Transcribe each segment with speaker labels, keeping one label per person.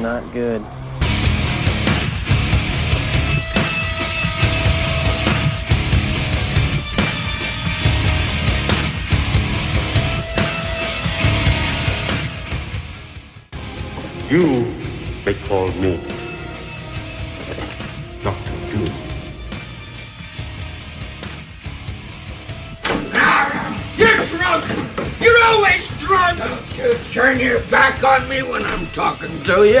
Speaker 1: not good.
Speaker 2: You may call me Dr. Doom.
Speaker 3: You're drunk! You're always drunk! Don't you turn your back on me when I'm talking to you.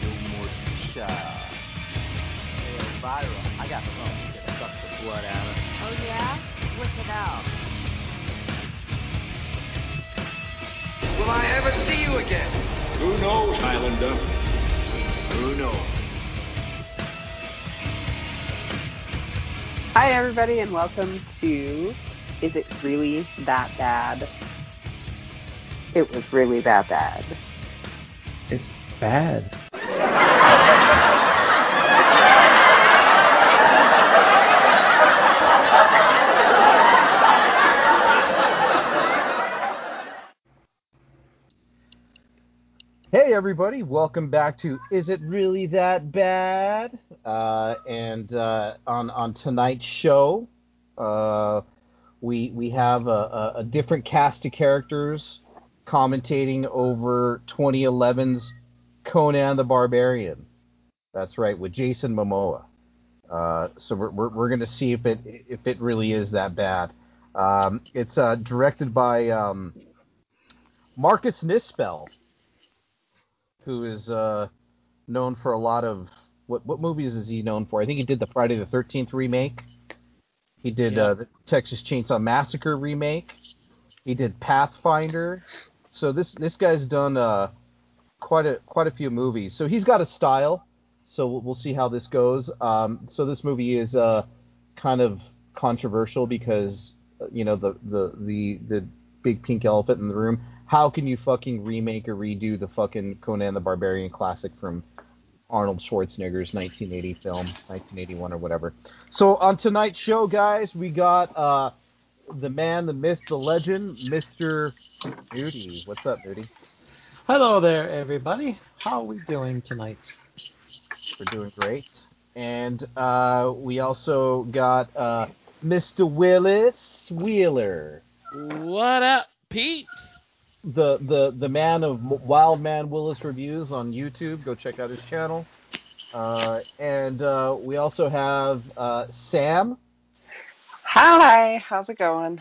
Speaker 4: Gilmore Shot. Hey, Elvira, I got something that sucks the blood out of.
Speaker 5: Oh yeah? Whip it out.
Speaker 6: Will I ever see you again?
Speaker 2: Who knows, Highlander? Who knows?
Speaker 7: Hi, everybody, and welcome to Is It Really That Bad? It was really that bad.
Speaker 1: It's bad.
Speaker 8: Hey everybody, welcome back to Is It Really That Bad? Uh, and uh, on on tonight's show, uh, we we have a, a, a different cast of characters commentating over 2011's Conan the Barbarian. That's right, with Jason Momoa. Uh, so we're, we're, we're going to see if it if it really is that bad. Um, it's uh, directed by um, Marcus Nispel who is uh, known for a lot of what what movies is he known for? I think he did the Friday the Thirteenth remake. He did uh, the Texas Chainsaw Massacre remake. He did Pathfinder. So this this guy's done uh, quite a quite a few movies. So he's got a style. So we'll, we'll see how this goes. Um, so this movie is uh, kind of controversial because uh, you know the the the the big pink elephant in the room. How can you fucking remake or redo the fucking Conan the Barbarian classic from Arnold Schwarzenegger's 1980 film, 1981 or whatever? So on tonight's show, guys, we got uh, the man, the myth, the legend, Mr. Moody. What's up, Moody?
Speaker 9: Hello there, everybody. How are we doing tonight?
Speaker 8: We're doing great. And uh, we also got uh, Mr. Willis Wheeler.
Speaker 10: What up, peeps?
Speaker 8: the the the man of M- Wild Man Willis reviews on YouTube. Go check out his channel. Uh, and uh, we also have uh, Sam.
Speaker 7: Hi, how's it going?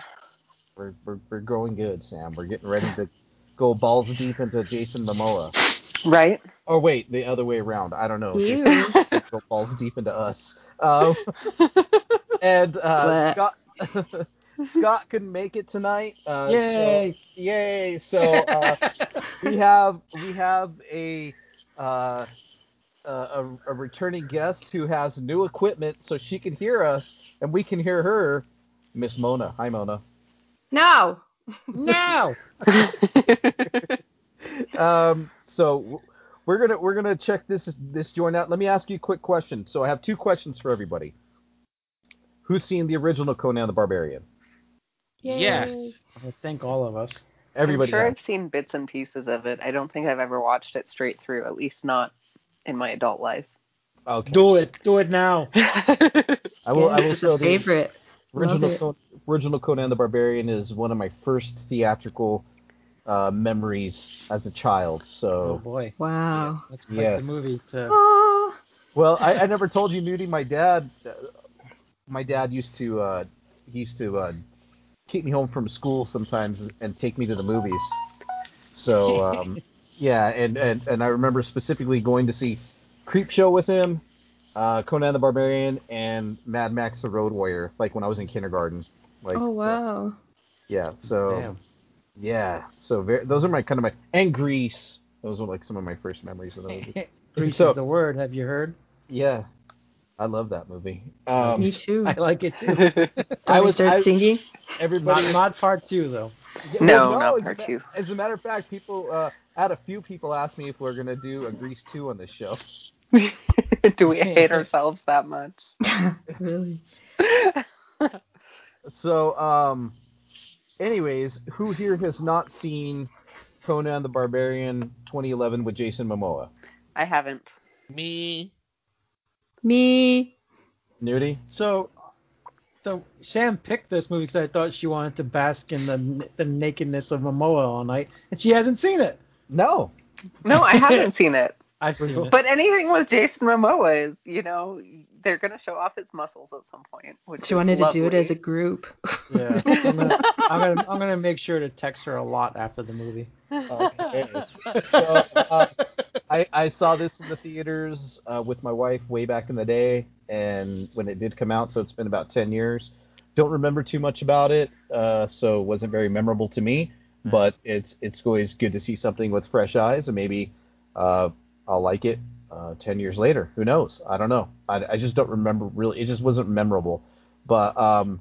Speaker 8: We're, we're we're going good, Sam. We're getting ready to go balls deep into Jason Momoa.
Speaker 7: Right?
Speaker 8: Or wait, the other way around. I don't know.
Speaker 7: You.
Speaker 8: Go balls deep into us. Um, and uh, Scott Scott couldn't make it tonight. Uh,
Speaker 9: Yay.
Speaker 8: So, yay! So uh, we have we have a, uh, a- a a returning guest who has new equipment, so she can hear us and we can hear her. Miss Mona. Hi, Mona.
Speaker 5: No.
Speaker 9: No.
Speaker 8: um, so w- we're gonna we're gonna check this this joint out. Let me ask you a quick question. So I have two questions for everybody. Who's seen the original Conan the Barbarian?
Speaker 10: Yes.
Speaker 9: I think all of us.
Speaker 8: Everybody.
Speaker 7: I'm sure
Speaker 8: has.
Speaker 7: I've seen bits and pieces of it. I don't think I've ever watched it straight through, at least not in my adult life.
Speaker 8: Okay.
Speaker 9: Do it. Do it now.
Speaker 8: I will. I will
Speaker 5: It's
Speaker 8: show
Speaker 5: a
Speaker 8: the
Speaker 5: favorite.
Speaker 8: original
Speaker 5: it.
Speaker 8: Con- original Conan the Barbarian is one of my first theatrical uh, memories as a child.
Speaker 9: Oh
Speaker 8: So,
Speaker 9: boy.
Speaker 5: Wow.
Speaker 9: Let's break
Speaker 8: Yes.
Speaker 9: the movie to.
Speaker 5: Oh.
Speaker 8: well, I, I never told you, Nudie. My dad, uh, my dad used to uh, he used to uh, keep me home from school sometimes and take me to the movies. So, um, yeah, and, and and I remember specifically going to see Creep Show with him. Uh, Conan the Barbarian and Mad Max the Road Warrior, like when I was in kindergarten. Like,
Speaker 5: Oh
Speaker 8: so-
Speaker 5: wow.
Speaker 8: yeah, so
Speaker 9: Damn.
Speaker 8: Yeah. So very, those are my kind of my and Greece. Those are like some of my first memories of the movie.
Speaker 9: Grease
Speaker 8: So-
Speaker 9: is the word. Have you heard?
Speaker 8: yeah, I love that movie.
Speaker 5: Me
Speaker 8: Um,
Speaker 5: too.
Speaker 9: I like it too.
Speaker 5: I
Speaker 8: I
Speaker 5: was
Speaker 8: was
Speaker 5: start
Speaker 8: I,
Speaker 5: singing.
Speaker 8: everybody.
Speaker 9: not, not part two though.
Speaker 8: well,
Speaker 7: No, not
Speaker 8: as a
Speaker 7: part
Speaker 8: ma-
Speaker 7: two.
Speaker 8: As a matter of fact, people uh, had a few people ask me if we're gonna do a Grease two on this show.
Speaker 7: Do we hate ourselves that much?
Speaker 5: really.
Speaker 8: So, um, anyways, who here has not seen Conan the Barbarian 2011 with Jason Momoa?
Speaker 7: I haven't.
Speaker 10: Me.
Speaker 5: Me.
Speaker 8: Nudie?
Speaker 9: So, so Sam picked this movie because I thought she wanted to bask in the the nakedness of Momoa all night, and she hasn't seen it.
Speaker 8: No.
Speaker 7: No, I haven't seen it.
Speaker 9: I've seen it.
Speaker 7: But anything with Jason Momoa is, you know, they're going to show off his muscles at some point. Which
Speaker 5: She
Speaker 7: is
Speaker 5: wanted
Speaker 7: lovely.
Speaker 5: to do it as a group.
Speaker 9: Yeah, I'm gonna, I'm gonna I'm gonna make sure to text her a lot after the movie.
Speaker 8: Okay. so, uh, I, I saw this in the theaters uh, with my wife way back in the day, and when it did come out, so it's been about 10 years. Don't remember too much about it, uh, so it wasn't very memorable to me, but it's, it's always good to see something with fresh eyes, and maybe uh, I'll like it uh, 10 years later. Who knows? I don't know. I, I just don't remember really. It just wasn't memorable. But um,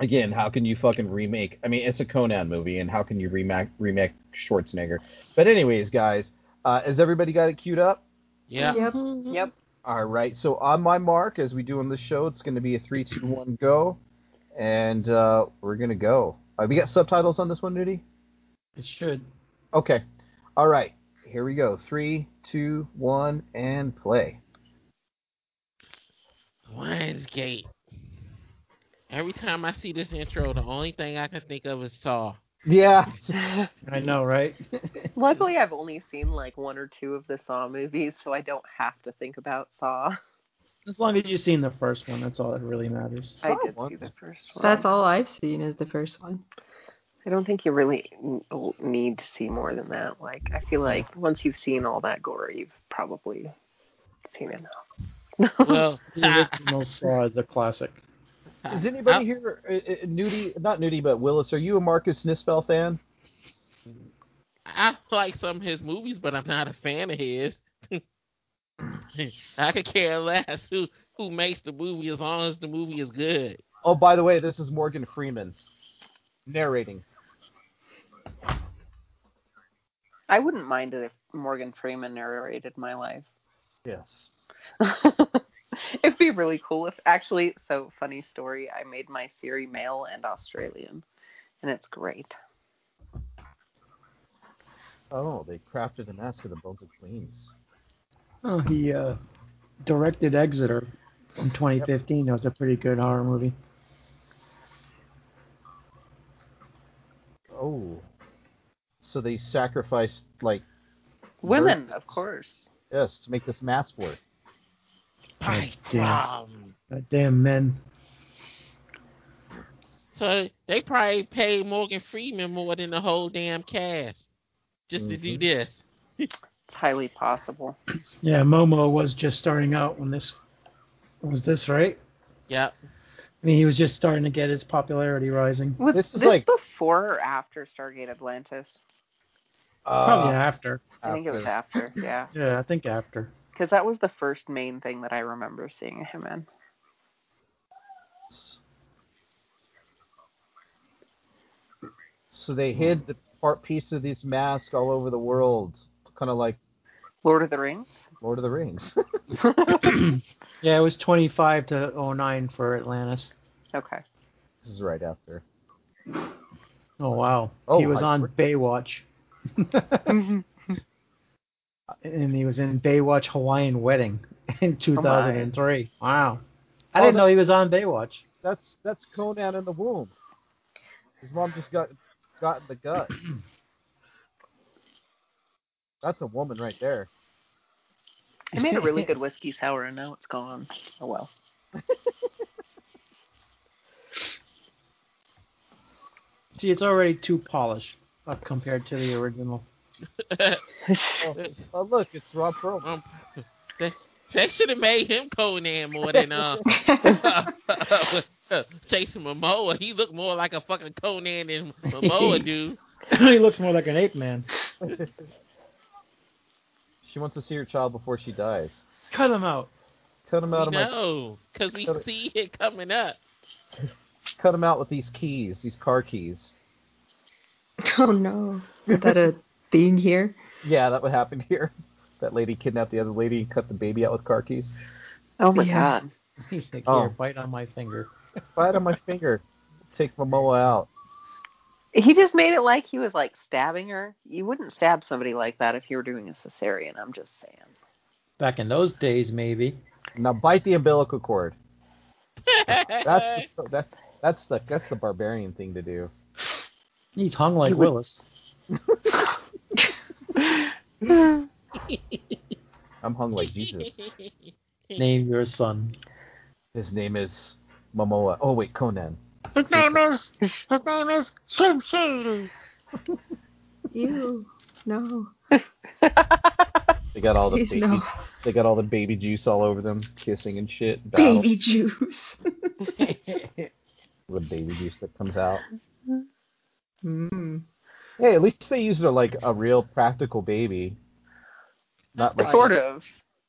Speaker 8: again, how can you fucking remake? I mean, it's a Conan movie, and how can you remake remake Schwarzenegger? But anyways, guys, uh, has everybody got it queued up?
Speaker 10: Yeah.
Speaker 7: Yep. Mm-hmm. Yep.
Speaker 8: All right. So on my mark, as we do on the show, it's going to be a three, two, one, go, and uh, we're gonna go. Uh, we got subtitles on this one, Nudie.
Speaker 9: It should.
Speaker 8: Okay. All right. Here we go. Three, two, one, and play.
Speaker 10: Lionsgate. Every time I see this intro, the only thing I can think of is Saw.
Speaker 8: Yeah.
Speaker 9: I know, right?
Speaker 7: Luckily, I've only seen like one or two of the Saw movies, so I don't have to think about Saw.
Speaker 9: As long as you've seen the first one, that's all that really matters.
Speaker 7: I
Speaker 8: Saw
Speaker 7: did see
Speaker 8: once.
Speaker 7: the first one.
Speaker 5: That's all I've seen is the first one.
Speaker 7: I don't think you really n- oh, need to see more than that. Like, I feel like once you've seen all that gore, you've probably seen enough.
Speaker 10: Well,
Speaker 9: The original Saw is a classic.
Speaker 8: Is anybody here, uh, uh, Nudie, not Nudie, but Willis? Are you a Marcus Nispel fan?
Speaker 10: I like some of his movies, but I'm not a fan of his. I could care less who who makes the movie as long as the movie is good.
Speaker 8: Oh, by the way, this is Morgan Freeman narrating.
Speaker 7: I wouldn't mind it if Morgan Freeman narrated my life.
Speaker 8: Yes.
Speaker 7: It'd be really cool if actually. So funny story. I made my Siri male and Australian, and it's great.
Speaker 8: Oh, they crafted a mask of the Bones of Queens.
Speaker 9: Oh, he uh, directed Exeter in 2015. That was a pretty good horror movie.
Speaker 8: Oh. So they sacrificed, like,
Speaker 7: Women, of course.
Speaker 8: yes, to make this mask work.
Speaker 10: By
Speaker 9: damn.
Speaker 10: gum.
Speaker 9: That Uh, damn men.
Speaker 10: So they probably paid Morgan Freeman more than the whole damn cast just to do this.
Speaker 7: It's highly possible.
Speaker 9: Yeah, Momo was just starting out when this was this right.
Speaker 10: Yep.
Speaker 9: I mean, he was just starting to get his popularity rising.
Speaker 7: Was
Speaker 8: This
Speaker 7: this,
Speaker 8: is like-
Speaker 7: before or after Stargate Atlantis?
Speaker 8: Uh,
Speaker 9: Probably after.
Speaker 7: I think it was after. Yeah,
Speaker 9: Uh. Yeah, I think after.
Speaker 7: because that was the first main thing that I remember seeing him in.
Speaker 8: So they hid the part piece of this mask all over the world, kind of like
Speaker 7: Lord of the Rings.
Speaker 8: Lord of the Rings.
Speaker 9: Yeah, it was 25 to 09 for Atlantis.
Speaker 7: Okay.
Speaker 8: this is right after.
Speaker 9: Oh wow.
Speaker 8: Oh,
Speaker 9: he was
Speaker 8: my
Speaker 9: on
Speaker 8: word.
Speaker 9: Baywatch. and he was in Baywatch Hawaiian Wedding in 2003. wow. I
Speaker 8: Oh,
Speaker 9: didn't
Speaker 8: that-
Speaker 9: know he was on Baywatch.
Speaker 8: That's that's Conan in the womb. His mom just got got in the gut. That's a woman right there.
Speaker 7: I made a really good whiskey sour, and now it's gone. Oh well.
Speaker 9: See, it's already too polished up compared to the original.
Speaker 8: Oh, oh, look, it's Rob Perlman.
Speaker 10: Um, they they should have made him Conan more than uh, Jason Momoa. He looked more like a fucking Conan than Momoa do.
Speaker 9: he looks more like an ape man.
Speaker 8: She wants to see her child before she dies.
Speaker 9: Cut him out.
Speaker 8: Cut him out of my
Speaker 10: No, because we
Speaker 8: Cut it.
Speaker 10: see it coming up.
Speaker 8: cut him out with these keys, these car keys.
Speaker 5: Oh no. Is that a thing here?
Speaker 8: Yeah, that would happen here. That lady kidnapped the other lady and cut the baby out with car keys.
Speaker 7: Oh my
Speaker 5: Yeah.
Speaker 7: god.
Speaker 9: He's like,
Speaker 8: Oh.
Speaker 9: here, bite on my finger.
Speaker 8: Bite on my finger. Take Momoa out.
Speaker 7: He just made it like he was like stabbing her. You wouldn't stab somebody like that if you were doing a cesarean. I'm just saying.
Speaker 9: Back in those days, maybe.
Speaker 8: Now bite the umbilical cord. That's that's that's the that's the barbarian thing to do.
Speaker 9: He's hung like
Speaker 7: would-
Speaker 9: Willis.
Speaker 8: I'm hung like Jesus.
Speaker 9: Name your son.
Speaker 8: His name is Momoa. Oh wait, Conan.
Speaker 10: His name is his name is Slim Shady.
Speaker 5: Ew. No.
Speaker 8: They got all the
Speaker 5: Please
Speaker 8: baby,
Speaker 5: no.
Speaker 8: they got all the baby juice all over them, kissing and shit. Battle.
Speaker 5: Baby juice.
Speaker 8: The baby juice that comes out.
Speaker 5: Mm.
Speaker 8: Hey, at least they used it like a real practical baby. Not like
Speaker 7: Sort of.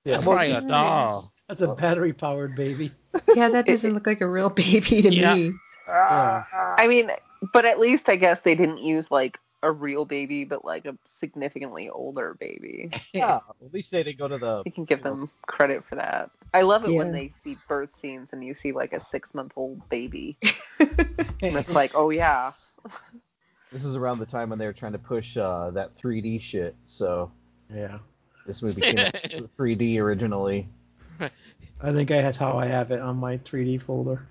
Speaker 8: Yeah,
Speaker 10: That's
Speaker 8: well,
Speaker 10: probably a doll.
Speaker 9: That's a battery powered baby.
Speaker 5: Yeah, that doesn't look like a real baby to
Speaker 10: Yeah.
Speaker 5: me.
Speaker 9: Yeah.
Speaker 7: I mean, but at least I guess they didn't use like a real baby, but like a significantly older baby.
Speaker 8: yeah, at least they didn't go to the
Speaker 7: You can give them credit for that. I love it when
Speaker 5: Yeah.
Speaker 7: they see birth scenes and you see like a six month old baby. and it's like, oh yeah.
Speaker 8: This is around the time when they were trying to push uh, that 3D shit. So
Speaker 9: Yeah.
Speaker 8: this movie came out in 3D originally.
Speaker 9: I think I, that's how I have it on my 3D folder.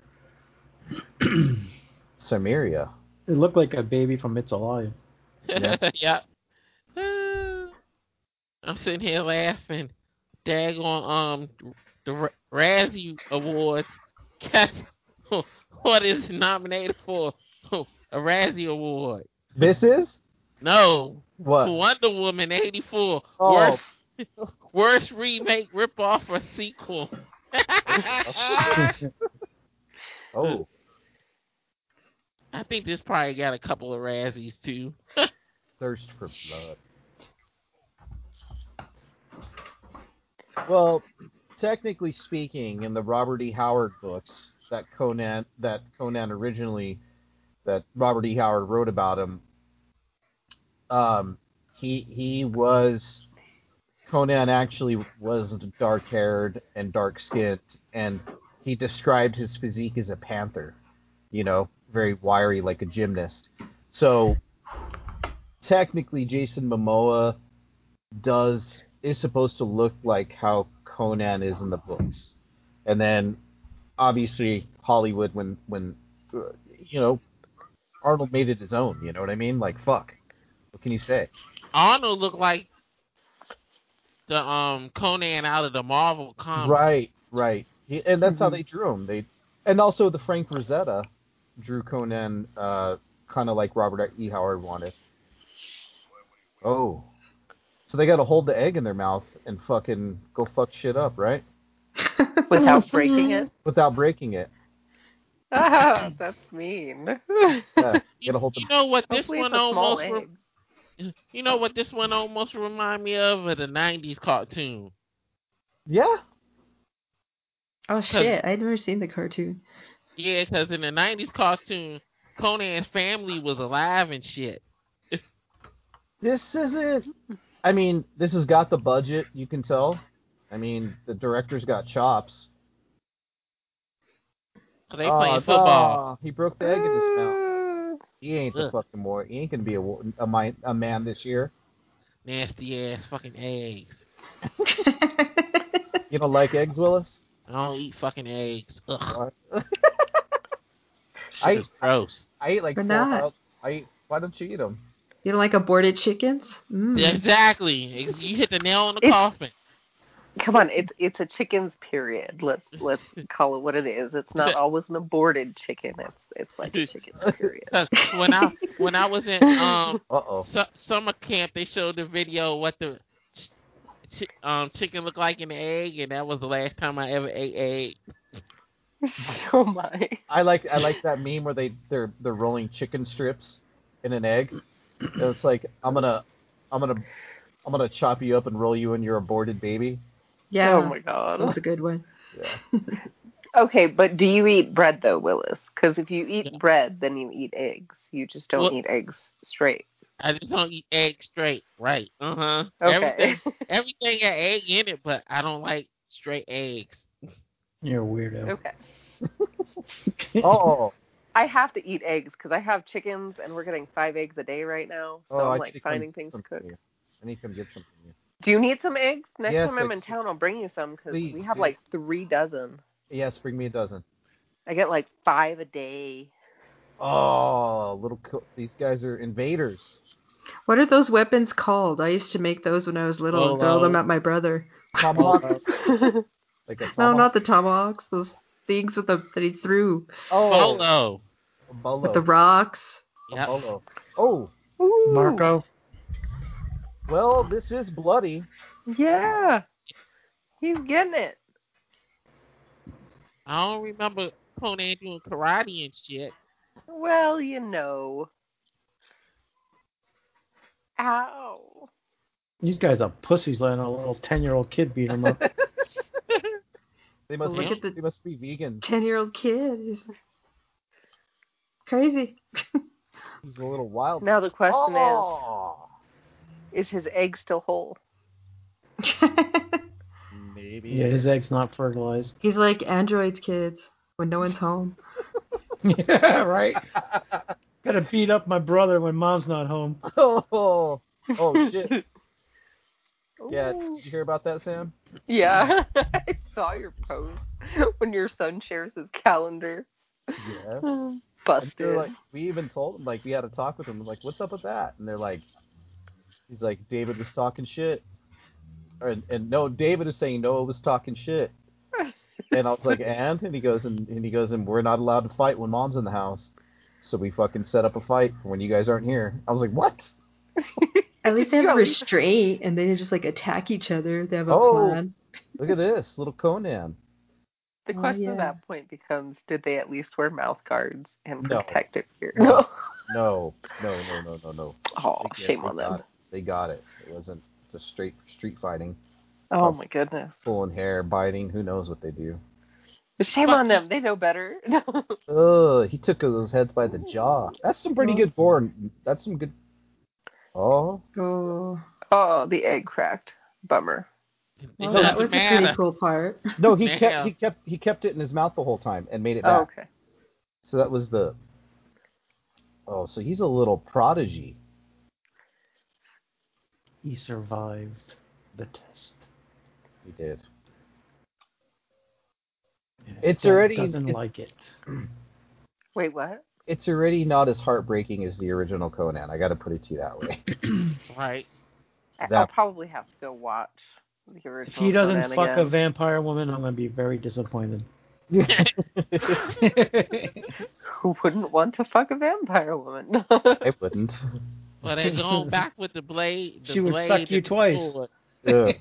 Speaker 8: Samaria.
Speaker 9: It looked like a baby from It's Alive.
Speaker 8: Yeah.
Speaker 10: yep. I'm sitting here laughing. Daggone um the Ra- Razzie Awards. Guess what is nominated for a Razzie Award?
Speaker 8: This is
Speaker 10: No,
Speaker 8: what?
Speaker 10: Wonder Woman '84.
Speaker 8: Oh.
Speaker 10: Worst, worst remake, ripoff, or sequel. I
Speaker 8: Oh,
Speaker 10: think this probably got a couple of Razzies too.
Speaker 8: thirst for blood. Well, technically speaking, in the Robert E. Howard books that Conan that Conan originally that Robert E. Howard wrote about him, um, he he was Conan actually was dark haired and dark skinned, and he described his physique as a panther, you know, very wiry like a gymnast. So technically, Jason Momoa does is supposed to look like how Conan is in the books, and then obviously Hollywood when when uh, you know Arnold made it his own. You know what I mean? Like fuck, what can you say?
Speaker 10: Arnold looked like the um Conan out of the Marvel comic.
Speaker 8: Right, right. He, and that's
Speaker 10: Mm-hmm.
Speaker 8: how they drew him. They and also the Frank Rosetta drew Conan uh, kind of like Robert E. Howard wanted. Oh, so they got to hold the egg in their mouth and fucking go fuck shit up, right?
Speaker 7: Without breaking
Speaker 5: Mm-hmm.
Speaker 7: it.
Speaker 8: Without breaking it.
Speaker 7: Ah, that's mean.
Speaker 8: Yeah,
Speaker 10: You,
Speaker 8: get a hold
Speaker 10: you
Speaker 8: of.
Speaker 10: know what this
Speaker 7: Hopefully it's
Speaker 10: one
Speaker 7: a small
Speaker 10: almost re-
Speaker 7: egg.
Speaker 10: you know what this one almost remind me of of the '90s cartoon.
Speaker 8: Yeah,
Speaker 5: Oh shit! I'd never seen the cartoon.
Speaker 10: Yeah, because in the '90s cartoon, Conan's family was alive and shit.
Speaker 8: this isn't. I mean, this has got the budget. You can tell. I mean, the director's got chops.
Speaker 10: So they
Speaker 8: Oh,
Speaker 10: playing football.
Speaker 8: no, He broke the egg in his mouth.
Speaker 7: Ah.
Speaker 8: He ain't the
Speaker 10: Ugh.
Speaker 8: fucking boy. He ain't gonna be a, wo- a, mi- a man this year.
Speaker 10: Nasty ass fucking eggs.
Speaker 8: You don't like eggs, Willis?
Speaker 10: I don't eat fucking eggs. Ugh, shit
Speaker 8: I-
Speaker 10: is gross.
Speaker 8: I eat like
Speaker 5: We're
Speaker 8: four.
Speaker 5: not.
Speaker 8: out- I eat, why don't you eat them?
Speaker 5: you don't like aborted chickens? Mm.
Speaker 10: Exactly. Ex- You hit the nail on the
Speaker 7: It's-
Speaker 10: coffin.
Speaker 7: Come on, it's it's a chicken's period. Let's let's call it what it is. It's not always an aborted chicken. It's it's like a chicken's period.
Speaker 10: 'Cause when I when I was in um
Speaker 8: Uh oh.
Speaker 10: su- summer camp, they showed the video what the ch- chi- um chicken looked like in the egg, and that was the last time I ever ate egg.
Speaker 7: oh my.
Speaker 8: I like I like that meme where they they're they're rolling chicken strips in an egg. And It's like I'm gonna I'm gonna I'm gonna chop you up and roll you in your aborted baby.
Speaker 5: Yeah,
Speaker 7: Oh my god.
Speaker 5: that was a good one.
Speaker 7: Okay, but do you eat bread though, Willis? Because if you eat bread, then you eat eggs. You just don't
Speaker 10: Well-
Speaker 7: eat eggs straight.
Speaker 10: I just don't eat egg straight. Right. Uh huh.
Speaker 7: Okay.
Speaker 10: Everything, everything got egg in it, but I don't like straight eggs.
Speaker 9: You're a weirdo.
Speaker 7: okay.
Speaker 8: Oh,
Speaker 7: I have to eat eggs because I have chickens and we're getting five eggs a day right now. So
Speaker 8: oh, I
Speaker 7: I'm
Speaker 8: need
Speaker 7: like
Speaker 8: to come
Speaker 7: finding
Speaker 8: get
Speaker 7: things to
Speaker 8: something
Speaker 7: cook.
Speaker 8: for you. I need to come get something. for you.
Speaker 7: Do you need some eggs? Next
Speaker 8: Yes,
Speaker 7: time I'm in
Speaker 8: eggs.
Speaker 7: town, I'll bring you some because we
Speaker 8: Please,
Speaker 7: have
Speaker 8: yeah.
Speaker 7: like three dozen.
Speaker 8: Yes, bring me a dozen.
Speaker 7: I get like five a day.
Speaker 8: Oh, little co- these guys are invaders.
Speaker 5: What are those weapons called? I used to make those when I was little
Speaker 7: Oh,
Speaker 5: and throw them
Speaker 8: Bolos.
Speaker 5: at my brother.
Speaker 8: Tomahawks. like a
Speaker 5: No,
Speaker 8: tomahawk.
Speaker 5: not the tomahawks. Those things with the that he threw
Speaker 8: oh,
Speaker 10: Bolo.
Speaker 8: a bolo.
Speaker 5: with the rocks.
Speaker 8: A
Speaker 10: Yep.
Speaker 8: bolo. Oh,
Speaker 9: Marco.
Speaker 8: well, this is bloody.
Speaker 7: Yeah, he's getting it.
Speaker 10: I don't remember Conan doing karate and shit.
Speaker 7: Well, you know. Ow!
Speaker 9: These guys are pussies letting a little 10 year old kid beat him up.
Speaker 8: They must
Speaker 5: Look
Speaker 8: be,
Speaker 5: at the-
Speaker 8: they must be vegan.
Speaker 5: Ten year old kid is crazy.
Speaker 8: He's a little wild.
Speaker 7: Now the question
Speaker 8: Oh,
Speaker 7: is: Is his egg still whole?
Speaker 8: maybe.
Speaker 9: yeah, his egg's not fertilized.
Speaker 5: He's like androids kids when no one's home.
Speaker 9: yeah, right? Gotta beat up my brother when mom's not home.
Speaker 8: Oh, oh shit. Yeah, did you hear about that, Sam?
Speaker 7: Yeah, I saw your post when your son shares his calendar.
Speaker 8: Yes. And
Speaker 7: Busted.
Speaker 8: they're like, we even told them, like, we had a talk with them, like, what's up with that? And they're like, he's like, David was talking shit. Or, and no, David is saying Noah was talking shit. And I was like, and? And he goes, and, and he goes, and we're not allowed to fight when mom's in the house. So we fucking set up a fight for when you guys aren't here. I was like, what?
Speaker 5: At least they have
Speaker 7: Yeah, we-
Speaker 5: restraint and they didn't just like attack each other. They have a
Speaker 8: Oh.
Speaker 5: plan.
Speaker 8: Look at this, little Conan.
Speaker 7: the
Speaker 5: Oh,
Speaker 7: question
Speaker 5: yeah.
Speaker 7: at that point becomes: Did they at least wear mouth guards and
Speaker 8: No.
Speaker 7: protect it here?
Speaker 8: No. No, no, no, no, no, no.
Speaker 7: Oh,
Speaker 8: They-
Speaker 7: shame
Speaker 8: they
Speaker 7: on
Speaker 8: got
Speaker 7: them.
Speaker 8: it. They got it. It wasn't just straight street fighting,
Speaker 7: Oh my goodness.
Speaker 8: pulling hair, biting. Who knows what they do?
Speaker 7: But shame
Speaker 10: Fuck
Speaker 7: on them. They know better.
Speaker 8: Oh, he took those heads by the jaw. That's some pretty good porn. That's some good. Oh,
Speaker 5: Oh,
Speaker 7: oh, the egg cracked. Bummer.
Speaker 10: It
Speaker 5: well,
Speaker 10: doesn't
Speaker 5: Oh, that was a
Speaker 10: matter.
Speaker 5: pretty cool part.
Speaker 8: no, he
Speaker 10: Damn.
Speaker 8: kept he kept he kept it in his mouth the whole time and made it
Speaker 7: Oh,
Speaker 8: back.
Speaker 7: okay.
Speaker 8: So that was the. Oh, so he's a little prodigy.
Speaker 9: He survived the test.
Speaker 8: He did.
Speaker 9: Yes,
Speaker 8: It's
Speaker 9: Dad
Speaker 8: already-
Speaker 9: doesn't
Speaker 8: it-
Speaker 9: like it.
Speaker 7: Wait, what?
Speaker 8: It's already not as heartbreaking as the original Conan. I got to put it to you that way.
Speaker 10: Right.
Speaker 7: I- I'll
Speaker 8: That-
Speaker 7: probably have to go watch the
Speaker 9: If
Speaker 7: original.
Speaker 9: he doesn't
Speaker 7: Conan
Speaker 9: fuck
Speaker 7: again.
Speaker 9: a vampire woman, I'm gonna be very disappointed.
Speaker 7: who wouldn't want to fuck a vampire woman?
Speaker 8: I wouldn't.
Speaker 10: Well, they're going back with the blade. The
Speaker 9: She would
Speaker 10: blade
Speaker 9: suck
Speaker 10: and
Speaker 9: you
Speaker 10: the
Speaker 9: twice.
Speaker 10: sword.
Speaker 8: Ugh.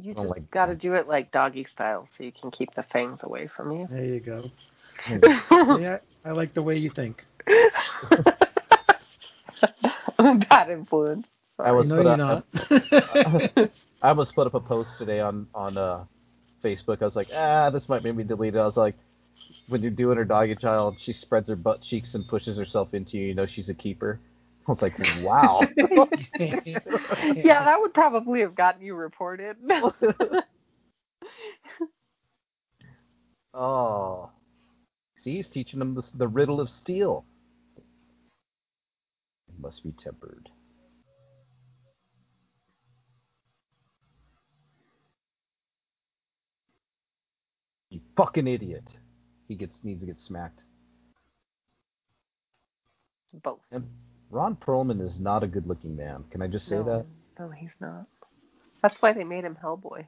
Speaker 7: you
Speaker 8: Don't
Speaker 7: just
Speaker 8: like
Speaker 7: got to
Speaker 8: that.
Speaker 7: do it like doggy style, so you can keep the fangs away from you.
Speaker 9: There you go. Yeah, I like the way you think.
Speaker 7: I'm a bad influence.
Speaker 8: I was
Speaker 9: no,
Speaker 8: put
Speaker 9: you're
Speaker 8: up,
Speaker 9: not.
Speaker 8: I almost put up a post today on on uh, Facebook. I was like, ah, this might make me delete it. I was like, when you're doing her doggy child, she spreads her butt cheeks and pushes herself into you. You know she's a keeper. I was like, wow.
Speaker 7: Yeah, that would probably have gotten you reported.
Speaker 8: oh, see, he's teaching them the, the riddle of steel. It must be tempered. You fucking idiot. He gets needs to get smacked.
Speaker 7: Both.
Speaker 8: Ron Perlman is not a good looking man. Can I just say
Speaker 7: no,
Speaker 8: that?
Speaker 7: no, he's not. That's why they made him Hellboy.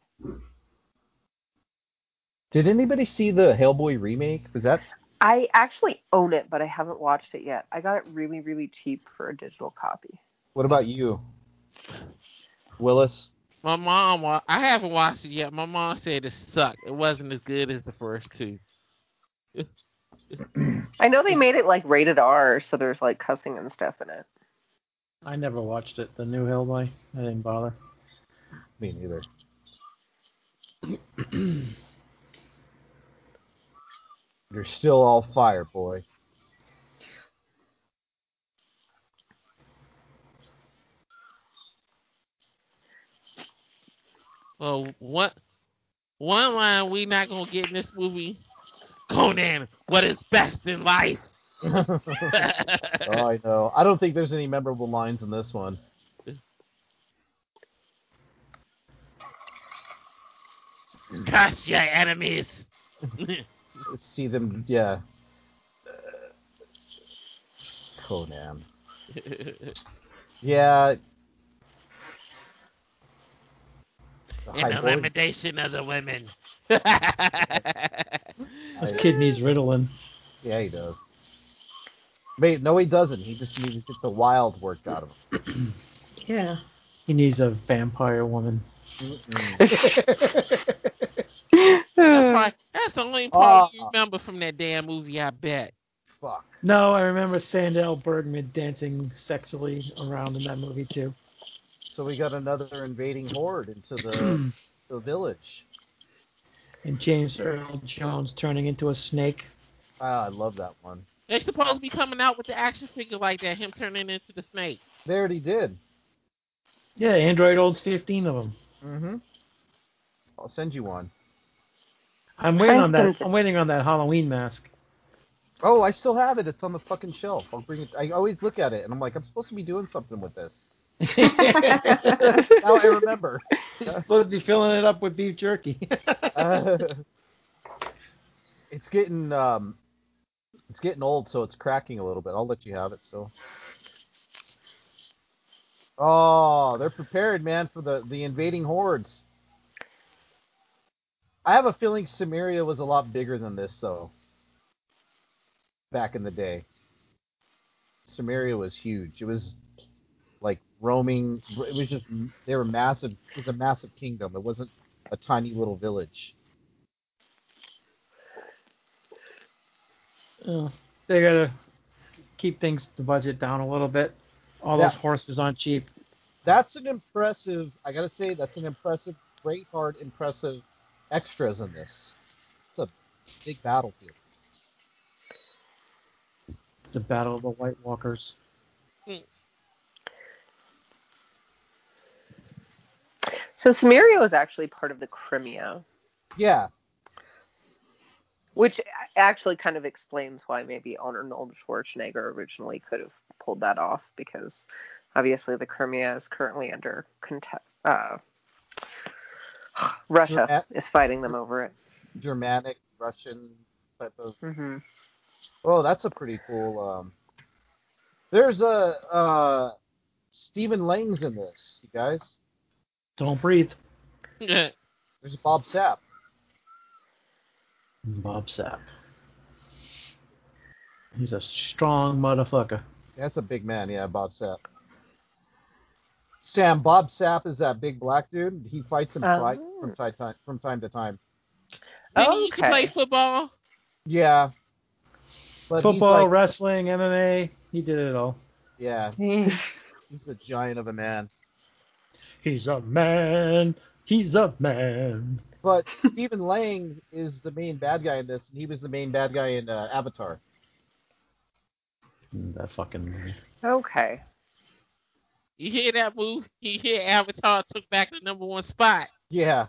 Speaker 8: Did anybody see the Hellboy remake? Was that
Speaker 7: I actually own it, but I haven't watched it yet. I got it really, really cheap for a digital copy.
Speaker 8: what about you? Willis?
Speaker 10: My mom, wa- I haven't watched it yet. My mom said it sucked. It wasn't as good as the first two.
Speaker 7: I know they
Speaker 8: Hmm.
Speaker 7: made it like rated R, so there's like cussing and stuff in it.
Speaker 9: I never watched it. The new Hellboy. I didn't bother.
Speaker 8: Me neither. You're still all fire, boy.
Speaker 10: Well, what? One line we not gonna get in this movie. Conan, what is best in life?
Speaker 8: oh, I know. I don't think there's any memorable lines in this one.
Speaker 10: Curse your enemies.
Speaker 8: see them. Yeah. Conan. Yeah.
Speaker 10: and elimination of the women.
Speaker 9: This kid needs Ritalin.
Speaker 8: Yeah, he does. Wait, no, he doesn't. He just needs to get the wild worked out of him.
Speaker 5: Yeah.
Speaker 9: He needs a vampire woman.
Speaker 10: That's why- that's the only part you remember from that damn movie, I bet.
Speaker 8: Fuck.
Speaker 9: No, I remember Sandel Bergman dancing sexily around in that movie too.
Speaker 8: So we got another invading horde into the the village.
Speaker 9: And James Earl Jones turning into a snake.
Speaker 8: Ah, I love that one.
Speaker 10: They supposed to be coming out with the action figure like that, him turning into the snake.
Speaker 8: They already did.
Speaker 9: Yeah, Android owns 15 of them.
Speaker 8: Mm-hmm. I'll send you one.
Speaker 9: I'm waiting on that.
Speaker 5: Cranston-
Speaker 9: I'm waiting on that Halloween mask.
Speaker 8: Oh, I still have it. It's on the fucking shelf. I'll bring it. I always look at it and I'm like, I'm supposed to be doing something with this. now I remember.
Speaker 9: Supposed to be filling it up with beef jerky.
Speaker 8: Uh, it's getting um, it's getting old, so it's cracking a little bit. I'll let you have it still. Oh, they're prepared, man, for the the invading hordes. I have a feeling Samaria was a lot bigger than this, though. Back in the day, Samaria was huge. It was like roaming. It was just they were massive. It was a massive kingdom. It wasn't a tiny little village.
Speaker 9: Oh, they gotta keep things the budget down a little bit. All those
Speaker 8: Yeah.
Speaker 9: horses aren't cheap.
Speaker 8: That's an impressive. I gotta say, that's an impressive, great hard, impressive extras in this. It's a big battlefield.
Speaker 9: The Battle of the White Walkers.
Speaker 7: So Samaria was actually part of the Crimea,
Speaker 8: Yeah,
Speaker 7: which a- actually kind of explains why maybe Arnold Schwarzenegger originally could have pulled that off because obviously the Crimea is currently under contest. Uh, Russia is fighting them over it.
Speaker 8: Germanic, Russian type of.
Speaker 7: hmm
Speaker 8: Oh, that's a pretty cool. Um, there's a uh, Stephen Lang's in this, you guys.
Speaker 9: Don't breathe.
Speaker 8: There's Bob Sapp.
Speaker 9: Bob Sapp. He's a strong motherfucker.
Speaker 8: That's a big man, yeah, Bob Sapp. Sam, Bob Sapp is that big black dude. He fights him
Speaker 7: Oh.
Speaker 8: fri- from time time from time to time.
Speaker 10: Didn't he used to
Speaker 7: Okay.
Speaker 10: play football?
Speaker 8: Yeah. But he's
Speaker 9: Football,
Speaker 8: like-
Speaker 9: wrestling, MMA, he did it all.
Speaker 8: yeah,
Speaker 5: Mm.
Speaker 8: he's a giant of a man.
Speaker 9: He's a man. He's a man.
Speaker 8: But Stephen Lang is the main bad guy in this, and he was the main bad guy in uh, Avatar.
Speaker 9: Mm, That fucking movie.
Speaker 7: Okay.
Speaker 10: You hear that move? You hear Avatar took back the number one spot.
Speaker 8: Yeah.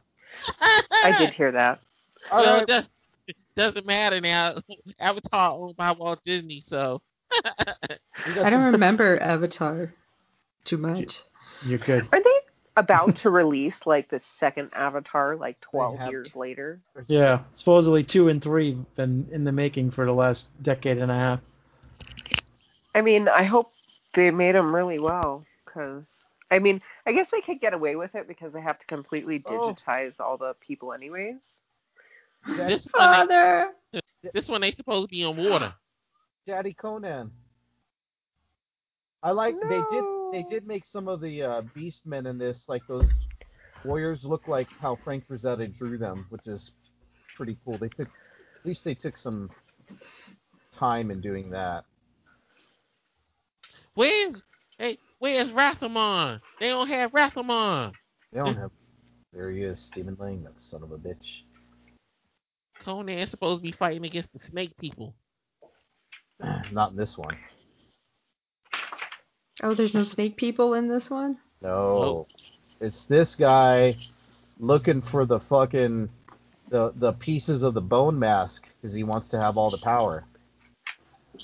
Speaker 7: I did hear that.
Speaker 8: All
Speaker 10: Well,
Speaker 8: right.
Speaker 10: it does, not matter now. Avatar owned by Walt Disney, so
Speaker 8: we got
Speaker 5: I don't
Speaker 8: some-
Speaker 5: remember Avatar too much.
Speaker 9: You're good.
Speaker 7: Are they about to release like the second Avatar like 12
Speaker 8: have-
Speaker 7: years later?
Speaker 9: Yeah, supposedly two and three been in the making for the last decade and a half.
Speaker 7: I mean, I hope they made them really well because I mean, I guess they could get away with it because they have to completely
Speaker 8: Oh.
Speaker 7: digitize all the people anyways.
Speaker 8: Dad-
Speaker 10: this one, they,
Speaker 5: Father!
Speaker 10: this one they supposed to be on water.
Speaker 8: Daddy Conan. I like they did they did make some of the uh, beast men in this like those warriors look like how Frank Rosetta drew them, which is pretty cool. They took at least they took some time in doing that.
Speaker 10: Where's hey? Where's Rathamon? They don't have Rathamon.
Speaker 8: They don't have there he is, Stephen Lang, that son of a bitch.
Speaker 10: Conan's supposed to be fighting against the snake people.
Speaker 8: Eh, Not in this one.
Speaker 5: Oh, there's no snake people in this one?
Speaker 8: No. It's this guy looking for the fucking the the pieces of the bone mask because he wants to have all the power.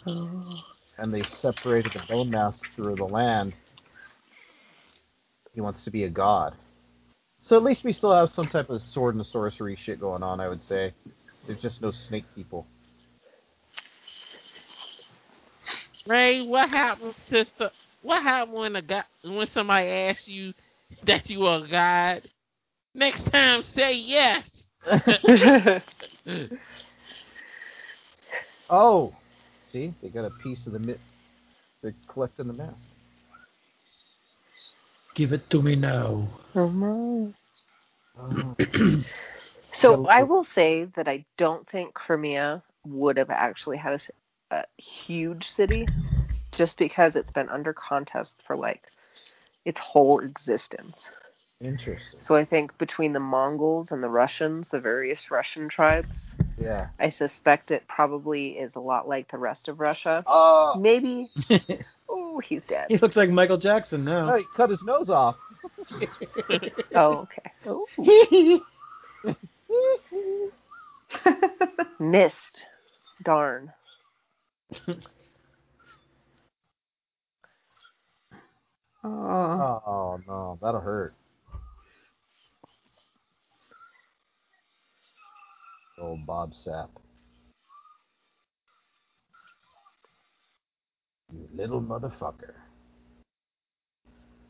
Speaker 5: Oh.
Speaker 8: and they separated the bone mass through the land. He wants to be a god. So at least we still have some type of sword and sorcery shit going on. I would say there's just no snake people.
Speaker 10: Ray, what happens to so- what happened when a guy when somebody asks you that you are God? Next time, say yes.
Speaker 8: Oh, see, they got a piece of the mi- They're collecting the mask.
Speaker 9: Give it to me now.
Speaker 5: Oh no.
Speaker 8: Oh.
Speaker 7: So I will say that I don't think Crimea would have actually had a s- a, huge city, just because it's been under contest for like its whole existence.
Speaker 8: Interesting.
Speaker 7: So I think between the Mongols and the Russians, the various Russian tribes,
Speaker 8: Yeah.
Speaker 7: I suspect it probably is a lot like the rest of Russia.
Speaker 8: Oh,
Speaker 7: Maybe. Oh, he's dead.
Speaker 9: He looks like Michael Jackson now.
Speaker 8: he cut his nose off.
Speaker 7: Oh, okay. Oh, missed. Darn.
Speaker 5: Oh.
Speaker 8: Oh no, that'll hurt. Old Bob Sapp. You little motherfucker.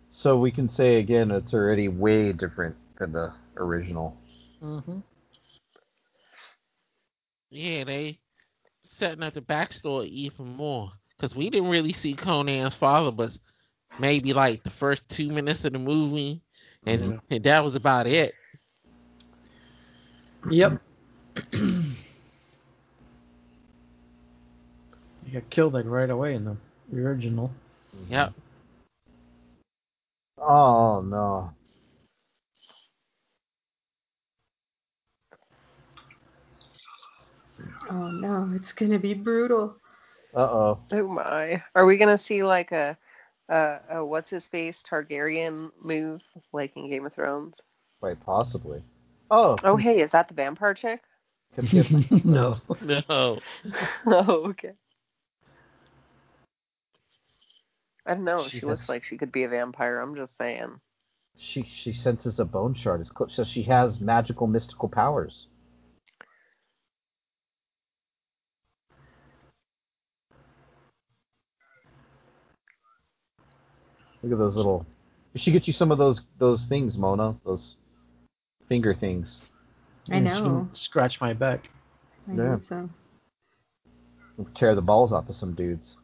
Speaker 8: So we can say again, it's already way different than the original.
Speaker 9: Mm-hmm.
Speaker 10: Yeah, they setting up the backstory even more because we didn't really see Conan's father, but maybe like the first two minutes of the movie, and,
Speaker 8: Mm-hmm.
Speaker 10: and that was about it.
Speaker 9: Yep. he got killed like right away in the original.
Speaker 10: Yep.
Speaker 8: Oh no.
Speaker 5: oh no, it's gonna be brutal.
Speaker 8: Uh oh.
Speaker 7: Oh my! Are we gonna see like a, a, a what's his face Targaryen move like in Game of Thrones?
Speaker 8: Quite possibly. Oh.
Speaker 7: Oh hey, is that the vampire chick?
Speaker 8: computer.
Speaker 9: no.
Speaker 10: No.
Speaker 7: oh okay. I don't know. She,
Speaker 8: She
Speaker 7: looks
Speaker 8: has-
Speaker 7: like she could be a vampire. I'm just saying.
Speaker 8: she she senses a bone shard is close, so she has magical mystical powers. Look at those little. We should get you some of those those things, Mona. Those finger things.
Speaker 5: I know.
Speaker 9: Scratch my back.
Speaker 5: I
Speaker 8: Yeah.
Speaker 5: think so.
Speaker 8: We'll tear the balls off of some dudes.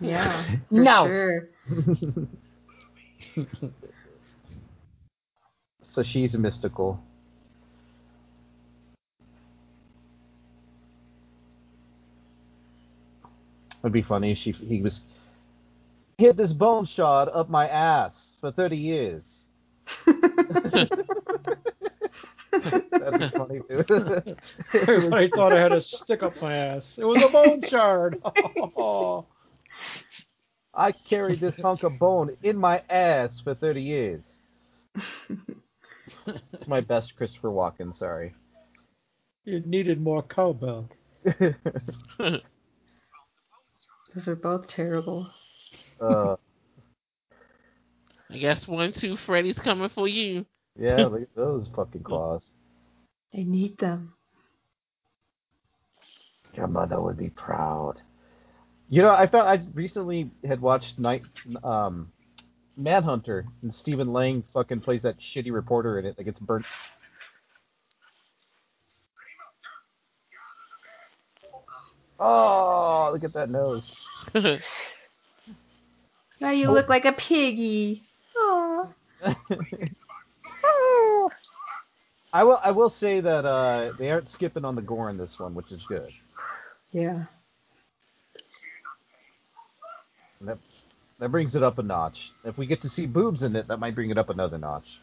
Speaker 5: Yeah. for
Speaker 9: No.
Speaker 5: Sure.
Speaker 8: so she's a mystical. It'd be funny if she he was hit this bone shard up my ass for thirty years. That'd be funny too.
Speaker 9: Everybody thought I had a stick up my ass. It was a bone shard.
Speaker 8: I carried this hunk of bone in my ass for thirty years. It's my best Christopher Walken. Sorry.
Speaker 9: it needed more cowbell.
Speaker 5: Those are both terrible.
Speaker 8: uh,
Speaker 10: I guess one, two, Freddy's coming for you.
Speaker 8: yeah, look at those fucking claws.
Speaker 5: I need them.
Speaker 8: Your mother would be proud. You know, I found I recently had watched Night um, Manhunter, and Stephen Lang fucking plays that shitty reporter in it that gets burnt. Oh, look at that nose!
Speaker 5: Now
Speaker 8: Oh.
Speaker 5: you look like a piggy. Oh.
Speaker 7: Oh,
Speaker 8: I will. I will say that uh, they aren't skipping on the gore in this one, which is good.
Speaker 5: Yeah.
Speaker 8: And that that brings it up a notch. If we get to see boobs in it, that might bring it up another notch.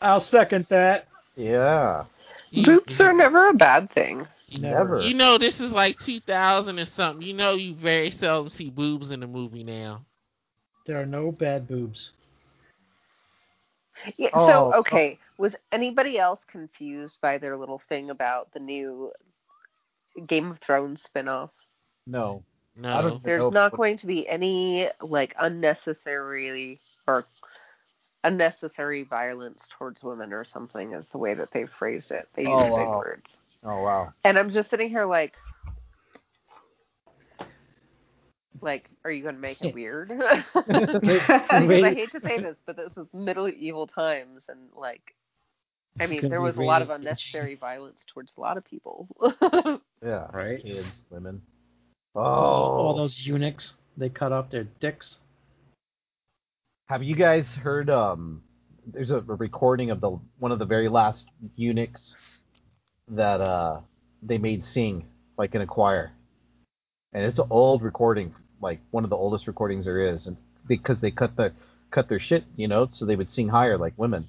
Speaker 9: I'll second that.
Speaker 8: Yeah.
Speaker 10: You-
Speaker 7: Boobs are never a bad thing.
Speaker 8: Never.
Speaker 10: You know, this is like 2000 and something. You know, you very seldom see boobs in a movie now.
Speaker 9: There are no bad boobs.
Speaker 7: Yeah,
Speaker 8: Oh,
Speaker 7: so okay, was anybody else confused by their little thing about the new Game of Thrones spin-off?
Speaker 8: No. I
Speaker 10: No.
Speaker 8: don't-
Speaker 7: There's
Speaker 8: know,
Speaker 7: not
Speaker 8: but-
Speaker 7: going to be any like unnecessarily or unnecessary violence towards women or something is the way that they phrased it. They used
Speaker 8: Oh,
Speaker 7: big
Speaker 8: wow.
Speaker 7: words.
Speaker 8: Oh wow.
Speaker 7: And I'm just sitting here like like, are you gonna make it weird? Because I
Speaker 9: Wait.
Speaker 7: hate to say this, but this was medieval times and like I
Speaker 9: It's
Speaker 7: mean,
Speaker 9: gonna
Speaker 7: there
Speaker 9: be
Speaker 7: was a lot of
Speaker 9: rated PG.
Speaker 7: unnecessary violence towards a lot of people.
Speaker 8: Yeah.
Speaker 1: Right?
Speaker 8: Kids, women.
Speaker 9: All
Speaker 8: Oh.
Speaker 9: those eunuchs, they cut off their dicks.
Speaker 8: Have you guys heard? Um, there's a, a recording of the one of the very last eunuchs that uh they made sing like in a choir, and it's an old recording, like one of the oldest recordings there is, and because they cut the cut their shit, you know, so they would sing higher like women.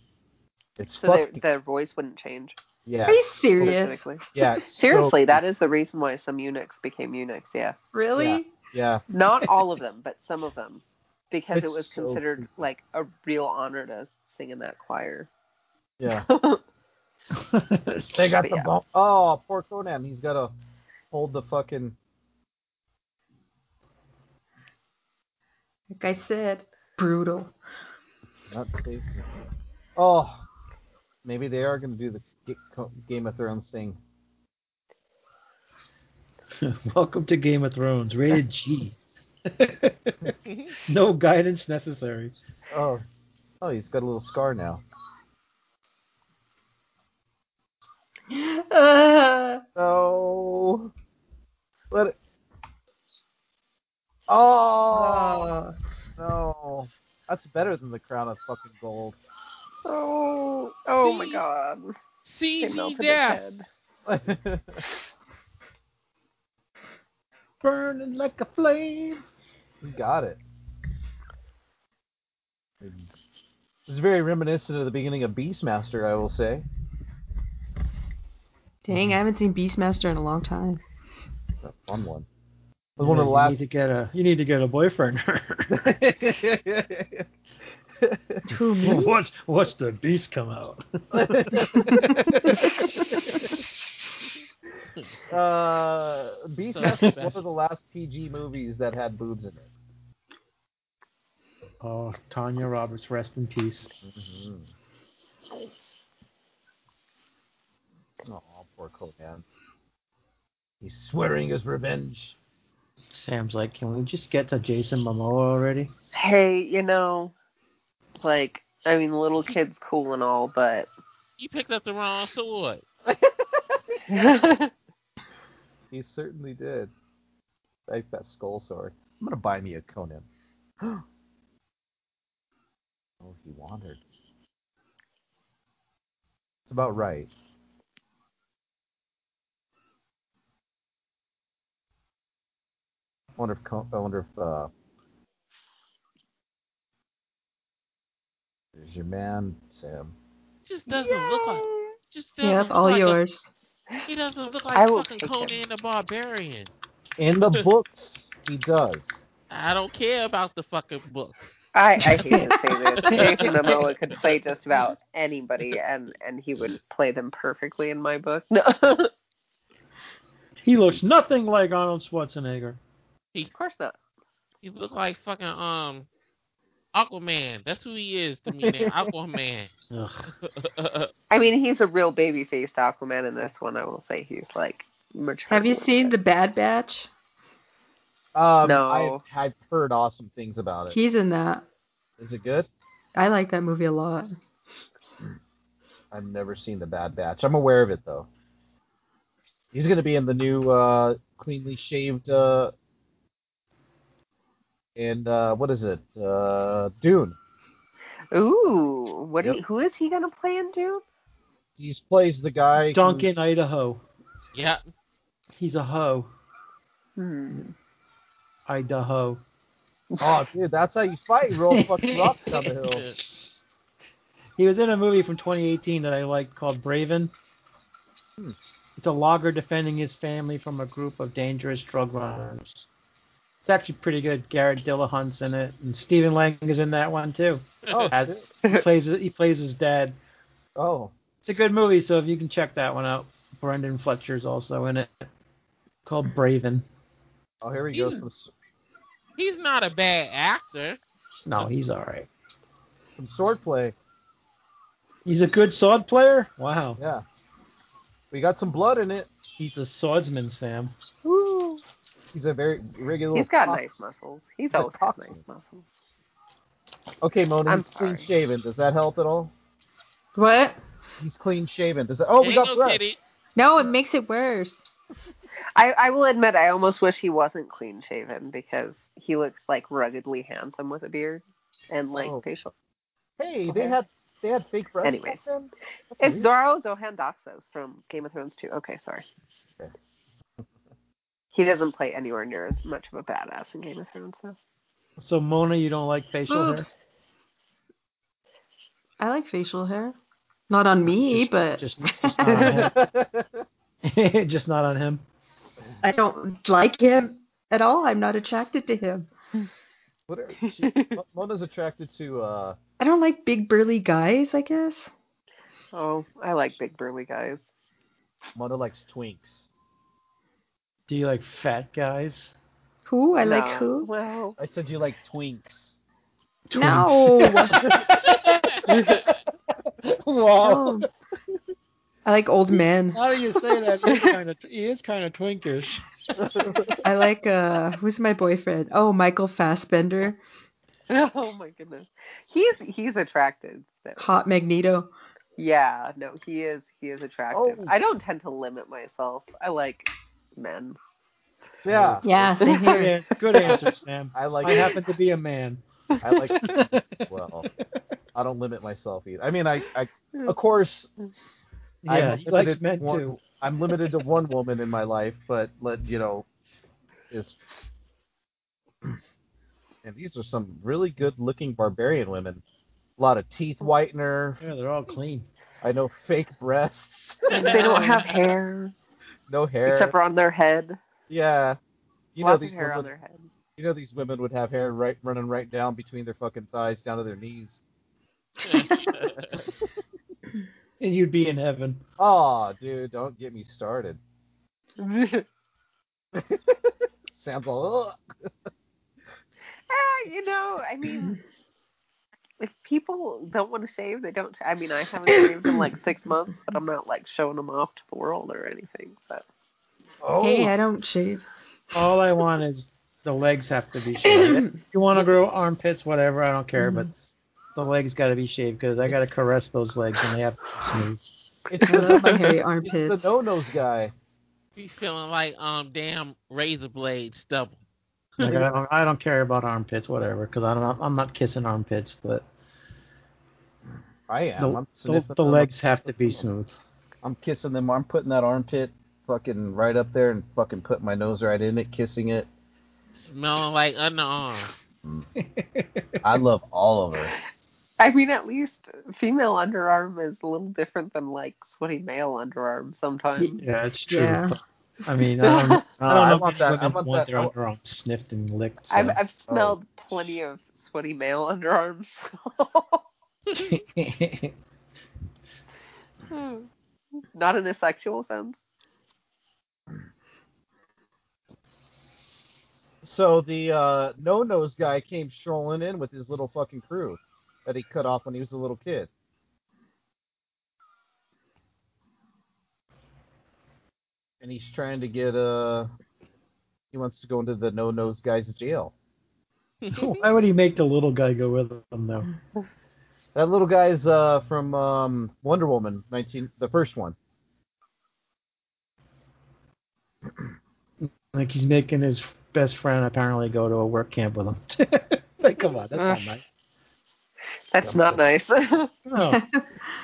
Speaker 8: It's
Speaker 7: so their
Speaker 8: fucking
Speaker 7: their voice wouldn't change.
Speaker 8: yeah,
Speaker 5: Are you serious?
Speaker 7: specifically.
Speaker 8: yeah. it's so-
Speaker 7: Seriously, that is the reason why some eunuchs became eunuchs, yeah.
Speaker 5: Really?
Speaker 8: yeah,
Speaker 7: Not all of them, but some of them. Because it
Speaker 8: It's
Speaker 7: was
Speaker 8: so
Speaker 7: considered
Speaker 8: creepy.
Speaker 7: like a real honor to sing in that choir.
Speaker 8: yeah.
Speaker 7: But
Speaker 9: They got
Speaker 7: yeah.
Speaker 8: Oh, oh, poor Conan. He's got to hold the fucking.
Speaker 5: Like I said, brutal.
Speaker 8: Not safe. Oh, maybe they are going to do the G- Co- Game of Thrones thing.
Speaker 9: Welcome to Game of Thrones, rated G. no guidance necessary.
Speaker 8: Oh, oh, he's got a little scar now.
Speaker 5: Uh,
Speaker 8: No, let it. Oh
Speaker 5: oh.
Speaker 8: no, that's better than the crown of fucking gold.
Speaker 7: Oh, oh
Speaker 10: See?
Speaker 7: my god. They
Speaker 10: CG
Speaker 7: melted his
Speaker 10: death.
Speaker 7: head.
Speaker 9: Burning like a flame.
Speaker 8: We got it. This is very reminiscent of the beginning of Beastmaster, I will say.
Speaker 5: Dang, I haven't seen Beastmaster in a long time.
Speaker 8: A fun one. It was one of the
Speaker 9: you
Speaker 8: last.
Speaker 9: Need to get a, you need to get a boyfriend.
Speaker 5: Who me?
Speaker 9: watch, watch the beast come out.
Speaker 8: uh, Beastmaster was
Speaker 10: So
Speaker 8: one of the last PG movies that had boobs in it.
Speaker 9: Oh, Tanya Roberts, rest in peace.
Speaker 8: Mm-hmm. Oh, poor Conan. He's swearing his revenge.
Speaker 9: Sam's like, can we just get to Jason Momoa already?
Speaker 7: Hey, you know, like, I mean, little kid's cool and all, but.
Speaker 10: You picked up the wrong sword.
Speaker 8: He certainly did. Like that skull sword. I'm gonna buy me a Conan. oh, he wandered. It's about right. I wonder if Con- I wonder if uh There's your man, Sam.
Speaker 10: Just doesn't look like. Just doesn't
Speaker 5: Yep,
Speaker 10: look
Speaker 5: all
Speaker 10: like a-
Speaker 5: yours.
Speaker 10: he doesn't look
Speaker 7: I
Speaker 10: like
Speaker 7: will
Speaker 10: fucking
Speaker 7: take
Speaker 10: Conan
Speaker 7: him.
Speaker 10: the Barbarian.
Speaker 8: In the books, he does.
Speaker 10: I don't care about the fucking book.
Speaker 7: I, I hate to say this. Jason Momoa could play just about anybody, and, and he would play them perfectly in my book. No. of
Speaker 9: He looks nothing like Arnold Schwarzenegger.
Speaker 7: course not.
Speaker 10: He look like fucking um Aquaman. That's who he is to me now. Aquaman.
Speaker 9: Ugh.
Speaker 7: I mean, he's a real baby faced Aquaman in this one. I will say he's like mature.
Speaker 5: Have you
Speaker 7: with
Speaker 5: seen
Speaker 7: it.
Speaker 5: The Bad Batch?
Speaker 8: Um,
Speaker 7: No.
Speaker 8: I, I've heard awesome things about it.
Speaker 5: He's in that.
Speaker 8: Is it good?
Speaker 5: I like that movie a lot.
Speaker 8: I've never seen the Bad Batch. I'm aware of it though. He's gonna be in the new uh, cleanly shaved uh, and uh, what is it? Uh, Dune.
Speaker 7: Ooh, what?
Speaker 8: Yep.
Speaker 7: He, who is he gonna play in Dune?
Speaker 8: He plays the guy. who-
Speaker 9: Duncan, Idaho.
Speaker 10: yep.
Speaker 9: He's a hoe.
Speaker 7: Hmm.
Speaker 9: Idaho.
Speaker 8: Oh, dude, that's how you fight. You roll fucking rocks down the hill.
Speaker 9: He was in a movie from 2018 that I liked called Braven.
Speaker 8: Hmm.
Speaker 9: It's a logger defending his family from a group of dangerous drug runners. It's actually pretty good. Garrett Dillahunt's in it, and Stephen Lang is in that one too.
Speaker 8: Oh,
Speaker 9: As-
Speaker 8: shit.
Speaker 9: he plays he plays his dad.
Speaker 8: oh,
Speaker 9: It's a good movie, so if you can check that one out. Brendan Fletcher's also in it, called Braven.
Speaker 8: oh, here we go.
Speaker 10: Dude.
Speaker 8: Some s-
Speaker 10: He's not a bad actor.
Speaker 9: No, he's all right.
Speaker 8: from swordplay.
Speaker 9: He's a good sword player? Wow.
Speaker 8: Yeah. We got some blood in it.
Speaker 9: He's a swordsman, Sam.
Speaker 7: Woo.
Speaker 8: He's a very regular.
Speaker 7: He's got
Speaker 8: cock-
Speaker 7: nice muscles. He's
Speaker 8: He's a
Speaker 7: always got nice
Speaker 8: coxswain.
Speaker 7: muscles.
Speaker 8: Okay, Mona,
Speaker 7: I'm
Speaker 8: he's clean
Speaker 7: sorry.
Speaker 8: shaven. Does that help at all?
Speaker 5: What?
Speaker 8: He's clean shaven. Does that? Oh, we
Speaker 10: There you
Speaker 8: got
Speaker 10: go,
Speaker 8: blood.
Speaker 10: Kitty.
Speaker 5: No, it makes it worse.
Speaker 7: I, I will admit, I almost wish he wasn't clean shaven because he looks like ruggedly handsome with a beard and like
Speaker 8: Oh.
Speaker 7: facial.
Speaker 8: Hey,
Speaker 7: Okay.
Speaker 8: they had they had fake breasts.
Speaker 7: Anyways.
Speaker 8: back then? That's
Speaker 7: It's
Speaker 8: weird.
Speaker 7: Zorro Zohandoxos from Game of Thrones too. Okay, sorry. He doesn't play anywhere near as much of a badass in Game of Thrones, though.
Speaker 9: So, Mona, you don't like facial
Speaker 5: Boobs.
Speaker 9: hair?
Speaker 5: I like facial hair. Not on me,
Speaker 9: Just-
Speaker 5: but
Speaker 9: Just, just, not on
Speaker 7: Um,
Speaker 9: him. just not on him.
Speaker 5: I don't like him at all. I'm not attracted to him.
Speaker 8: What are- she- Mo- Mona's attracted to uh
Speaker 5: I don't like big burly guys, I guess.
Speaker 7: Oh, I like big burly guys.
Speaker 8: Mona likes twinks.
Speaker 9: Do you like fat guys?
Speaker 5: Who? I
Speaker 7: No.
Speaker 5: like who?
Speaker 7: Well,
Speaker 8: I said you like twinks.
Speaker 5: No.
Speaker 9: Wow.
Speaker 5: No. I like old men.
Speaker 9: How do you say that? He is kind of, he is kind of twinkish.
Speaker 5: I like uh who's my boyfriend? Oh, Michael Fassbender,
Speaker 7: oh my goodness, he's he's attractive. Though.
Speaker 5: Hot Magneto.
Speaker 7: Yeah, no, he is he is attractive.
Speaker 8: Oh.
Speaker 7: I don't tend to limit myself. I like men.
Speaker 8: Yeah.
Speaker 5: Yeah, same
Speaker 9: Good
Speaker 5: here.
Speaker 9: answer, good answer Sam.
Speaker 8: I like
Speaker 9: I happen to be a man.
Speaker 8: I like as well. I don't limit myself either. I mean, I, I of course,
Speaker 9: Yeah,
Speaker 8: I'm
Speaker 9: he likes
Speaker 8: limited
Speaker 9: men
Speaker 8: one-
Speaker 9: too.
Speaker 8: I'm limited to one woman in my life, but let you know, is and these are some really good-looking barbarian women. A lot of teeth whitener.
Speaker 9: Yeah, they're all clean.
Speaker 8: I know fake breasts,
Speaker 7: They don't have hair
Speaker 8: no hair.
Speaker 7: except for on their head.
Speaker 8: yeah, you know
Speaker 7: Lots
Speaker 8: these
Speaker 7: of hair
Speaker 8: women,
Speaker 7: on their head.
Speaker 8: you know these women would have hair right running right down between their fucking thighs down to their knees.
Speaker 9: And you'd be in heaven.
Speaker 8: Oh, dude, don't get me started. Sam's all, Ugh.
Speaker 7: Eh, you know, I mean, if people don't want to shave, they don't. sh- I mean, I haven't shaved in like six months, but I'm not like showing them off to the world or anything. So
Speaker 5: Hey, I don't shave.
Speaker 9: All I want is the legs have to be shaved. If you want to grow armpits, whatever, I don't care, but the legs got to be shaved because I got to caress those legs and they have to be smooth.
Speaker 8: it's
Speaker 5: I love my
Speaker 8: the,
Speaker 5: hairy
Speaker 8: it's the
Speaker 5: armpits.
Speaker 8: no-nos guy.
Speaker 10: Be feeling like um damn razor blade stubble.
Speaker 9: Like, I, don't, I don't care about armpits, whatever, because I'm not, I'm not kissing armpits, but
Speaker 8: I am.
Speaker 9: the,
Speaker 8: I'm
Speaker 9: the,
Speaker 8: sniffing
Speaker 9: the
Speaker 8: them.
Speaker 9: legs have to be smooth.
Speaker 8: I'm kissing them. I'm putting that armpit fucking right up there and fucking putting my nose right in it, kissing it.
Speaker 10: Smelling like underarm.
Speaker 8: I love all of her.
Speaker 7: I mean, at least female underarm is a little different than like sweaty male underarm sometimes.
Speaker 9: Yeah, it's true.
Speaker 5: Yeah.
Speaker 9: but, I mean, I don't, I don't
Speaker 8: I
Speaker 9: know
Speaker 8: want
Speaker 9: if
Speaker 8: that- I
Speaker 9: women
Speaker 8: want
Speaker 9: want,
Speaker 8: that-
Speaker 9: their
Speaker 8: I wa-
Speaker 9: underarm sniffed and licked. so-
Speaker 7: I've I've smelled plenty of sweaty male underarms. Not in a sexual sense.
Speaker 8: So the uh, no-nos guy came strolling in with his little fucking crew that he cut off when he was a little kid. And he's trying to get uh he wants to go into the no-nos guy's jail.
Speaker 9: Why would he make the little guy go with him though?
Speaker 8: That little guy's uh from um Wonder Woman 19 the first one.
Speaker 9: Like he's making his best friend apparently go to a work camp with him. like, come on, that's not nice.
Speaker 7: That's not nice. Um,
Speaker 8: Uh.
Speaker 9: No,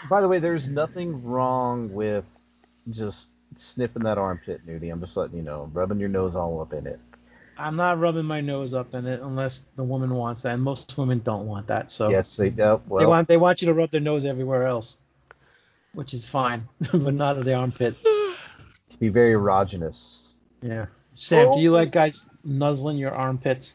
Speaker 8: By the way, there's nothing wrong with just sniffing that armpit, nudie. I'm just letting you know, rubbing your nose all up in it.
Speaker 9: I'm not rubbing my nose up in it unless the woman wants that, and most women don't want that. So
Speaker 8: Yes, they do.
Speaker 9: they
Speaker 8: Well,
Speaker 9: want they want you to rub their nose everywhere else, which is fine, but not at the armpit.
Speaker 8: be very erogenous.
Speaker 9: Yeah, Sam, do
Speaker 8: Oh.
Speaker 9: you like guys nuzzling your armpits?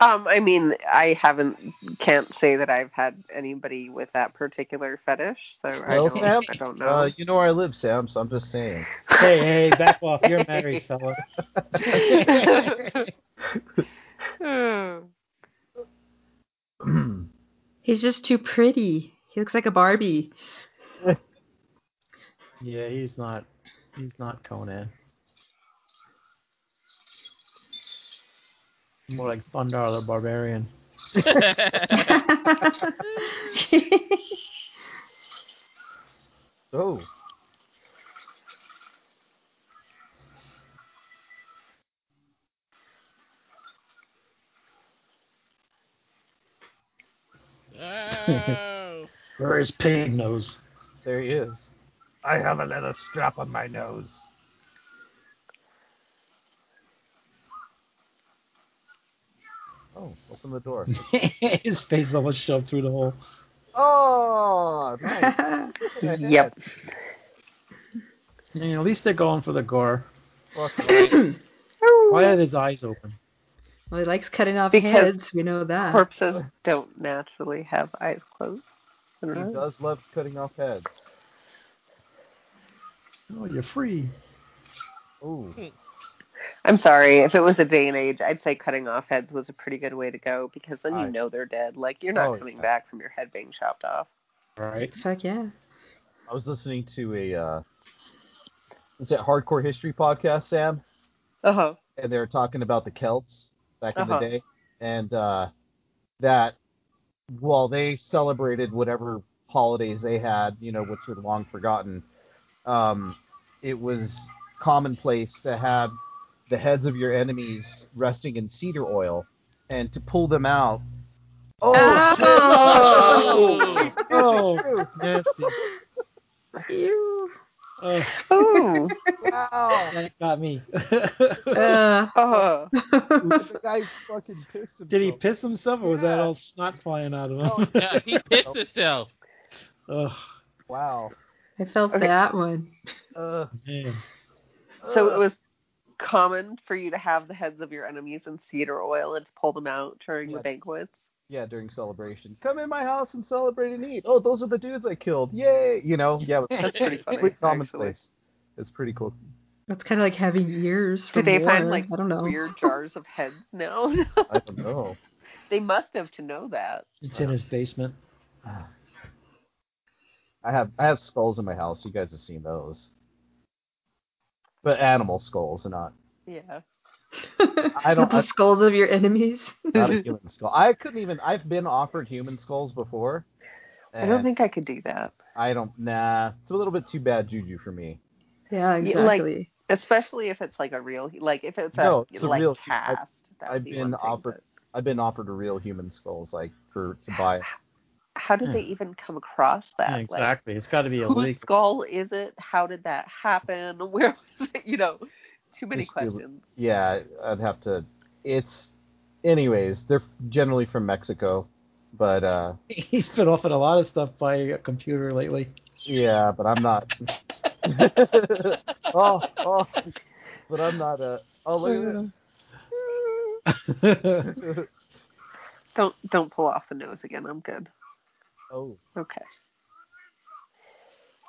Speaker 7: Um, I mean, I haven't, can't say that I've had anybody with that particular fetish, so I
Speaker 8: Well,
Speaker 7: don't,
Speaker 8: Sam,
Speaker 7: I don't know.
Speaker 8: Uh, you know where I live, Sam, so I'm just saying.
Speaker 9: Hey, hey, back off! You're married, fella.
Speaker 7: Hmm.
Speaker 5: He's just too pretty. He looks like a Barbie.
Speaker 9: Yeah, he's not. He's not Conan. More like Thundar the Barbarian.
Speaker 8: Oh.
Speaker 10: Oh.
Speaker 9: Where is Pig Nose?
Speaker 8: There he is.
Speaker 9: I have a leather strap on my nose.
Speaker 8: Oh, open the door.
Speaker 9: His face almost shoved through the hole.
Speaker 8: Oh, nice.
Speaker 7: Yep.
Speaker 9: I mean, at least they're going for the gore.
Speaker 8: Look,
Speaker 9: Why are his eyes open?
Speaker 5: Well, he likes cutting off
Speaker 7: Because-
Speaker 5: heads. We know that.
Speaker 7: Corpses don't naturally have eyes closed. I don't
Speaker 8: he
Speaker 7: know.
Speaker 8: does love cutting off heads.
Speaker 9: Oh, you're free.
Speaker 8: Ooh.
Speaker 9: Hmm.
Speaker 7: I'm sorry. If it was a day and age, I'd say cutting off heads was a pretty good way to go because then you
Speaker 8: Aye.
Speaker 7: know they're dead. Like you're not
Speaker 8: Oh,
Speaker 7: coming
Speaker 8: yeah.
Speaker 7: back from your head being chopped off.
Speaker 9: Right.
Speaker 5: Fuck yeah.
Speaker 8: I was listening to a uh, is that Hardcore History podcast, Sam?
Speaker 7: Uh huh.
Speaker 8: and they were talking about the Celts back in
Speaker 7: Uh-huh.
Speaker 8: the day, and uh, that while they celebrated whatever holidays they had, you know, which were long forgotten, um, it was commonplace to have the heads of your enemies resting in cedar oil, and to pull them out. Oh,
Speaker 7: Oh.
Speaker 9: Oh, nasty.
Speaker 5: Ew.
Speaker 9: Oh,
Speaker 7: Ooh.
Speaker 8: wow!
Speaker 9: that got me.
Speaker 5: Uh,
Speaker 7: Oh.
Speaker 8: the guy fucking pissed himself.
Speaker 9: Did he piss himself, or was that
Speaker 8: Yeah.
Speaker 9: all snot flying out of
Speaker 8: Oh,
Speaker 9: him?
Speaker 10: Yeah, he pissed himself.
Speaker 9: Ugh,
Speaker 8: Wow.
Speaker 5: I felt
Speaker 7: Okay.
Speaker 5: that one.
Speaker 8: Uh,
Speaker 9: man.
Speaker 7: So it was common for you to have the heads of your enemies in cedar oil and to pull them out during
Speaker 8: Yeah.
Speaker 7: the banquets.
Speaker 8: Yeah, during celebration. Come in my house and celebrate and eat. Oh, those are the dudes I killed. Yay! You know, yeah,
Speaker 7: That's pretty funny.
Speaker 8: pretty
Speaker 7: actually.
Speaker 8: commonplace. It's pretty cool.
Speaker 5: That's kind of like having ears.
Speaker 7: Do
Speaker 5: From
Speaker 7: they find
Speaker 5: war.
Speaker 7: like
Speaker 5: I don't
Speaker 8: Oh.
Speaker 5: know.
Speaker 7: weird jars of heads now?
Speaker 8: I don't know.
Speaker 7: they must have to know that.
Speaker 9: It's in his basement.
Speaker 8: I have I have skulls in my house. You guys have seen those, but animal skulls, not
Speaker 7: Yeah.
Speaker 8: I don't-
Speaker 5: the
Speaker 8: I-
Speaker 5: skulls of your enemies.
Speaker 8: not a human skull. I couldn't even. I've been offered human skulls before.
Speaker 7: I don't
Speaker 8: and
Speaker 7: think I could do that.
Speaker 8: I don't. Nah, it's a little bit too bad juju for me.
Speaker 5: Yeah,
Speaker 7: You- like-
Speaker 5: exactly.
Speaker 7: Especially if it's like a real, like if it's a
Speaker 8: No, it's a
Speaker 7: like
Speaker 8: real- I-
Speaker 7: cast. that would
Speaker 8: I've
Speaker 7: be
Speaker 8: been
Speaker 7: one thing,
Speaker 8: offered- I've been offered real human skulls, like for to buy.
Speaker 7: but How
Speaker 8: Hmm.
Speaker 7: did they even come across that?
Speaker 9: Yeah,
Speaker 7: Like,
Speaker 9: exactly. It's got to be
Speaker 7: whose
Speaker 9: illegal.
Speaker 7: skull is it? How did that happen? Where was it? You know, too many
Speaker 8: Just the-
Speaker 7: questions.
Speaker 8: Yeah, I'd have to. It's, anyways, they're generally from Mexico, but uh,
Speaker 9: He's been offered a lot of stuff by a computer lately.
Speaker 8: yeah, but I'm not. oh, oh, but I'm not a. Oh, look
Speaker 9: That's
Speaker 8: at that.
Speaker 7: Don't don't pull off the nose again. I'm good.
Speaker 8: oh,
Speaker 7: Okay.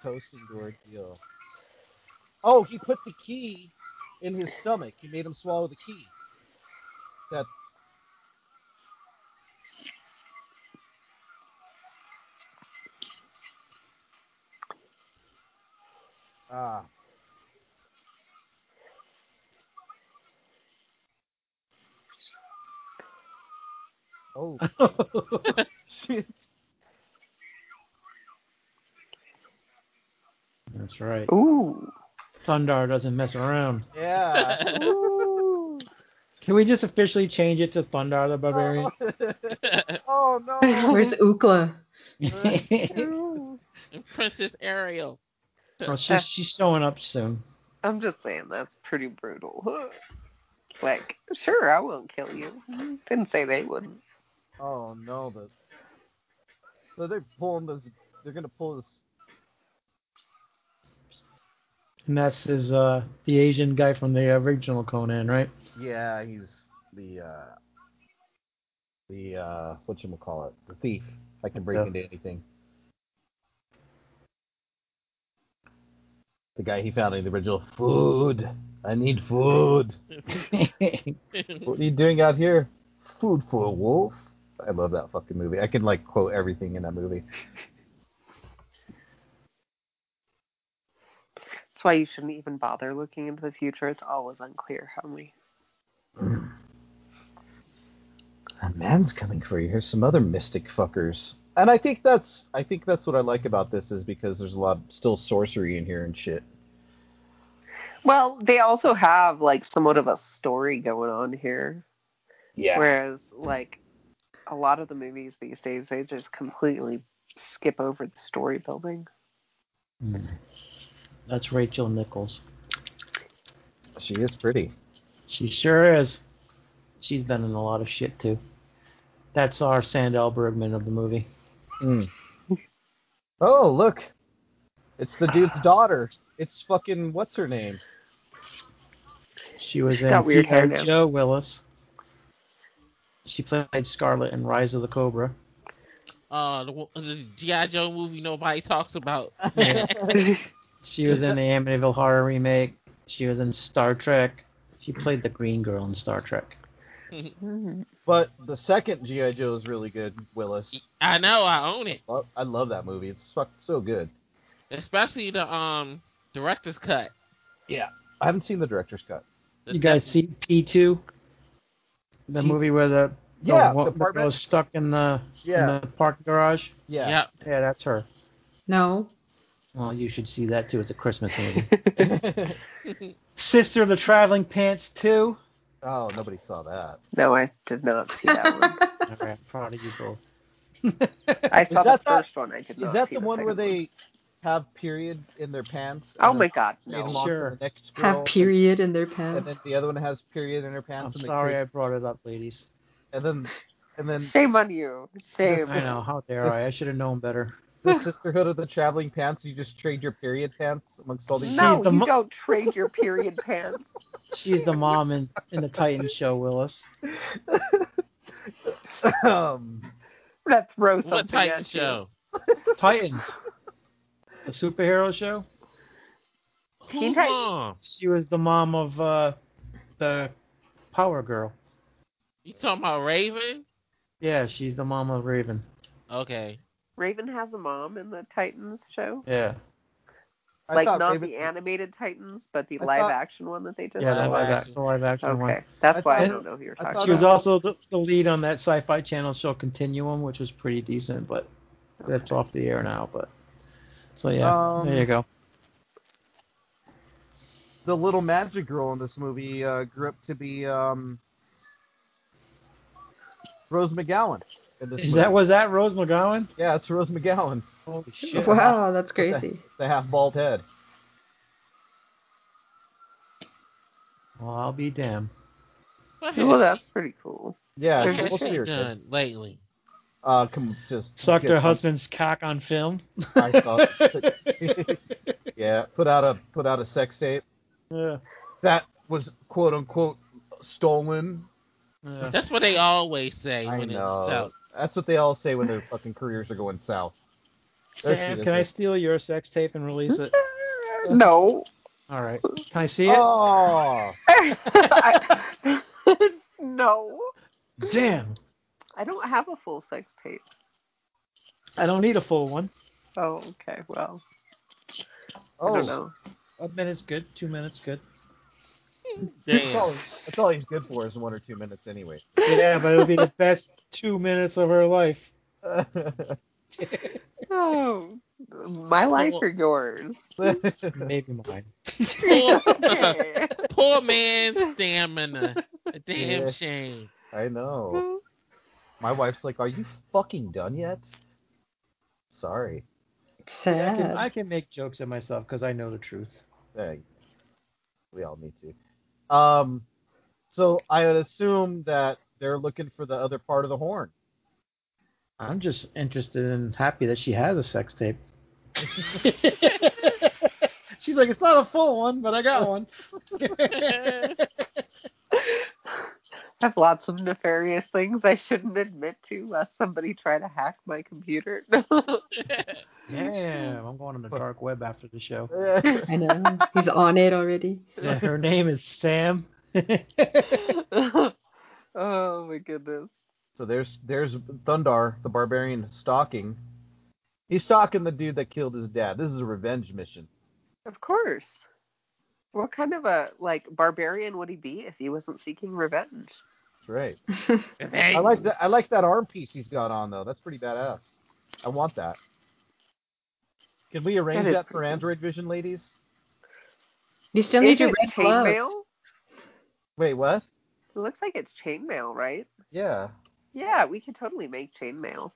Speaker 8: toasting door deal. Oh, he put the key in his stomach. He made him swallow the key. That. Ah. Oh, shit.
Speaker 9: right.
Speaker 7: Ooh.
Speaker 9: Thundar doesn't mess around.
Speaker 8: Yeah.
Speaker 9: Can we just officially change it to Thundar the Barbarian?
Speaker 8: oh no.
Speaker 5: Where's Ukla?
Speaker 10: Princess Ariel.
Speaker 9: well, Oh, she's, she's showing up soon.
Speaker 7: I'm just saying that's pretty brutal. Like, sure, I won't kill you. Didn't say they wouldn't.
Speaker 8: Oh no, the so they're pulling this. They're gonna pull this.
Speaker 9: And that's his, uh, the Asian guy from the original Conan, right?
Speaker 8: Yeah, he's the uh the uh what you call it, the thief. I can break
Speaker 9: Yeah.
Speaker 8: into anything. The guy he found in the original. Food. I need food. What are you doing out here? Food for a wolf. I love that fucking movie. I can like quote everything in that movie.
Speaker 7: That's why you shouldn't even bother looking into the future. It's always unclear how many.
Speaker 8: A man's coming for you. Here's some other mystic fuckers. And I think that's I think that's what I like about this is because there's a lot of still sorcery in here and shit.
Speaker 7: Well, they also have like somewhat of a story going on here.
Speaker 8: Yeah.
Speaker 7: Whereas like a lot of the movies these days, they just completely skip over the story building.
Speaker 9: That's Rachel Nichols.
Speaker 8: She is pretty.
Speaker 9: She sure is. She's been in a lot of shit too. That's our Sandel Bergman of the movie.
Speaker 8: Mm. Oh, look. It's the dude's daughter. It's fucking what's her name?
Speaker 9: She was
Speaker 7: She's
Speaker 9: in
Speaker 7: got weird hair
Speaker 9: Peter
Speaker 7: now.
Speaker 9: Joe Willis. She played Scarlet in Rise of the Cobra.
Speaker 10: Uh, the, wo- the GI Joe movie nobody talks about.
Speaker 9: She was in the Amityville Horror remake. She was in Star Trek. She played the Green Girl in Star Trek.
Speaker 8: But the second GI Joe is really good. Willis.
Speaker 10: I know, I own it.
Speaker 8: Lo- I love that movie. It's fuck so good.
Speaker 10: Especially the um director's cut.
Speaker 8: I haven't seen the director's cut.
Speaker 10: The
Speaker 9: You guys see P2? The
Speaker 8: P-
Speaker 9: movie where the, the
Speaker 8: Yeah,
Speaker 9: wo-
Speaker 8: the
Speaker 9: the
Speaker 8: apartment.
Speaker 9: girl was stuck in the,
Speaker 8: Yeah.
Speaker 9: in the park garage.
Speaker 8: Yeah.
Speaker 10: Yep.
Speaker 9: Yeah, that's her.
Speaker 5: No.
Speaker 9: Well, you should see that too. It's a Christmas movie. Sister of the Traveling Pants 2.
Speaker 8: Oh, nobody saw that.
Speaker 7: no, I did not see that one.
Speaker 9: All right, proud of you both.
Speaker 7: I
Speaker 8: that
Speaker 7: saw the
Speaker 8: that-
Speaker 7: first one. I did not.
Speaker 8: Is that
Speaker 7: see
Speaker 8: the one where
Speaker 7: second
Speaker 8: they have period in their pants?
Speaker 7: Oh
Speaker 8: and
Speaker 7: my
Speaker 8: then
Speaker 7: god,
Speaker 8: they
Speaker 7: no.
Speaker 8: lock
Speaker 9: Sure.
Speaker 8: the next girl,
Speaker 5: Have period in their
Speaker 8: And
Speaker 5: pants.
Speaker 8: then the other one has period in her
Speaker 9: I'm
Speaker 8: pants. and they
Speaker 9: sorry I
Speaker 8: create-
Speaker 9: brought it up, ladies.
Speaker 8: And then, and then
Speaker 7: Shame on you. Shame.
Speaker 9: I know, how dare I? I should have known better.
Speaker 8: the sisterhood of the traveling pants. You just trade your period pants amongst all these.
Speaker 7: No,
Speaker 9: the
Speaker 7: you
Speaker 9: mo-
Speaker 7: don't trade your period pants.
Speaker 9: She's the mom in, in the Titan show, Willis.
Speaker 8: um,
Speaker 7: I'm gonna throw something
Speaker 10: What Titan
Speaker 7: at you.
Speaker 10: show?
Speaker 9: Titans. The superhero show?
Speaker 10: Who
Speaker 7: Titan-
Speaker 10: mom?
Speaker 9: She was the mom of uh, the Power Girl.
Speaker 10: You talking about Raven?
Speaker 9: Yeah, she's the mom of Raven.
Speaker 10: Okay.
Speaker 7: Raven has a mom in the Titans show.
Speaker 9: Yeah.
Speaker 8: I
Speaker 7: like
Speaker 8: thought
Speaker 7: not
Speaker 8: Raven-
Speaker 7: the animated Titans, but the
Speaker 8: I
Speaker 7: live
Speaker 8: thought-
Speaker 7: action one that they did.
Speaker 9: Yeah,
Speaker 10: live
Speaker 9: the live action, the live action one.
Speaker 7: Okay, that's
Speaker 8: I
Speaker 7: why I
Speaker 9: thought-
Speaker 7: don't know who you're
Speaker 8: I
Speaker 7: talking
Speaker 8: thought
Speaker 9: She was
Speaker 7: about.
Speaker 9: also the, the lead on that Sci Fi Channel show Continuum, which was pretty decent, but that's off the air now. But So, yeah,
Speaker 8: Um,
Speaker 9: there you go.
Speaker 8: the little magic girl in this movie uh, grew up to be um, Rose McGowan. In this
Speaker 9: Is
Speaker 8: movie.
Speaker 9: that Was that Rose McGowan?
Speaker 8: Yeah, it's Rose McGowan,
Speaker 9: Holy shit.
Speaker 5: Wow, that's
Speaker 8: the-
Speaker 5: crazy.
Speaker 8: the half bald head.
Speaker 9: Well, I'll be damned.
Speaker 10: What
Speaker 7: Well,
Speaker 10: has-
Speaker 7: that's pretty cool.
Speaker 8: Yeah,
Speaker 10: what
Speaker 7: There's
Speaker 8: we'll
Speaker 10: has
Speaker 7: a
Speaker 8: see
Speaker 10: she
Speaker 8: her. kid.
Speaker 10: done lately?
Speaker 8: Uh, come just
Speaker 9: Sucked
Speaker 8: get
Speaker 9: her
Speaker 8: some-
Speaker 9: husband's cock on film.
Speaker 8: I thought- Yeah, put out a put out a sex tape
Speaker 9: yeah,
Speaker 8: that was quote unquote stolen.
Speaker 9: yeah.
Speaker 10: That's what they always say
Speaker 8: I
Speaker 10: when it's
Speaker 8: know.
Speaker 10: out.
Speaker 8: That's what they all say when their fucking careers are going south. There she
Speaker 9: Sam,
Speaker 8: is.
Speaker 9: can I steal your sex tape and release it?
Speaker 7: No.
Speaker 9: All right. Can I see it?
Speaker 8: Oh,
Speaker 7: I- no.
Speaker 9: Damn.
Speaker 7: I don't have a full sex tape.
Speaker 9: I don't need a full one.
Speaker 7: Oh, okay. Well, I don't
Speaker 8: oh,
Speaker 7: know.
Speaker 9: A minute's good. Two minutes good.
Speaker 8: that's all,
Speaker 10: Damn.
Speaker 8: that's all he's good for is one or two minutes anyway.
Speaker 9: Yeah, but it'll be the best two minutes of her life.
Speaker 7: Oh, my life or yours?
Speaker 9: Maybe mine.
Speaker 10: Poor,
Speaker 7: Okay.
Speaker 10: poor man's stamina. A damn
Speaker 8: Yeah.
Speaker 10: shame.
Speaker 8: I know. My wife's like, "Are you fucking done yet?" Sorry.
Speaker 9: I
Speaker 5: Sad.
Speaker 9: can, I can make jokes at myself because I know the truth.
Speaker 8: Hey, we all need to. Um, so I would assume that they're looking for the other part of the horn.
Speaker 9: I'm just interested and happy that she has a sex tape. She's like, it's not a full one, but I got one.
Speaker 7: I have lots of nefarious things I shouldn't admit to, lest somebody try to hack my computer.
Speaker 9: Damn, I'm going on the dark web after the show.
Speaker 5: I know. He's on it already.
Speaker 9: Yeah, her name is Sam.
Speaker 7: oh my goodness.
Speaker 8: So there's there's Thundar, the barbarian, stalking. He's stalking the dude that killed his dad. This is a revenge mission.
Speaker 7: Of course. What kind of a like barbarian would he be if he wasn't seeking revenge?
Speaker 8: That's right.
Speaker 10: Revenge.
Speaker 8: I like that. I like that arm piece he's got on though. That's pretty badass. I want that. Can we arrange
Speaker 5: That is
Speaker 8: that for Android Vision, ladies?
Speaker 5: You still
Speaker 7: Is
Speaker 5: need your
Speaker 7: it
Speaker 5: red gloves.
Speaker 7: chainmail?
Speaker 8: Wait, what?
Speaker 7: It looks like it's chainmail, right?
Speaker 8: Yeah.
Speaker 7: Yeah, we could totally make chainmail.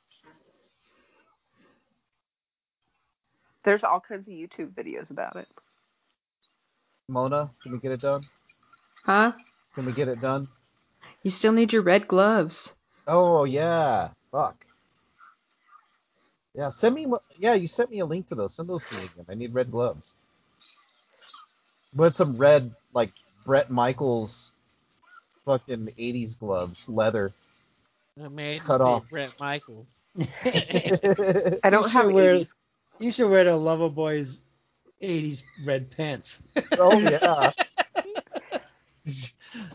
Speaker 7: There's all kinds of YouTube videos about it.
Speaker 8: Mona, can we get it done?
Speaker 5: Huh?
Speaker 8: Can we get it done?
Speaker 5: You still need your red gloves.
Speaker 8: Oh yeah. Fuck. Yeah, send me. mo- Yeah, you sent me a link to those. Send those to me again. I need red gloves. But some red, like Brett Michaels, fucking '80s gloves, leather.
Speaker 10: Imagine
Speaker 8: Cut
Speaker 10: seeing
Speaker 8: off.
Speaker 10: Bret Michaels.
Speaker 8: Oh,
Speaker 7: I don't
Speaker 9: You
Speaker 7: have
Speaker 9: should wear-
Speaker 7: 80s.
Speaker 9: You should wear the Lover Boys 80s red pants.
Speaker 8: oh yeah.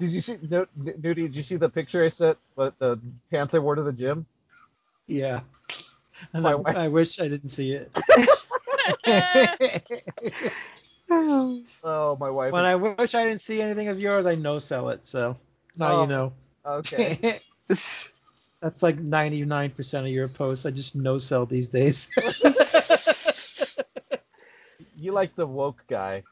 Speaker 8: Did you see, no, N- Nudie? Did you see the picture I sent? The, the pants I wore to the gym.
Speaker 9: Yeah. And
Speaker 8: My
Speaker 9: I,
Speaker 8: wife-
Speaker 9: I wish I didn't see it.
Speaker 8: oh, my wife.
Speaker 9: When I wish I didn't see anything of yours, I no sell it. So now
Speaker 8: Oh.
Speaker 9: you know.
Speaker 8: Okay.
Speaker 9: That's like 99% of your posts. I just no sell these days.
Speaker 8: You like the woke guy.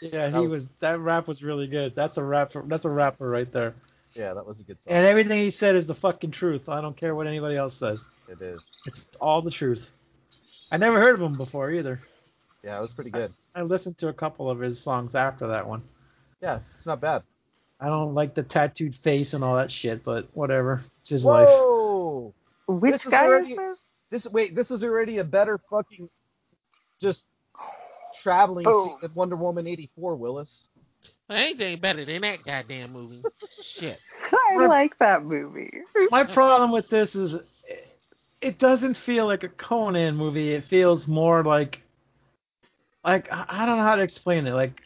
Speaker 9: yeah,
Speaker 8: That
Speaker 9: he
Speaker 8: was-
Speaker 9: was. That rap was really good. That's a rap. For, that's a rapper right there.
Speaker 8: Yeah, that was a good song.
Speaker 9: And everything he said is the fucking truth. I don't care what anybody else says.
Speaker 8: it is.
Speaker 9: It's all the truth. I never heard of him before either.
Speaker 8: Yeah, it was pretty good.
Speaker 9: I listened to a couple of his songs after that one.
Speaker 8: Yeah, it's not bad.
Speaker 9: I don't like the tattooed face and all that shit, but whatever. It's his life.
Speaker 8: Whoa!
Speaker 7: Which
Speaker 8: This is
Speaker 7: guy
Speaker 8: already-
Speaker 7: is this?
Speaker 8: This wait, this is already a better fucking just traveling
Speaker 7: Boom.
Speaker 8: scene than Wonder Woman eighty four, Willis.
Speaker 10: Anything better than that goddamn movie. Shit.
Speaker 7: I like that movie.
Speaker 9: My problem with this is it- it doesn't feel like a Conan movie. It feels more like like I I don't know how to explain it. Like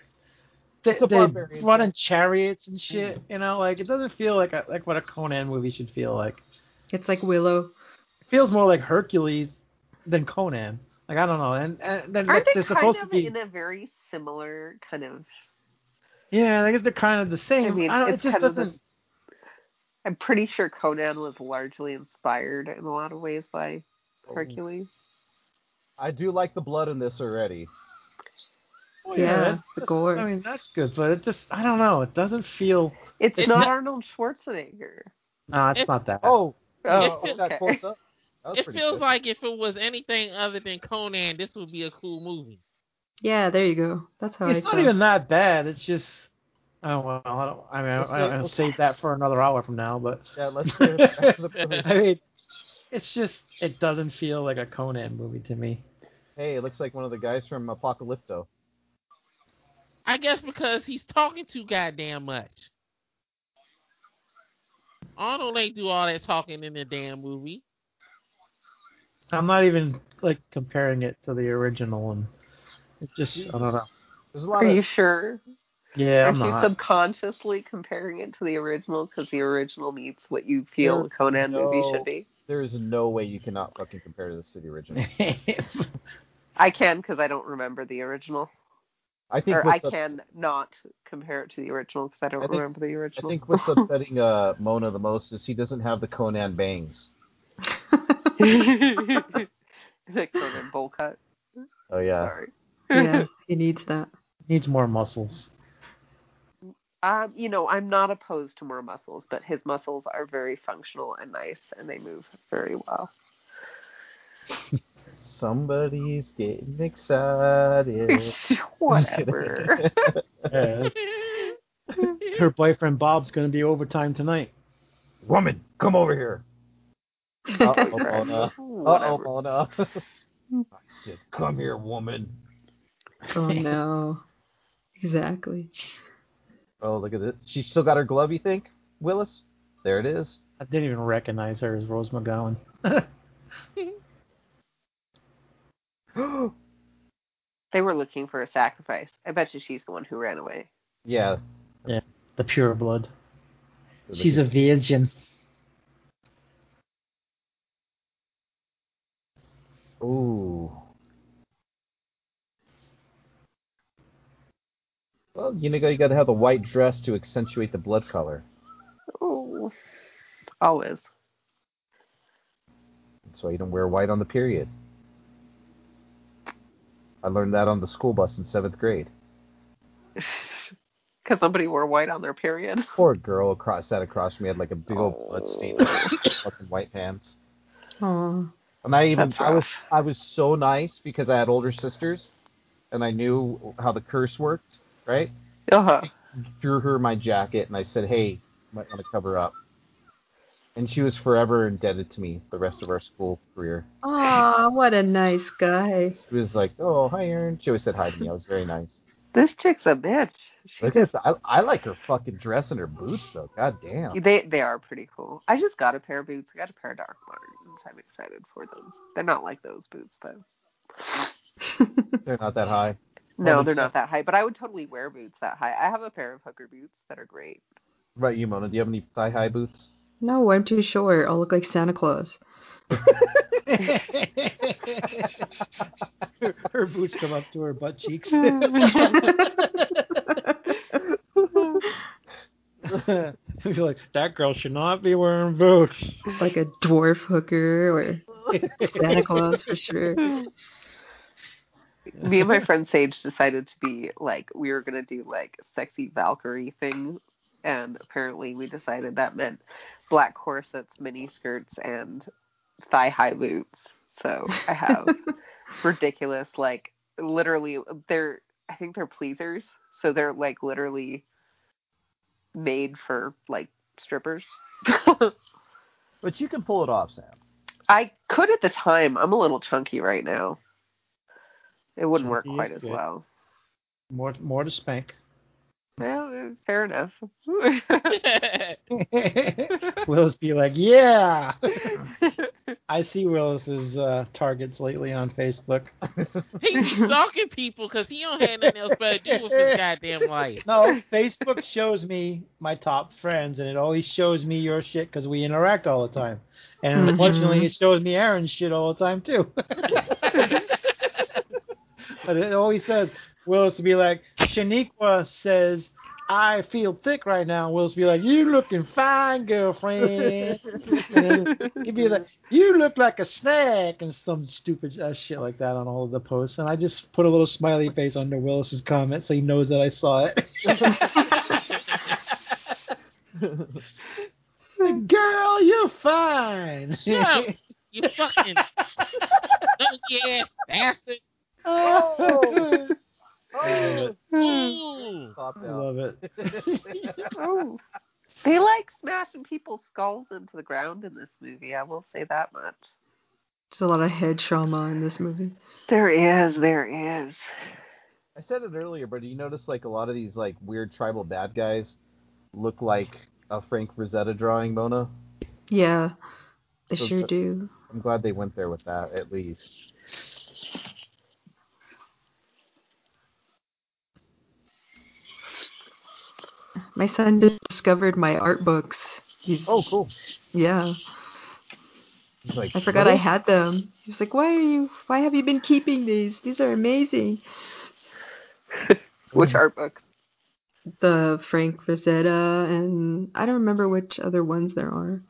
Speaker 9: they,
Speaker 8: It's a
Speaker 9: they
Speaker 8: barbarian
Speaker 9: run in chariots
Speaker 7: Mm-hmm.
Speaker 9: and shit, you know, like it doesn't feel like a, like what a Conan movie should feel like.
Speaker 5: It's like Willow.
Speaker 9: It feels more like Hercules than Conan. Like I don't know. And, and then
Speaker 7: Aren't
Speaker 9: like,
Speaker 7: they
Speaker 9: they're
Speaker 7: kind
Speaker 9: supposed to
Speaker 7: of
Speaker 9: be
Speaker 7: in a very similar kind of?
Speaker 9: Yeah, I guess they're kind of the same.
Speaker 7: I mean,
Speaker 9: don't,
Speaker 7: it's
Speaker 9: it just
Speaker 7: kind of the-
Speaker 9: doesn't
Speaker 7: I'm pretty sure Conan was largely inspired in a lot of ways by Hercules.
Speaker 8: I do like the blood in this already.
Speaker 9: Well,
Speaker 5: Yeah,
Speaker 9: that-
Speaker 5: the
Speaker 9: that's-
Speaker 5: gore.
Speaker 9: I mean, that's good, but it just, I don't know. It doesn't feel.
Speaker 7: It's,
Speaker 9: It's
Speaker 7: not
Speaker 9: not-
Speaker 7: Arnold Schwarzenegger.
Speaker 9: Nah, it's,
Speaker 10: It's-
Speaker 9: not that.
Speaker 8: Oh,
Speaker 7: Oh,
Speaker 8: was that
Speaker 7: okay.
Speaker 8: close up? That was
Speaker 10: It
Speaker 8: pretty
Speaker 10: feels
Speaker 8: good.
Speaker 10: like if it was anything other than Conan, this would be a cool movie.
Speaker 5: Yeah, there you go. That's how I
Speaker 9: it's not
Speaker 5: felt.
Speaker 9: even that bad. It's just. Oh well, I don't. I mean,
Speaker 8: Let's
Speaker 9: I,
Speaker 8: say-
Speaker 9: I, I'll save that for another hour from now. But
Speaker 8: Yeah, let's hear it back to the movie.
Speaker 9: I mean, it's just it doesn't feel like a Conan movie to me.
Speaker 8: Hey, it looks like one of the guys from Apocalypto.
Speaker 10: I guess because he's talking too goddamn much. Arnold ain't do all that talking in the damn movie.
Speaker 9: I'm not even like comparing it to the original, and it just I don't know.
Speaker 8: There's a lot
Speaker 7: Are
Speaker 8: of
Speaker 7: you sure?
Speaker 9: Yeah,
Speaker 7: Are
Speaker 9: I'm
Speaker 7: you
Speaker 9: not.
Speaker 7: subconsciously comparing it to the original because the original meets what you feel
Speaker 8: There's
Speaker 7: a Conan movie
Speaker 8: no-
Speaker 7: should be?
Speaker 8: there is no way you cannot fucking compare this to the original.
Speaker 7: I can because I don't remember the original,
Speaker 8: I think
Speaker 7: or I
Speaker 8: what's up-
Speaker 7: can not compare it to the original because I don't
Speaker 8: I think-
Speaker 7: remember the
Speaker 8: I
Speaker 7: original.
Speaker 8: think what's upsetting uh, Mona the most is he doesn't have the Conan bangs.
Speaker 7: the Conan bowl cut.
Speaker 8: Oh yeah.
Speaker 7: Sorry.
Speaker 5: yeah, he needs that.
Speaker 9: Needs more muscles.
Speaker 7: Um, you know, I'm not opposed to more muscles, but his muscles are very functional and nice, and they move very well.
Speaker 8: Somebody's getting excited.
Speaker 7: Whatever.
Speaker 9: Yeah. Her boyfriend Bob's going to be overtime tonight.
Speaker 8: Woman, come over here. Uh-oh, Mona. Uh-oh,
Speaker 7: Whatever.
Speaker 8: Mona. I said, come here, woman.
Speaker 5: oh no. Exactly.
Speaker 8: Oh, look at this. She still got her glove, you think, Willis? There it is.
Speaker 9: I didn't even recognize her as Rose McGowan.
Speaker 7: They were looking for a sacrifice. I bet you she's the one who ran away.
Speaker 8: Yeah.
Speaker 9: The pure blood. She's a virgin.
Speaker 8: Ooh. Well, you know, you got to have the white dress to accentuate the blood color.
Speaker 7: Ooh. Always.
Speaker 8: That's why you don't wear white on the period. I learned that on the school bus in seventh grade.
Speaker 7: Because somebody wore white on their period.
Speaker 8: Poor girl across sat across from me had like a big old blood stain on her
Speaker 7: Oh.
Speaker 8: fucking white pants.
Speaker 5: Oh.
Speaker 8: And I even
Speaker 7: That's
Speaker 8: I was
Speaker 7: rough.
Speaker 8: I was so nice because I had older sisters, and I knew how the curse worked. Right?
Speaker 7: Uh-huh.
Speaker 8: Threw her my jacket and I said, "Hey, might want to cover up." And she was forever indebted to me the rest of our school career.
Speaker 5: Aw, what a nice guy.
Speaker 8: She was like, "Oh, hi, Aaron." She always said hi to me. I was very nice.
Speaker 7: This chick's a bitch. She
Speaker 8: Look at I, I like her fucking dress and her boots though. God damn.
Speaker 7: They they are pretty cool. I just got a pair of boots. I got a pair of Dark Martens. I'm excited for them. They're not like those boots though.
Speaker 8: They're not that high.
Speaker 7: No,
Speaker 8: Well,
Speaker 7: they're not that high. But I would totally wear boots that high. I have a pair of hooker boots that are great.
Speaker 8: What about you, Mona? Do you have any thigh high boots?
Speaker 5: No, I'm too short. I'll look like Santa Claus.
Speaker 9: her, her boots come up to her butt cheeks. You're like, that girl should not be wearing boots.
Speaker 5: like a dwarf hooker or Santa Claus for sure.
Speaker 7: Me and my friend Sage decided to be like we were gonna do like sexy Valkyrie thing, and apparently we decided that meant black corsets, mini skirts, and thigh high boots. So I have ridiculous like literally they're I think they're pleasers, so they're like literally made for like strippers.
Speaker 8: But you can pull it off, Sam.
Speaker 7: I could at the time. I'm a little chunky right now. It wouldn't work
Speaker 9: Chunky is
Speaker 7: quite as
Speaker 9: good.
Speaker 7: well.
Speaker 9: More, more to spank.
Speaker 7: Well, fair enough.
Speaker 9: Willis be like, yeah. I see Willis's uh, targets lately on Facebook.
Speaker 10: he be stalking people because he don't have nothing else better to do with his goddamn life.
Speaker 9: No, Facebook shows me my top friends, and it always shows me your shit because we interact all the time. And
Speaker 5: Mhm.
Speaker 9: unfortunately, it shows me Aaron's shit all the time too. but it always says Willis will be like, Shaniqua says, "I feel thick right now." Willis will be like, "You looking fine, girlfriend." and then he'd be like, "You look like a snack," and some stupid uh, shit like that on all of the posts. And I just put a little smiley face under Willis's comment so he knows that I saw it. Girl, you're fine.
Speaker 10: Shut up, you fucking donkey ass bastard.
Speaker 8: Oh.
Speaker 10: Ooh.
Speaker 8: Pop
Speaker 9: I
Speaker 8: out.
Speaker 9: love it.
Speaker 7: oh. They like smashing people's skulls into the ground in this movie. I will say that much.
Speaker 5: There's a lot of head trauma in this movie.
Speaker 7: There is, there is.
Speaker 8: I said it earlier, but do you notice like a lot of these like weird tribal bad guys look like a Frank Rosetta drawing, Mona?
Speaker 5: Yeah, I
Speaker 8: So-
Speaker 5: sure do.
Speaker 8: I'm glad they went there with that at least.
Speaker 5: My son just discovered my art books. He's,
Speaker 8: Oh, cool.
Speaker 5: yeah.
Speaker 8: It's like
Speaker 5: I forgot I had them. He was like, "Why are you? Why have you been keeping these? These are amazing."
Speaker 7: Which art books?
Speaker 5: The Frank Rosetta and I don't remember which other ones there are.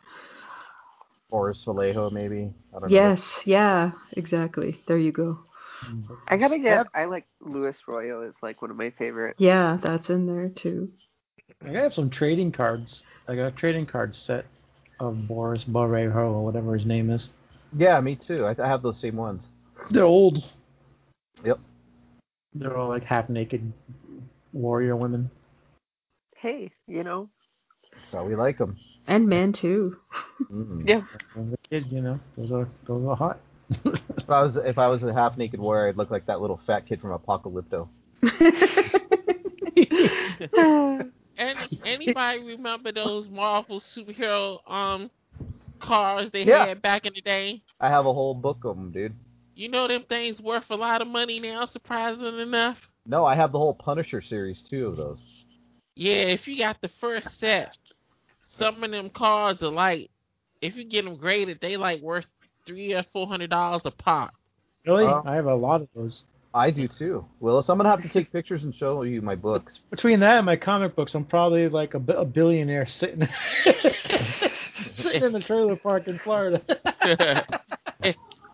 Speaker 8: Boris Vallejo maybe. I don't
Speaker 5: Yes, yeah, exactly. There you go.
Speaker 7: I gotta get. I like Louis Royo is like one of my favorite.
Speaker 5: Yeah, that's in there too.
Speaker 9: I gotta have some trading cards. I got a trading card set of Boris Barrejo or whatever his name is.
Speaker 8: know. Yeah, me too. I, I have those same ones.
Speaker 9: They're old.
Speaker 8: Yep.
Speaker 9: They're all like half naked warrior women.
Speaker 7: Hey, you know.
Speaker 8: So we like them.
Speaker 5: And man too.
Speaker 8: Mm.
Speaker 7: Yeah.
Speaker 9: As a kid, you know, those are those are hot.
Speaker 8: If I was if I was a half naked warrior, I'd look like that little fat kid from Apocalypto.
Speaker 10: And anybody remember those Marvel superhero um cars they
Speaker 8: Yeah.
Speaker 10: had back in the day?
Speaker 8: I have a whole book of them, dude.
Speaker 10: You know them things worth a lot of money now, surprising enough.
Speaker 8: No, I have the whole Punisher series too of those.
Speaker 10: Yeah, if you got the first set, some of them cars are like, if you get them graded, they like worth three or four hundred dollars a pop.
Speaker 9: Really?
Speaker 8: Uh,
Speaker 9: I have a lot of those.
Speaker 8: I do too. Willis, I'm gonna have to take pictures and show you my books.
Speaker 9: Between that and my comic books, I'm probably like a, bi- a billionaire sitting sitting in a trailer park in Florida.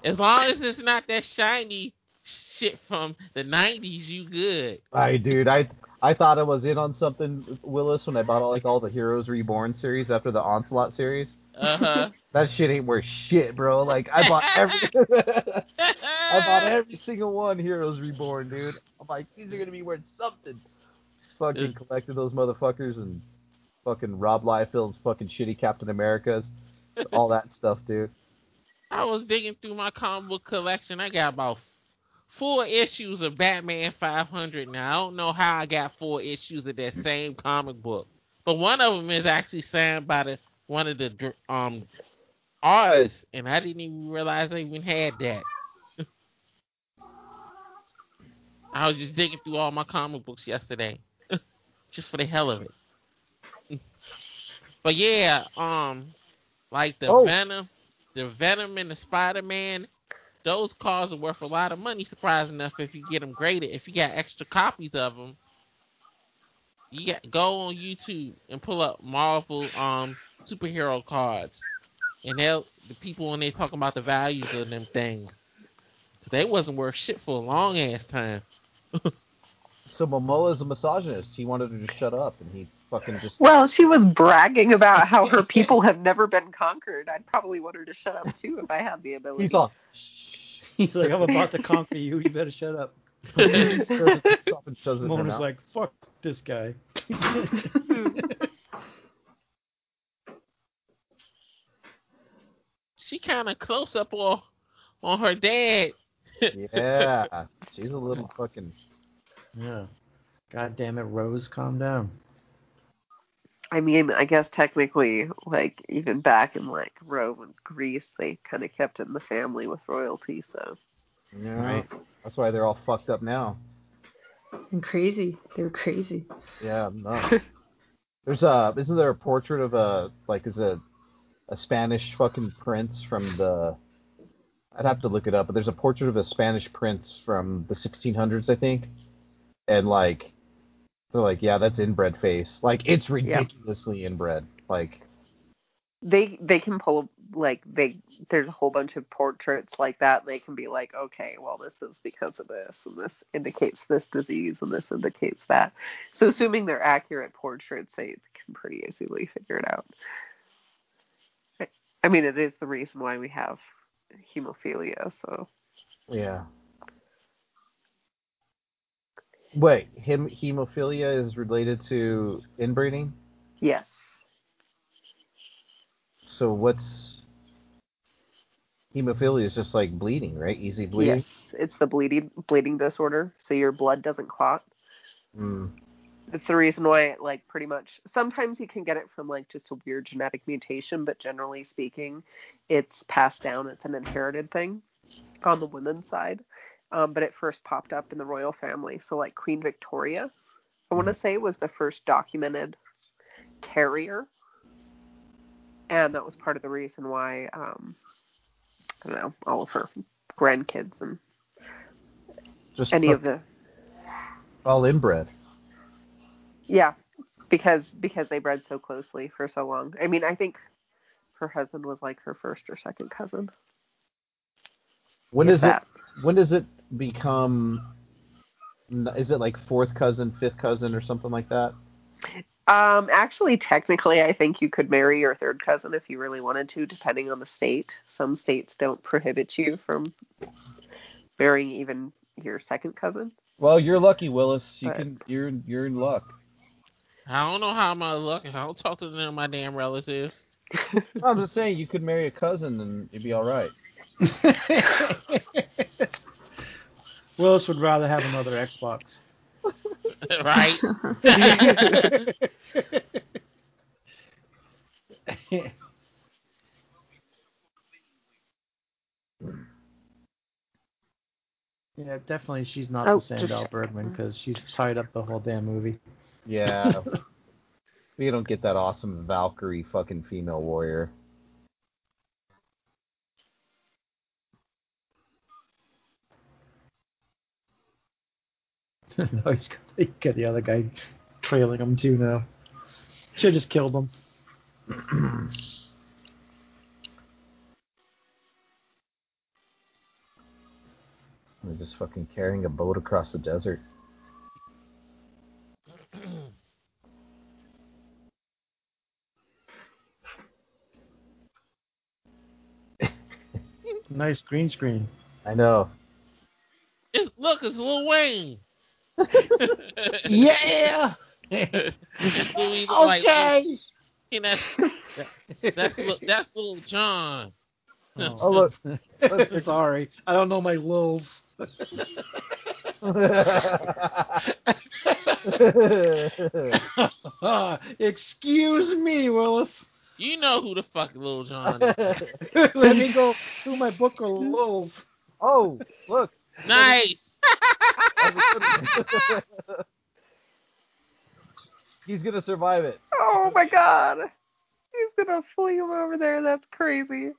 Speaker 10: as long as it's not that shiny shit from the '90s, you good.
Speaker 8: I dude, I I thought I was in on something, Willis, when I bought all, like all the Heroes Reborn series after the Onslaught series.
Speaker 10: Uh
Speaker 8: That shit ain't worth shit, bro. Like I bought every.
Speaker 10: huh.
Speaker 8: I bought every single one Heroes Reborn, dude. I'm like, these are gonna be worth something. Fucking
Speaker 10: There's-
Speaker 8: collected those motherfuckers and fucking Rob Liefeld's fucking shitty Captain Americas, all that stuff, dude.
Speaker 10: I was digging through my comic book collection. I got about four issues of Batman 500 now. I don't know how I got four issues of that same comic book, but one of them is actually signed by the one of the dr- um artists, and I didn't even realize I even had that. I was just digging through all my comic books yesterday, just for the hell of it. but yeah, um, like the
Speaker 8: Oh.
Speaker 10: Venom, the Venom and the Spider Man, those cars are worth a lot of money. Surprising enough, if you get them graded, if you got extra copies of them, you got, go on YouTube and pull up Marvel um superhero cards, and they'll the people when they talking about the values of them things. 'Cause They wasn't worth shit for a long ass time.
Speaker 8: So Momoa's a misogynist. He wanted her to shut up, and he fucking just.
Speaker 7: Well, she was bragging about how her people have never been conquered. I'd probably want her to shut up too if I had the ability.
Speaker 8: He's all.
Speaker 9: He's like, I'm about to conquer you. You better shut up.
Speaker 8: Stop and shoves it in her
Speaker 9: Mona's
Speaker 8: mouth.
Speaker 9: like, fuck this guy.
Speaker 10: She kind of close up on on her dad.
Speaker 8: yeah, she's a little fucking.
Speaker 9: Yeah. God damn it, Rose, calm down.
Speaker 7: I mean, I guess technically, like even back in like Rome and Greece, they kind of kept it in the family with royalty. So
Speaker 8: Yeah.
Speaker 9: Right.
Speaker 8: That's why they're all fucked up now.
Speaker 5: And crazy. They were crazy.
Speaker 8: Yeah, nuts. There's a isn't there a portrait of a like is a a Spanish fucking prince from the I'd have to look it up, but there's a portrait of a Spanish prince from the 1600s, I think, and like they're like, yeah, that's inbred face. Like it's ridiculously inbred. Like
Speaker 7: they they can pull like they there's a whole bunch of portraits like that. And they can be like, okay, well this is because of this, and this indicates this disease, and this indicates that. So assuming they're accurate portraits, they can pretty easily figure it out. I- I mean, it is the reason why we have hemophilia. So
Speaker 8: yeah. Wait, hem- hemophilia is related to inbreeding.
Speaker 7: yes,
Speaker 8: So what's hemophilia is just like bleeding, right? Easy bleeding.
Speaker 7: yes, it's the bleeding bleeding disorder. So your blood doesn't clot.
Speaker 8: Mm.
Speaker 7: It's the reason why it like pretty much sometimes you can get it from like just a weird genetic mutation, but generally speaking, it's passed down. It's an inherited thing on the women's side. Um, but it first popped up in the royal family. So like Queen Victoria, I want to say was the first documented carrier, and that was part of the reason why um, I don't know all of her grandkids and
Speaker 8: Just
Speaker 7: any
Speaker 8: fuck-
Speaker 7: of the
Speaker 8: all inbred.
Speaker 7: Yeah, because because they bred so closely for so long. I mean, I think her husband was like her first or second cousin.
Speaker 8: When
Speaker 7: If
Speaker 8: does it?
Speaker 7: that.
Speaker 8: When does it become? n- Is it like fourth cousin, fifth cousin, or something like that?
Speaker 7: Um, actually, technically, I think you could marry your third cousin if you really wanted to, depending on the state. Some states don't prohibit you from marrying even your second cousin.
Speaker 8: Well, you're lucky, Willis.
Speaker 7: You
Speaker 8: You
Speaker 7: Right.
Speaker 8: can. You're you're in luck.
Speaker 10: I don't know how my luck. I don't talk to none of my damn relatives.
Speaker 8: I'm just saying you could marry a cousin and you'd be all right.
Speaker 9: Willis would rather have another Xbox.
Speaker 10: right?
Speaker 9: Yeah, definitely she's not
Speaker 7: Oh,
Speaker 9: the
Speaker 7: just
Speaker 9: Sandal
Speaker 7: check.
Speaker 9: Bergman because she's tied up the whole damn movie.
Speaker 8: Yeah. we don't get that awesome Valkyrie fucking female warrior.
Speaker 9: no, he's got, he got the other guy trailing him too now. Should just killed him.
Speaker 8: They're just fucking carrying a boat across the desert.
Speaker 9: Nice green screen.
Speaker 8: I know.
Speaker 10: It's, look, it's Lil Wayne.
Speaker 9: Yeah.
Speaker 10: That's who he look like.
Speaker 9: okay.
Speaker 10: And that's that's Lil- that's Lil John.
Speaker 8: Oh look,
Speaker 9: Sorry, I don't know my lils. Excuse me, Willis.
Speaker 10: You know who the fuck Lil John is.
Speaker 9: Let me go through my book of lils.
Speaker 8: oh look.
Speaker 10: Nice.
Speaker 8: He's gonna survive it.
Speaker 7: Oh my god. He's gonna fling him over there. That's crazy.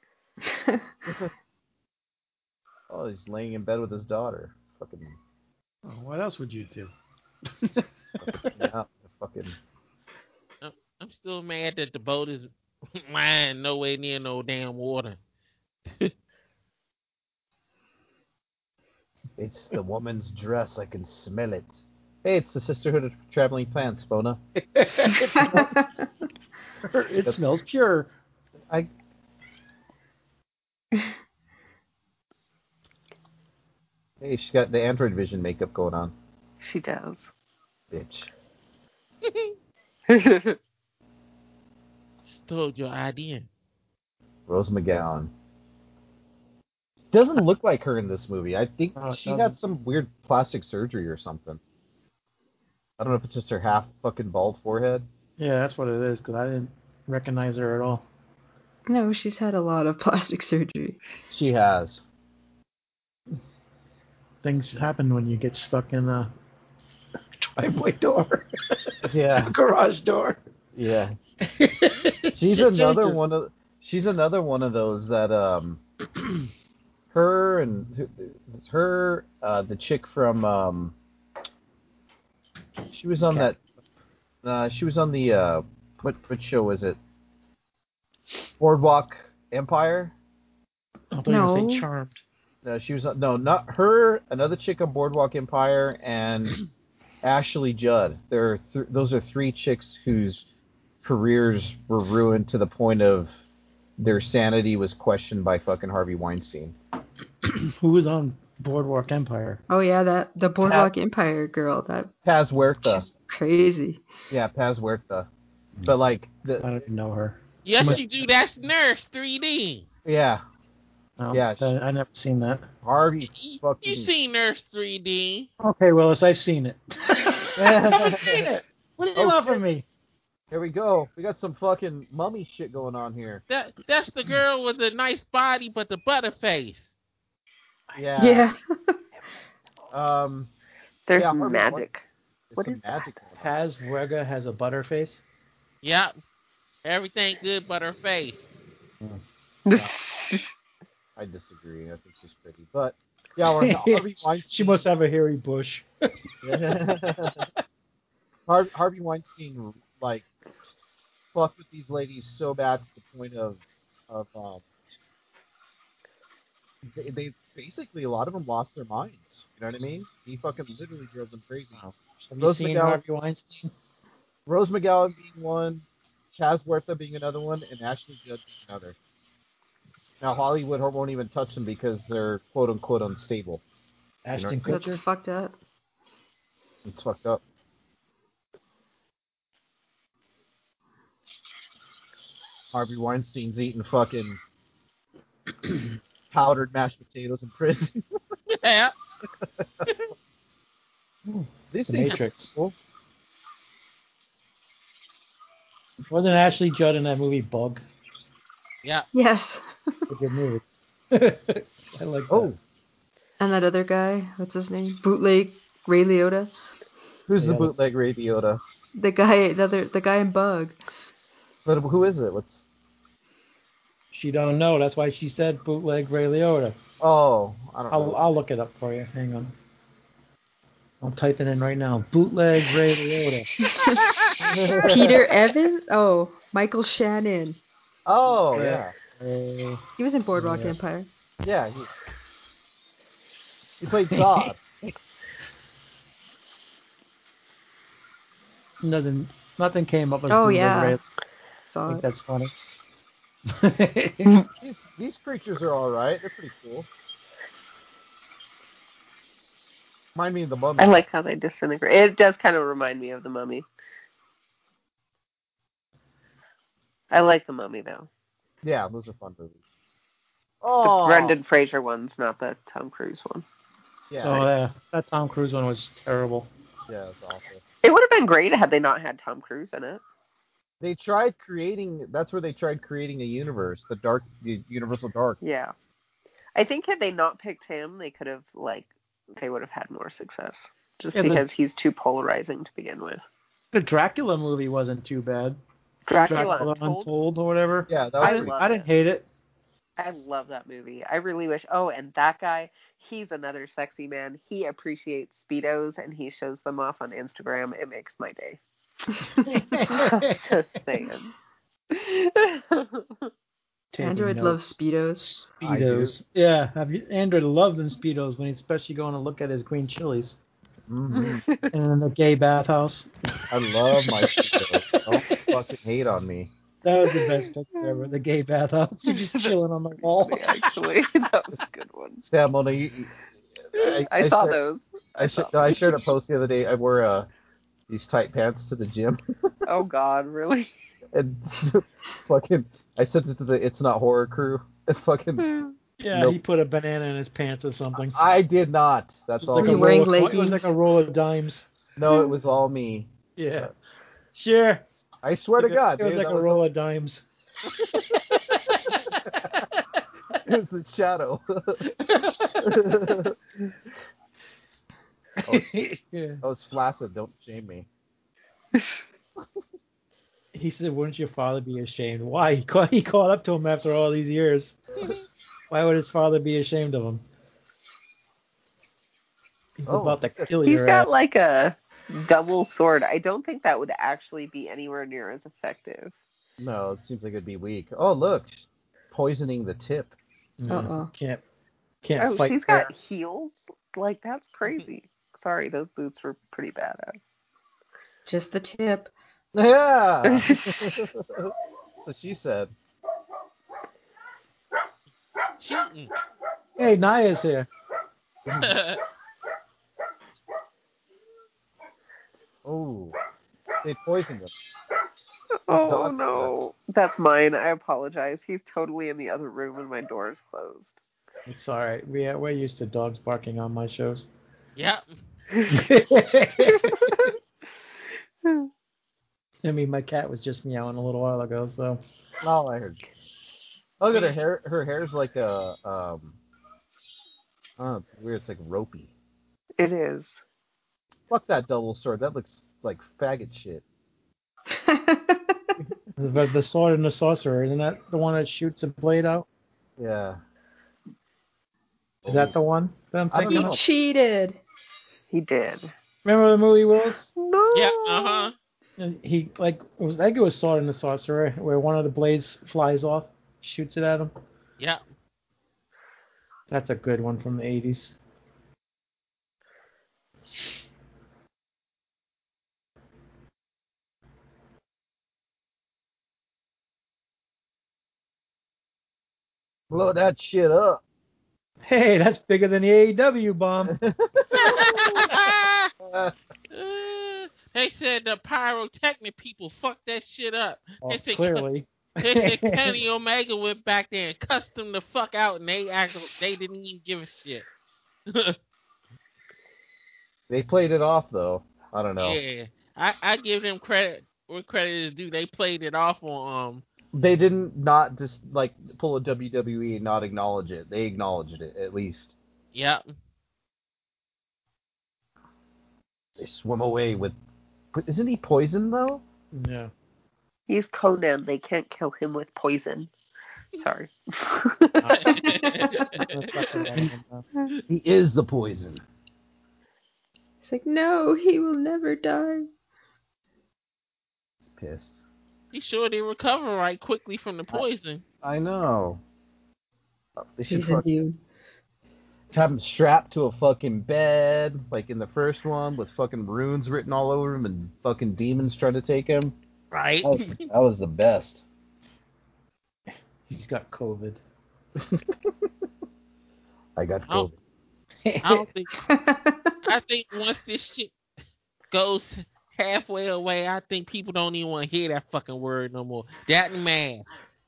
Speaker 8: Oh, he's laying in bed with his daughter. Fucking,
Speaker 9: Oh, what else would you do?
Speaker 8: yeah, fucking.
Speaker 10: I'm still mad that the boat is lying nowhere near no damn water.
Speaker 8: It's the woman's dress. I can smell it. Hey, it's the Sisterhood of Traveling Plants, Bona.
Speaker 9: it smells pure.
Speaker 8: I Hey, she's got the Android Vision makeup going on,
Speaker 7: she does.
Speaker 8: bitch.
Speaker 10: Stole your idea.
Speaker 8: Rose McGowan. Doesn't look like her in this movie. I think
Speaker 9: No, it
Speaker 8: she
Speaker 9: doesn't.
Speaker 8: got some weird plastic surgery or something. I don't know if it's just her half fucking bald forehead.
Speaker 9: Yeah, that's what it is. Because I didn't recognize her at all.
Speaker 5: no, she's had a lot of plastic surgery.
Speaker 8: She has.
Speaker 9: Things happen when you get stuck in a driveway door,
Speaker 8: Yeah,
Speaker 9: garage door.
Speaker 8: yeah. She's another one of she's another one of those that um her and her uh the chick from um she was on that uh she was on the uh what what show was it Boardwalk Empire
Speaker 9: I thought you were gonna say
Speaker 5: No.
Speaker 9: charmed.
Speaker 8: no she was on, no not her another chick on Boardwalk Empire and Ashley Judd there are th- those are three chicks whose careers were ruined to the point of their sanity was questioned by fucking Harvey Weinstein.
Speaker 9: Who was on Boardwalk Empire?
Speaker 5: Oh yeah, that the Boardwalk Empire girl. That
Speaker 8: Paz Huerta.
Speaker 5: she's crazy.
Speaker 8: Yeah, Paz Huerta. But like
Speaker 9: I
Speaker 8: the
Speaker 9: don't even know her.
Speaker 10: Yes, you do. That's Nurse 3D.
Speaker 8: yeah,
Speaker 9: No,
Speaker 8: Yeah, she-
Speaker 9: I, I never seen that.
Speaker 8: Harvey
Speaker 10: You,
Speaker 8: fucking
Speaker 10: you seen Nurse 3D?
Speaker 9: Okay, Willis, I've seen it. I've seen it. What did you
Speaker 8: Oh,
Speaker 9: want from me?
Speaker 8: Here we go. We got some fucking mummy shit going on here.
Speaker 10: That that's the girl with the nice body but the butter face.
Speaker 8: Yeah.
Speaker 5: Yeah.
Speaker 8: Um
Speaker 7: There's
Speaker 8: Yeah, Harvey
Speaker 7: magic.
Speaker 8: there's
Speaker 7: What
Speaker 8: some
Speaker 7: is
Speaker 8: magic going on.
Speaker 9: Paz Wega has a butter face.
Speaker 10: Yep. Everything good but her face.
Speaker 8: I disagree. I think she's pretty. But yeah, we're on Harvey Weinstein.
Speaker 9: She must have a hairy bush.
Speaker 8: Har- Harvey Weinstein like fucked with these ladies so bad to the point of of um, they, they basically a lot of them lost their minds. You know what I mean? He fucking literally drove them crazy.
Speaker 9: Have you
Speaker 8: Rose
Speaker 9: seen
Speaker 8: McGowan.
Speaker 9: Harvey Weinstein?
Speaker 8: Rose McGowan being one, Chaz Huerta being another one, and Ashley Judd being another. Now Hollywood won't even touch them because they're quote unquote unstable.
Speaker 9: Ashton
Speaker 5: That's
Speaker 9: Kutcher.
Speaker 5: fucked up.
Speaker 8: It's fucked up. Harvey Weinstein's eating fucking powdered mashed potatoes in prison.
Speaker 10: Yeah.
Speaker 8: These
Speaker 9: The
Speaker 8: things are
Speaker 9: Matrix.
Speaker 8: cool.
Speaker 9: Wasn't Ashley Judd in that movie Bug?
Speaker 10: Yep.
Speaker 5: Yes.
Speaker 9: A good movie. I like.
Speaker 8: Oh,
Speaker 5: And that other guy, what's his name? Bootleg Ray Liotta.
Speaker 8: who's the
Speaker 9: Yeah.
Speaker 8: bootleg Ray Liotta?
Speaker 5: The guy, the other, the guy in Bug.
Speaker 8: But who is it? What's
Speaker 9: She don't know. That's why she said bootleg Ray Liotta.
Speaker 8: oh, I don't
Speaker 9: I'll
Speaker 8: know.
Speaker 9: I'll look it up for you. Hang on.
Speaker 1: I'm typing in right now. Bootleg Ray Liotta.
Speaker 5: Peter Evans? Oh, Michael Shannon.
Speaker 8: Oh yeah,
Speaker 9: Uh,
Speaker 1: Ray-
Speaker 5: He was in Boardwalk
Speaker 1: Yeah.
Speaker 5: Empire.
Speaker 8: yeah. He, he played Zod.
Speaker 9: Nothing, nothing came up. As
Speaker 5: Oh,
Speaker 9: Blu-ray
Speaker 5: yeah.
Speaker 9: rate. I
Speaker 5: Saw
Speaker 9: think
Speaker 5: it.
Speaker 9: that's funny.
Speaker 8: these these creatures are all right. They're pretty cool. Remind me of the mummy.
Speaker 7: I like how they disintegrate. It does kind of remind me of the mummy. I like the mummy though.
Speaker 8: yeah, those are fun movies.
Speaker 7: The
Speaker 8: Oh,
Speaker 7: Brendan Fraser one's not the Tom Cruise one.
Speaker 8: Yeah,
Speaker 9: Oh yeah, that Tom Cruise one was terrible.
Speaker 8: yeah, it's awful.
Speaker 7: It would have been great had they not had Tom Cruise in it.
Speaker 8: They tried creating. That's where they tried creating a universe, the dark, the universal dark.
Speaker 7: Yeah. I think had they not picked him, they could have like they would have had more success. Just
Speaker 9: Yeah, the-
Speaker 7: because he's too polarizing to begin with.
Speaker 9: The Dracula movie wasn't too bad.
Speaker 7: Dracula, Untold.
Speaker 9: Untold or whatever.
Speaker 8: Yeah, that was
Speaker 9: I
Speaker 8: pretty
Speaker 9: didn't,
Speaker 7: love
Speaker 9: I didn't
Speaker 7: it.
Speaker 9: hate it.
Speaker 7: I love that movie. I really wish. Oh, and that guy, he's another sexy man. He appreciates speedos and he shows them off on Instagram. It makes my day. Just saying.
Speaker 1: taking
Speaker 5: Android
Speaker 1: notes.
Speaker 5: loves Speedos.
Speaker 8: I do.
Speaker 9: Speedos. Yeah, have you, Andrew loved them speedos when he's especially going to look at his green chilies
Speaker 8: Mhm.
Speaker 9: in the gay bathhouse.
Speaker 8: I love my shit. Don't fucking hate on me.
Speaker 9: That was the best picture ever. The gay bathhouse. You're just chilling on the wall.
Speaker 7: Actually, that was a good one.
Speaker 8: Yeah, Mona, you, you- I,
Speaker 7: I, saw
Speaker 8: shared-
Speaker 7: those.
Speaker 8: I, sh- no, I shared a post the other day. I wore uh, these tight pants to the gym,
Speaker 7: Oh God, really?
Speaker 8: and fucking, I sent it to the It's Not Horror crew. And fucking,
Speaker 9: Yeah,
Speaker 8: Nope.
Speaker 9: he put a banana in his pants or something.
Speaker 8: I did not. That's
Speaker 9: It was
Speaker 8: all.
Speaker 9: like a
Speaker 5: You wearing
Speaker 9: roll of- it was
Speaker 5: leggings?
Speaker 9: like a roll of dimes.
Speaker 8: no, it was all me.
Speaker 9: Yeah. Sure.
Speaker 8: I swear to God,
Speaker 9: It was
Speaker 8: dude,
Speaker 9: like
Speaker 8: that
Speaker 9: a roll of dimes.
Speaker 8: it was the shadow. Oh.
Speaker 9: yeah.
Speaker 8: I was flaccid. Don't shame me.
Speaker 9: He said, "Wouldn't your father be ashamed?" Why he caught he caught up to him after all these years. Why would his father be ashamed of him? He's
Speaker 8: Oh.
Speaker 9: about to kill
Speaker 7: He's
Speaker 9: your
Speaker 7: got
Speaker 9: ass.
Speaker 7: like a double sword. I don't think that would actually be anywhere near as effective.
Speaker 8: No, it seems like it'd be weak. Oh, look, poisoning the tip.
Speaker 9: Yeah.
Speaker 5: Uh-oh.
Speaker 9: Mm. Can't can't
Speaker 7: Oh,
Speaker 9: fight.
Speaker 7: she's
Speaker 9: fair.
Speaker 7: got heels. Like that's crazy. Sorry, those boots were pretty badass.
Speaker 5: Just the tip.
Speaker 8: Yeah. so she said.
Speaker 10: Cheating.
Speaker 9: Hey, Naya's here.
Speaker 8: Oh, they poisoned him.
Speaker 7: Oh
Speaker 8: dog-
Speaker 7: no, that's mine. I apologize. He's totally in the other room, and my door is closed.
Speaker 9: It's all right. We uh, we're used to dogs barking on my shows.
Speaker 10: yep.
Speaker 9: I mean, my cat was just meowing a little while ago, so
Speaker 8: No, I heard. Oh, look at her hair. Her hair's like a um. Oh, it's weird. It's like ropey.
Speaker 7: It is.
Speaker 8: Fuck that double sword. That looks like faggot shit.
Speaker 9: but the sword and the sorcerer isn't that the one that shoots a blade out?
Speaker 8: Yeah.
Speaker 9: Is that the one that I'm
Speaker 8: Oh. I don't
Speaker 9: thinking?
Speaker 8: know.
Speaker 9: of?
Speaker 5: Cheated.
Speaker 7: He did.
Speaker 9: Remember the movie Wills?
Speaker 7: No.
Speaker 10: Yeah. Uh huh.
Speaker 9: And he like it was I think it was Sword and the Sorcerer where one of the blades flies off, shoots it at him.
Speaker 10: Yep.
Speaker 9: That's a good one from the eighties.
Speaker 8: Blow that shit up.
Speaker 9: Hey, that's bigger than the AEW bomb.
Speaker 10: Uh, they said the pyrotechnic people fucked that shit up.
Speaker 9: Oh,
Speaker 10: They said-
Speaker 9: clearly.
Speaker 10: They said Kenny Omega went back there and cussed them the fuck out, and they act they didn't even give a shit.
Speaker 8: They played it off though. I don't know.
Speaker 10: Yeah, I, I give them credit where credit is due. They played it off on um.
Speaker 8: They didn't not just like pull a WWE and not acknowledge it. They acknowledged it at least.
Speaker 10: Yep.
Speaker 8: They swim away with. But isn't he poisoned though?
Speaker 9: No.
Speaker 7: He's Conan. They can't kill him with poison. Sorry.
Speaker 9: That's not the right one, though.
Speaker 8: He is the poison.
Speaker 5: Is like, no, he will never die.
Speaker 8: He's pissed.
Speaker 10: Be sure they recover right quickly from the poison.
Speaker 8: I know. They should
Speaker 5: He's immune.
Speaker 8: have him strapped to a fucking bed, like in the first one, with fucking runes written all over him and fucking demons trying to take him.
Speaker 10: Right?
Speaker 8: That was, that was the best.
Speaker 9: He's got COVID.
Speaker 8: I got
Speaker 10: Oh.
Speaker 8: COVID.
Speaker 10: I don't think. I think once this shit goes halfway away, I think people don't even want to hear that fucking word no more. That and mask.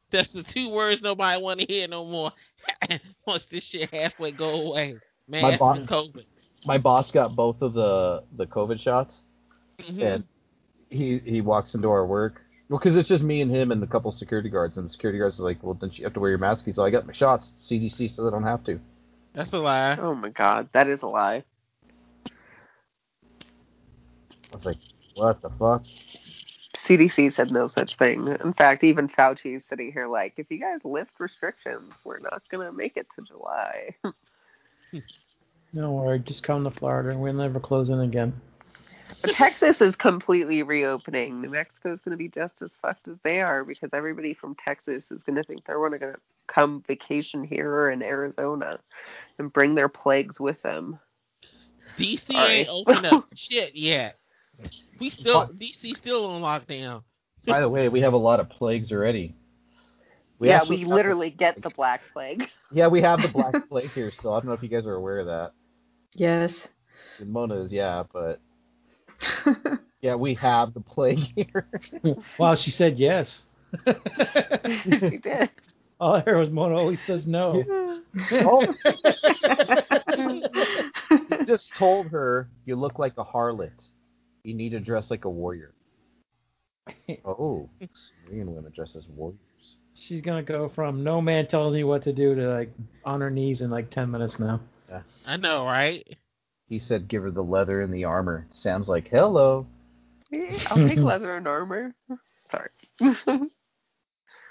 Speaker 10: That's the two words nobody want to hear no more. once this shit halfway go away, mask
Speaker 8: bo-
Speaker 10: and COVID.
Speaker 8: My boss got both of the the COVID shots,
Speaker 10: Mhm.
Speaker 8: and he he walks into our work. Well, because it's just me and him and a couple security guards, and the security guards is like, "Well, don't you have to wear your mask?" He's like, "I got my shots. CDC says I don't have to."
Speaker 10: That's a lie.
Speaker 7: Oh my god, that is a lie.
Speaker 8: I was like, "What the fuck?"
Speaker 7: CDC said no such thing. In fact, even Fauci is sitting here like, if you guys lift restrictions, we're not gonna make it to July.
Speaker 9: No worry, just come to Florida and we'll never close in again.
Speaker 7: But Texas is completely reopening. New Mexico is gonna be just as fucked as they are because everybody from Texas is gonna think they're gonna come vacation here or in Arizona and bring their plagues with them.
Speaker 10: DC
Speaker 7: Sorry.
Speaker 10: ain't open up shit yet. We still DC still on lockdown.
Speaker 8: By the way, we have a lot of plagues already.
Speaker 7: yeah,
Speaker 8: actually
Speaker 7: we
Speaker 8: have the-
Speaker 7: literally get the Black Plague.
Speaker 8: yeah, we have the black plague here still. I don't know if you guys are aware of that.
Speaker 5: Yes.
Speaker 8: And Mona's, yeah, but yeah, we have the plague here.
Speaker 9: Wow, she said yes.
Speaker 7: we did.
Speaker 9: All I heard was Mona always says no.
Speaker 8: oh, you just told her you look like a harlot. You need to dress like a warrior. Oh, Syrian women dress as warriors.
Speaker 9: She's gonna go from no man tells me what to do to like on her knees in like ten minutes now.
Speaker 10: I know, right?
Speaker 8: He said, "Give her the leather and the armor." Sam's like, "Hello."
Speaker 7: Eh, I'll take leather and armor. Sorry. I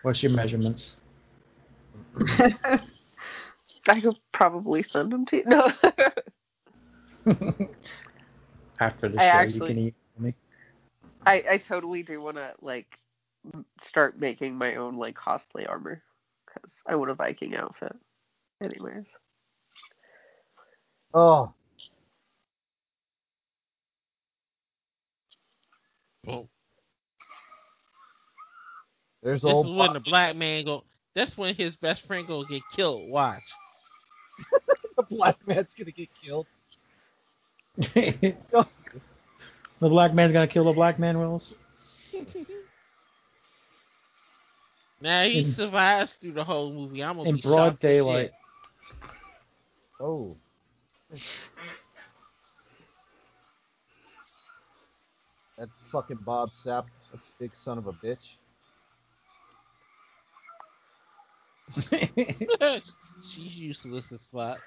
Speaker 9: What's your measurements?
Speaker 7: could probably send them to you. No.
Speaker 9: After the
Speaker 7: I
Speaker 9: show,
Speaker 7: actually-
Speaker 9: you can eat me.
Speaker 7: I, I totally do want to like m- start making my own like cosplay armor because I want a Viking outfit. Anyways,
Speaker 8: Oh,
Speaker 10: Well,
Speaker 8: there's
Speaker 10: this is
Speaker 8: old.
Speaker 10: when the black man go. That's when his best friend gonna get killed. Watch.
Speaker 8: the black man's gonna get killed.
Speaker 9: the black man's gonna kill the black man, Willis.
Speaker 10: Now he
Speaker 9: In-
Speaker 10: survives through the whole movie. I'm gonna
Speaker 9: in
Speaker 10: be
Speaker 9: broad
Speaker 10: shocked as shit.
Speaker 9: daylight.
Speaker 8: Oh, that fucking Bob Sapp, a big son of a bitch.
Speaker 10: She's useless as fuck.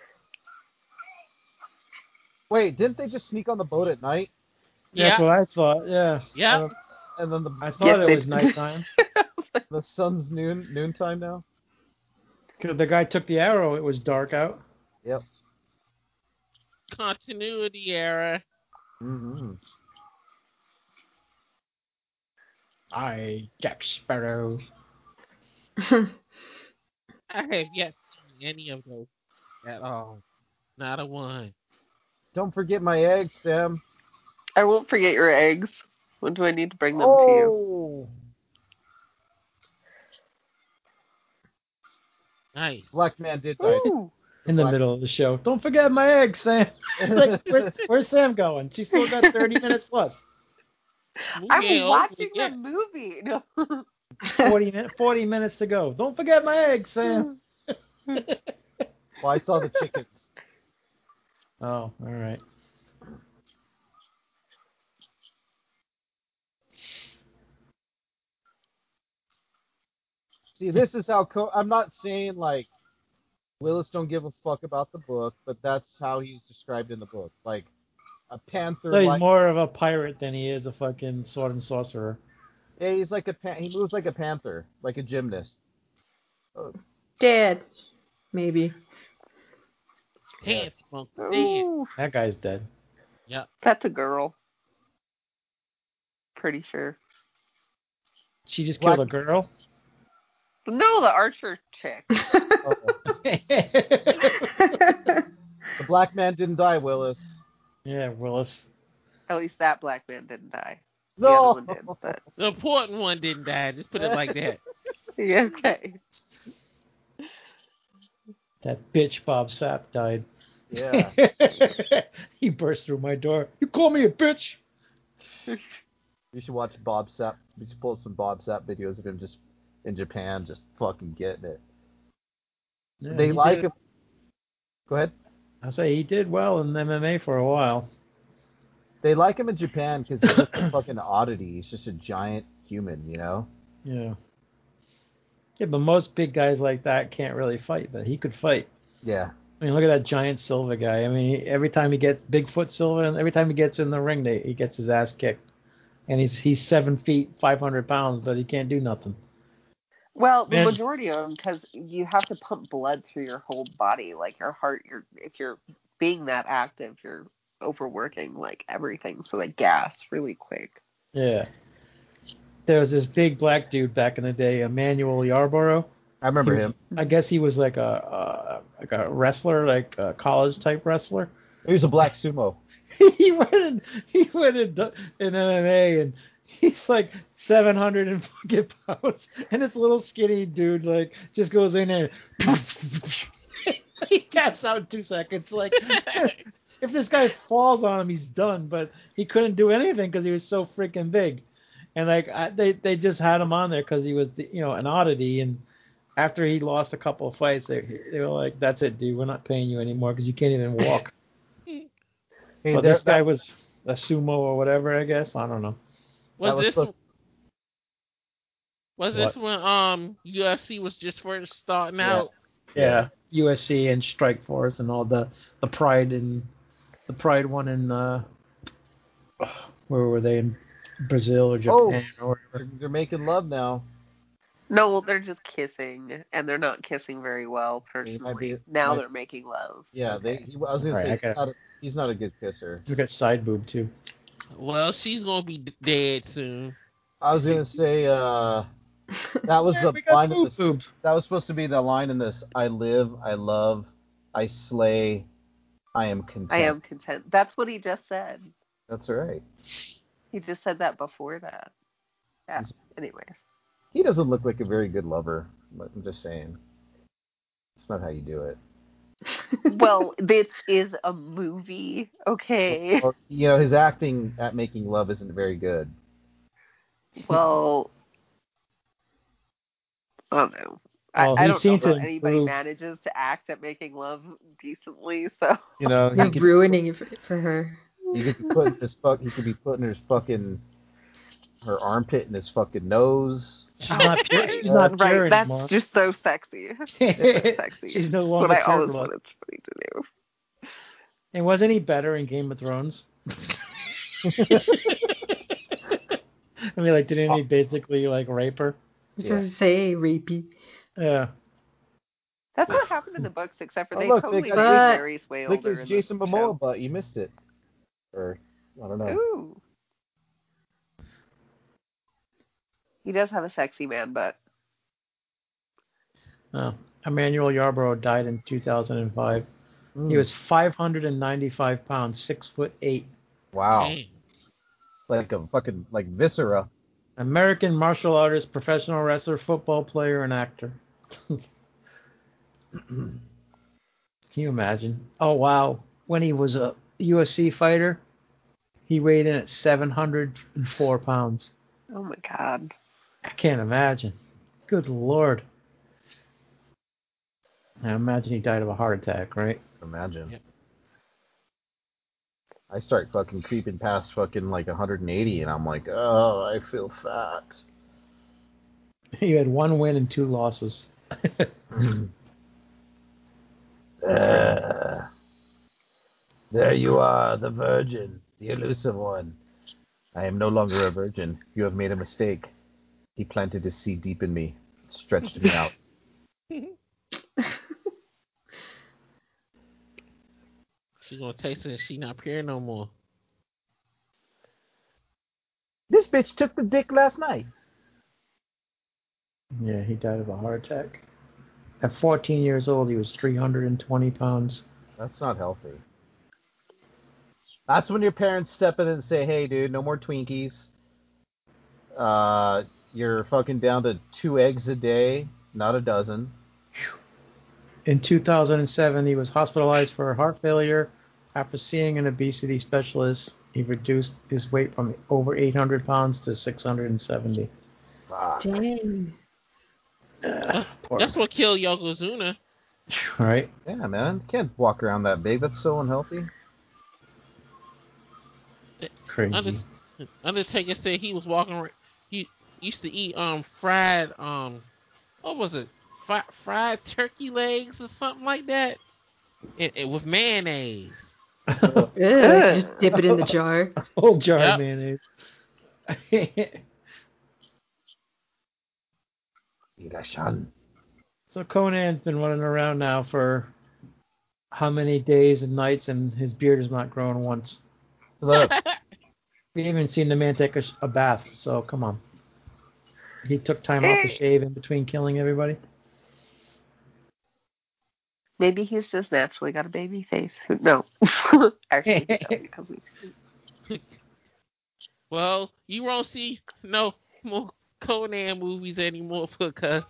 Speaker 8: Wait, didn't they just sneak on the boat at night?
Speaker 9: That's
Speaker 10: Yeah,
Speaker 9: what I thought. Yeah,
Speaker 10: yeah.
Speaker 8: And then the
Speaker 9: I thought
Speaker 7: Yes,
Speaker 9: it
Speaker 7: they-
Speaker 9: was nighttime.
Speaker 8: the sun's noon noontime now.
Speaker 9: Cause the guy took the arrow. It was dark out.
Speaker 10: Continuity error.
Speaker 8: Mm-hmm.
Speaker 9: I Jack Sparrow.
Speaker 10: I have yet seen any of those at all. Not a one.
Speaker 8: Don't forget my eggs, Sam.
Speaker 7: I won't forget your eggs. When do I need to bring them to you?
Speaker 8: Oh,
Speaker 10: Nice.
Speaker 8: black man did die.
Speaker 7: Oh, Ooh.
Speaker 9: in the
Speaker 8: Right.
Speaker 9: middle of the show. Don't forget my egg, Sam. Like, where's, where's Sam going? She's still got 30 minutes plus.
Speaker 10: Movie ain't
Speaker 7: I'm
Speaker 10: over
Speaker 7: watching the
Speaker 10: yet.
Speaker 7: movie. No.
Speaker 9: 40, min- 40 minutes to go. Don't forget my egg, Sam.
Speaker 8: Well, I saw the chickens.
Speaker 9: Oh, all right.
Speaker 8: See, this is how co- I'm not saying like Willis don't give a fuck about the book, but that's how he's described in the book, like a panther.
Speaker 9: So he's
Speaker 8: like,
Speaker 9: more of a pirate than he is a fucking sword and sorcerer.
Speaker 8: yeah, he's like a pan- he moves like a panther, like a gymnast.
Speaker 5: Dead. Maybe.
Speaker 10: Dance, Monk, dance.
Speaker 7: Ooh.
Speaker 9: That guy's dead.
Speaker 10: Yeah.
Speaker 7: That's a girl. Pretty sure.
Speaker 9: She just killed a girl.
Speaker 7: No, the archer chick.
Speaker 8: The black man didn't die, Willis.
Speaker 9: Yeah, Willis.
Speaker 7: At least that black man didn't die. The
Speaker 8: No.
Speaker 7: other one did, but
Speaker 10: The important one didn't die. Just put it like that.
Speaker 7: yeah, okay.
Speaker 9: That bitch Bob Sapp died.
Speaker 8: Yeah.
Speaker 9: he burst through my door. You call me a bitch?
Speaker 8: You should watch Bob Sapp. We should pull up some Bob Sapp videos of him just in Japan, just fucking getting it.
Speaker 9: Yeah,
Speaker 8: they
Speaker 9: he
Speaker 8: like
Speaker 9: did-
Speaker 8: him. Go ahead.
Speaker 9: I say he did well in MMA for a while.
Speaker 8: They like him in Japan because he's just a fucking oddity. He's just a giant human, you know.
Speaker 9: Yeah. Yeah, but most big guys like that can't really fight, but he could fight.
Speaker 8: Yeah.
Speaker 9: I mean, look at that giant Silva guy. I mean, he, every time he gets Bigfoot Silva, and every time he gets in the ring, they, he gets his ass kicked. And he's he's seven feet, five hundred pounds, but he can't do nothing.
Speaker 7: Well, the
Speaker 9: Man.
Speaker 7: majority of them, because you have to pump blood through your whole body, like your heart. Your if you're being that active, you're overworking like everything, so they gas really quick.
Speaker 9: Yeah. There was this big black dude back in the day, Emmanuel Yarborough.
Speaker 8: I remember
Speaker 9: He was-
Speaker 8: him.
Speaker 9: I guess he was like a, a like a wrestler, like a college type wrestler.
Speaker 8: He was a black sumo.
Speaker 9: he went in, he went in, the- in MMA and he's like 700 and fucking pounds, and this little skinny dude like just goes in and he taps out in two seconds. Like if this guy falls on him, he's done. But he couldn't do anything because he was so freaking big, and like I, they they just had him on there because he was you know an oddity and. After he lost a couple of fights, they, they were like, "That's it, dude. We're not paying you anymore because you can't even walk."
Speaker 8: Hey,
Speaker 9: Well,
Speaker 8: there-
Speaker 9: this guy was a sumo or whatever, I guess. I don't know.
Speaker 10: Was,
Speaker 8: was
Speaker 10: this
Speaker 8: supposed-
Speaker 10: was this when um UFC was just first starting
Speaker 8: Yeah.
Speaker 10: out?
Speaker 9: Yeah, USC and Strike Force and all the the Pride and the Pride one in uh, where were they in Brazil or
Speaker 8: Oh.
Speaker 9: Japan or
Speaker 8: They're,
Speaker 9: whatever?
Speaker 8: they're making love now.
Speaker 7: No, well, they're just kissing, and they're not kissing very well.
Speaker 8: It
Speaker 7: Personally,
Speaker 8: might be-
Speaker 7: now
Speaker 8: might-
Speaker 7: they're making love.
Speaker 8: Yeah, they. He, I was gonna
Speaker 9: All right,
Speaker 8: say
Speaker 9: I
Speaker 8: he's
Speaker 9: got-
Speaker 8: not, a, he's not a good kisser.
Speaker 9: You got side boob too.
Speaker 10: Well, she's gonna be d- dead soon.
Speaker 8: I was gonna say uh, that was the line of the that was supposed to be the line in this. I live, I love, I slay, I am content.
Speaker 7: I am content. That's what he just said.
Speaker 8: That's right.
Speaker 7: He just said that before that. Yeah.
Speaker 8: Is-
Speaker 7: Anyway,
Speaker 8: He doesn't look like a very good lover. but I'm just saying. That's not how you do it.
Speaker 7: well, this is a movie, okay?
Speaker 9: Oh,
Speaker 8: Or, you know, his acting at making love isn't very good.
Speaker 7: Well, I don't know.
Speaker 9: Well,
Speaker 7: I, I
Speaker 9: he
Speaker 7: don't know
Speaker 9: seems
Speaker 7: how
Speaker 9: to
Speaker 7: anybody
Speaker 9: improve.
Speaker 7: manages to act at making love decently. So
Speaker 8: You know,
Speaker 5: You're
Speaker 8: he could,
Speaker 5: ruining it for- for her.
Speaker 8: he could be putting his fuck he could be putting his fucking her armpit in his fucking nose.
Speaker 9: She's not she's not
Speaker 7: right,
Speaker 9: pure
Speaker 7: that's
Speaker 9: anymore.
Speaker 7: just so sexy. It's so sexy.
Speaker 9: she's no
Speaker 7: It's
Speaker 9: longer
Speaker 7: what I always
Speaker 9: pure.
Speaker 7: wanted somebody to do.
Speaker 9: And wasn't he better in Game of Thrones? I mean, like, didn't he basically like rape her?
Speaker 5: It
Speaker 8: Yeah.
Speaker 5: doesn't say rapey.
Speaker 9: Yeah.
Speaker 7: That's what happened in the books, except for
Speaker 8: Oh,
Speaker 7: they
Speaker 8: look, they
Speaker 7: totally made
Speaker 8: got-
Speaker 7: Mary's way
Speaker 8: Look,
Speaker 7: older.
Speaker 8: it's
Speaker 7: in the
Speaker 8: Jason
Speaker 7: show.
Speaker 8: Momoa, but you missed it. Or I don't know.
Speaker 7: Ooh. He does have a sexy man butt.
Speaker 9: Oh. Emmanuel Yarborough died in 2005. He was 595 pounds, six foot eight. Oh.
Speaker 8: Wow.
Speaker 10: Dang.
Speaker 8: Like a fucking like viscera.
Speaker 9: American martial artist, professional wrestler, football player, and actor. Can you imagine? Oh wow! When he was a UFC fighter, he weighed in at 704 pounds.
Speaker 7: Oh my god.
Speaker 9: I can't imagine. Good lord! I imagine he died of a heart attack, right?
Speaker 8: Imagine.
Speaker 10: Yep.
Speaker 8: I start fucking creeping past fucking like 180, and I'm like, oh, I feel fat.
Speaker 9: He had one win and two losses.
Speaker 8: Ugh. Uh, there you are, the virgin, the elusive one. I am no longer a virgin. You have made a mistake. He planted his seed deep in me, stretched me out.
Speaker 10: She gonna taste it. and She not pure no more.
Speaker 8: This bitch took the dick last night.
Speaker 9: Yeah, he died of a heart attack. At 14 years old, he was 320 pounds.
Speaker 8: That's not healthy. That's when your parents step in and say, "Hey, dude, no more Twinkies. Uh, you're fucking down to two eggs a day, not a dozen."
Speaker 9: In 2007, he was hospitalized for heart failure. After seeing an obesity specialist, he reduced his weight from over 800 pounds to 670.
Speaker 8: Fuck.
Speaker 5: Dang.
Speaker 9: Uh, poor-
Speaker 10: That's what killed Yokozuna.
Speaker 9: right?
Speaker 8: Yeah, man, can't walk around that big. That's so unhealthy.
Speaker 9: Crazy.
Speaker 10: Under- Undertaker said he was walking. ar- He used to eat um fried um what was it? Fri- fried turkey legs or something like that, it, it with mayonnaise.
Speaker 5: Ugh, just dip it in the jar.
Speaker 9: Whole jar
Speaker 10: Yep.
Speaker 9: of mayonnaise.
Speaker 8: Irashan.
Speaker 9: so Conan's been running around now for how many days and nights, and his beard has not grown once.
Speaker 8: Look,
Speaker 9: We haven't seen the man take a, sh- a bath, so come on. He took time off to shave in between killing everybody.
Speaker 7: Maybe he's just naturally got a baby face. Who- No, actually, he doesn't, 'cause he-
Speaker 10: Well, you won't see no more Conan movies anymore because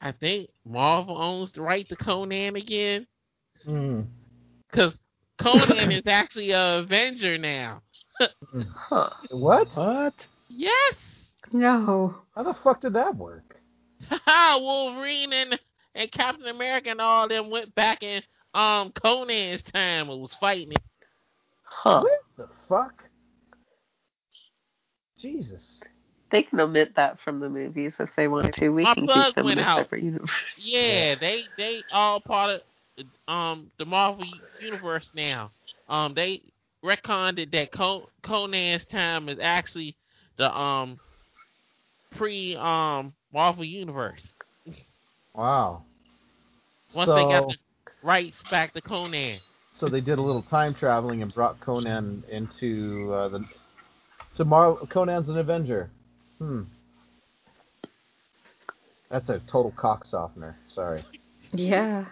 Speaker 10: I think Marvel owns the right to Conan again.
Speaker 9: Mm.
Speaker 10: Because Conan is actually a Avenger now.
Speaker 7: huh?
Speaker 8: what?
Speaker 9: What?
Speaker 10: Yes!
Speaker 5: No.
Speaker 8: How the fuck did that work?
Speaker 10: Haha, Wolverine and, and Captain America and all them went back in um Conan's time and was fighting it.
Speaker 7: Huh?
Speaker 8: What the fuck? Jesus.
Speaker 7: They can omit that from the movies if they want to. We
Speaker 10: My
Speaker 7: can
Speaker 10: plug
Speaker 7: keep them in
Speaker 10: went
Speaker 7: a
Speaker 10: out.
Speaker 7: separate universe.
Speaker 10: Yeah, they they all part of um the Marvel universe now. Um, they reconded that Co- Conan's time is actually the um pre um Marvel universe.
Speaker 8: Wow.
Speaker 10: Once
Speaker 8: so,
Speaker 10: they got the rights back to Conan.
Speaker 8: so they did a little time traveling and brought Conan into uh, the. So Mar- Conan's an Avenger. Hmm. That's a total cock softener. Sorry.
Speaker 5: Yeah.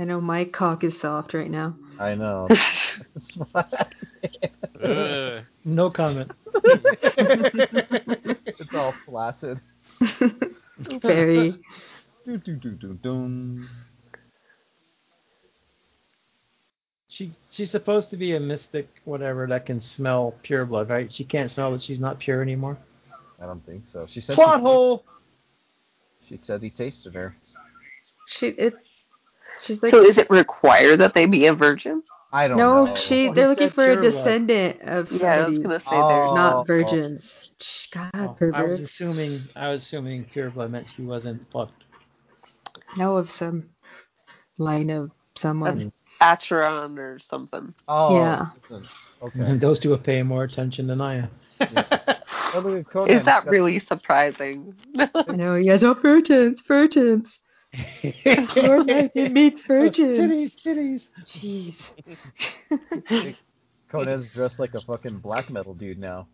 Speaker 5: I know my cock is soft right now.
Speaker 8: I know. That's what I said.
Speaker 10: Ugh.
Speaker 9: No comment.
Speaker 8: it's all flaccid.
Speaker 5: Very.
Speaker 8: Doo, doo, doo, doo, doom.
Speaker 9: She she's supposed to be a mystic, whatever that can smell pure blood, right? She can't smell that she's not pure anymore.
Speaker 8: I don't think so. She said
Speaker 9: Plot
Speaker 8: she-
Speaker 9: hole.
Speaker 8: She said he tasted her.
Speaker 5: She it. She's like
Speaker 7: so is it required that they be a virgin?
Speaker 8: I don't
Speaker 5: no.
Speaker 8: know.
Speaker 5: She
Speaker 9: Well, he
Speaker 5: they're looking
Speaker 9: said
Speaker 5: for a
Speaker 9: pure blood.
Speaker 5: descendant of
Speaker 7: uh, Yeah, I was
Speaker 5: Freddy,
Speaker 7: gonna say
Speaker 8: Oh.
Speaker 5: not
Speaker 8: Oh.
Speaker 5: virgins. Shh, God,
Speaker 9: Oh, I was
Speaker 5: Ah, perverts.
Speaker 9: assuming I was assuming pure blood meant she wasn't fucked.
Speaker 5: Know of some line of someone.
Speaker 7: there's Acheron or something.
Speaker 8: Oh,
Speaker 5: Yeah.
Speaker 8: listen.
Speaker 9: And
Speaker 8: Okay.
Speaker 9: those two are paying more attention than I am.
Speaker 8: Oh, look at Conan.
Speaker 7: Is that really surprising?
Speaker 5: I know you guys are virgins, virgins. Lord, like, it means virgins.
Speaker 9: titties, titties.
Speaker 5: Jeez.
Speaker 8: Conan's dressed like a fucking black metal dude now.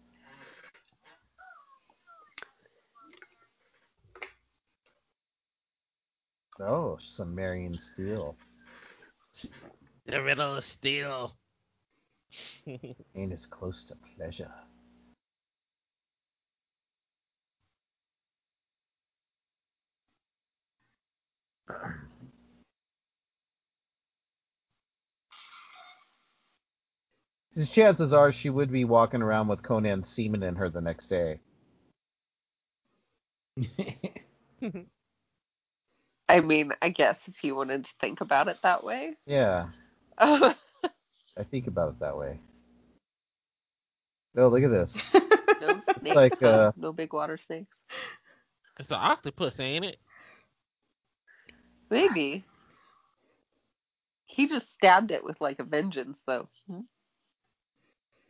Speaker 8: Oh, some Marion Steel.
Speaker 10: The riddle is still.
Speaker 8: Pain is close to pleasure. The chances are she would be walking around with Conan's semen in her the next day.
Speaker 7: I mean, I guess if you wanted to think about it that way.
Speaker 8: Yeah, I think about it that way. Oh, look at this.
Speaker 7: no snakes,
Speaker 8: like,
Speaker 7: huh?
Speaker 8: uh,
Speaker 7: no big water snakes.
Speaker 10: It's an octopus, ain't it?
Speaker 7: Maybe. He just stabbed it with like a vengeance, though.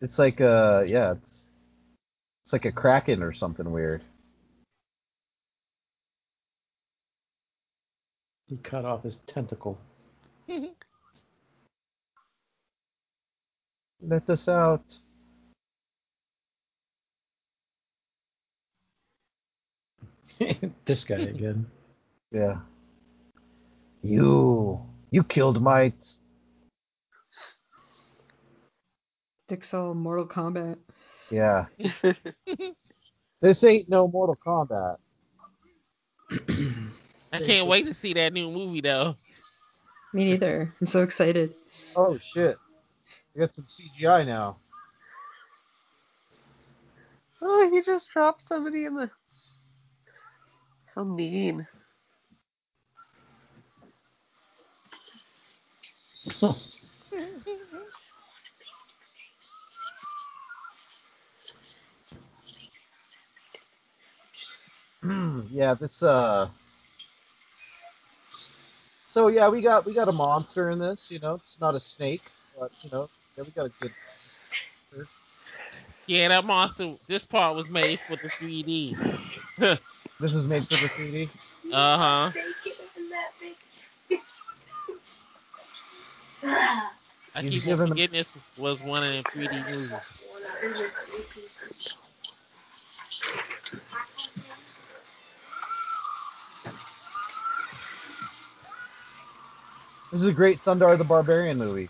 Speaker 8: It's like a yeah, it's it's like a kraken or something weird.
Speaker 9: He cut off his tentacle.
Speaker 8: Let us out.
Speaker 9: this guy again.
Speaker 8: Yeah. You. You killed my.
Speaker 5: Dixel Mortal Kombat.
Speaker 8: Yeah. this ain't no Mortal Kombat.
Speaker 10: I can't wait to see that new movie though.
Speaker 5: Me neither. I'm so excited.
Speaker 8: Oh shit. We got some CGI now.
Speaker 7: Oh, he just dropped somebody in the. How mean.
Speaker 8: Mm, yeah, this uh So yeah, we got we got a monster in this, you know, it's not a snake, but you know, yeah, we got a good
Speaker 10: Yeah, that monster. This part was made for the 3D. uh
Speaker 8: this is made for the 3D.
Speaker 10: huh. I
Speaker 8: He's
Speaker 10: keep
Speaker 8: giving
Speaker 10: on
Speaker 8: them-
Speaker 10: forgetting this was one of the 3D movies.
Speaker 8: This is a great Thundar the Barbarian movie.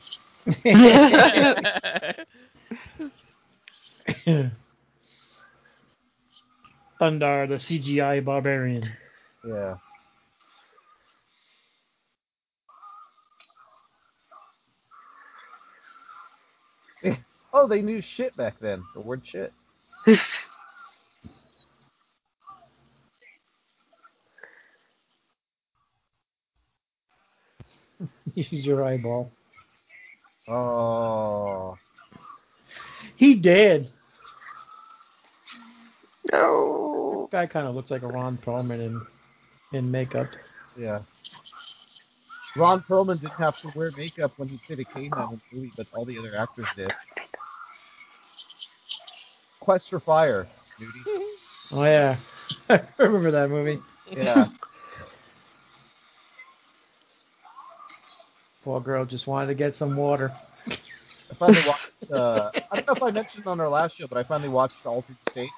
Speaker 11: Thundar, the CGI barbarian.
Speaker 8: Yeah. oh, they knew shit back then. The word shit.
Speaker 9: Use your eyeball.
Speaker 8: Oh.
Speaker 9: He did.
Speaker 7: No.
Speaker 9: Guy kind of looks like a Ron Perlman in in makeup.
Speaker 8: Yeah. Ron Perlman didn't have to wear makeup when he played a caveman in the movie, but all the other actors did. Quest for Fire, nudie.
Speaker 9: Oh yeah, I remember that movie.
Speaker 8: Yeah.
Speaker 9: Poor girl just wanted to get some water.
Speaker 8: I finally watched. Uh, I don't know if I mentioned on our last show, but I finally watched Altered State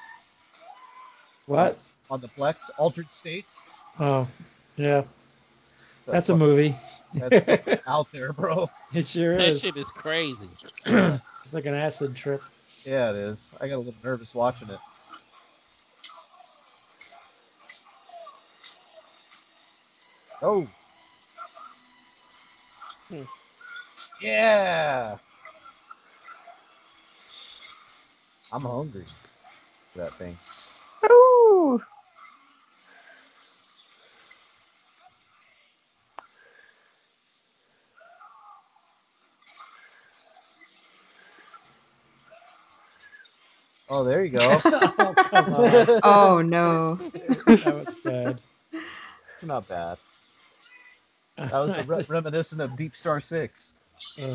Speaker 9: What?
Speaker 8: on the Plex. Altered States.
Speaker 9: Oh, yeah. That's a
Speaker 8: fucking-
Speaker 9: movie.
Speaker 8: That's fucking out there, bro.
Speaker 9: It sure
Speaker 10: That
Speaker 9: is.
Speaker 10: shit is crazy.
Speaker 9: it's like an acid trip.
Speaker 8: Yeah, it is. I got a little nervous watching it. Oh.
Speaker 10: Hmm.
Speaker 8: Yeah. I'm hungry for that thing.
Speaker 7: Oh.
Speaker 8: Oh, there you go.
Speaker 9: Oh, come on.
Speaker 5: Oh no.
Speaker 9: That was bad.
Speaker 8: It's not bad. That was re- reminiscent of Deep Star 6.
Speaker 9: Uh,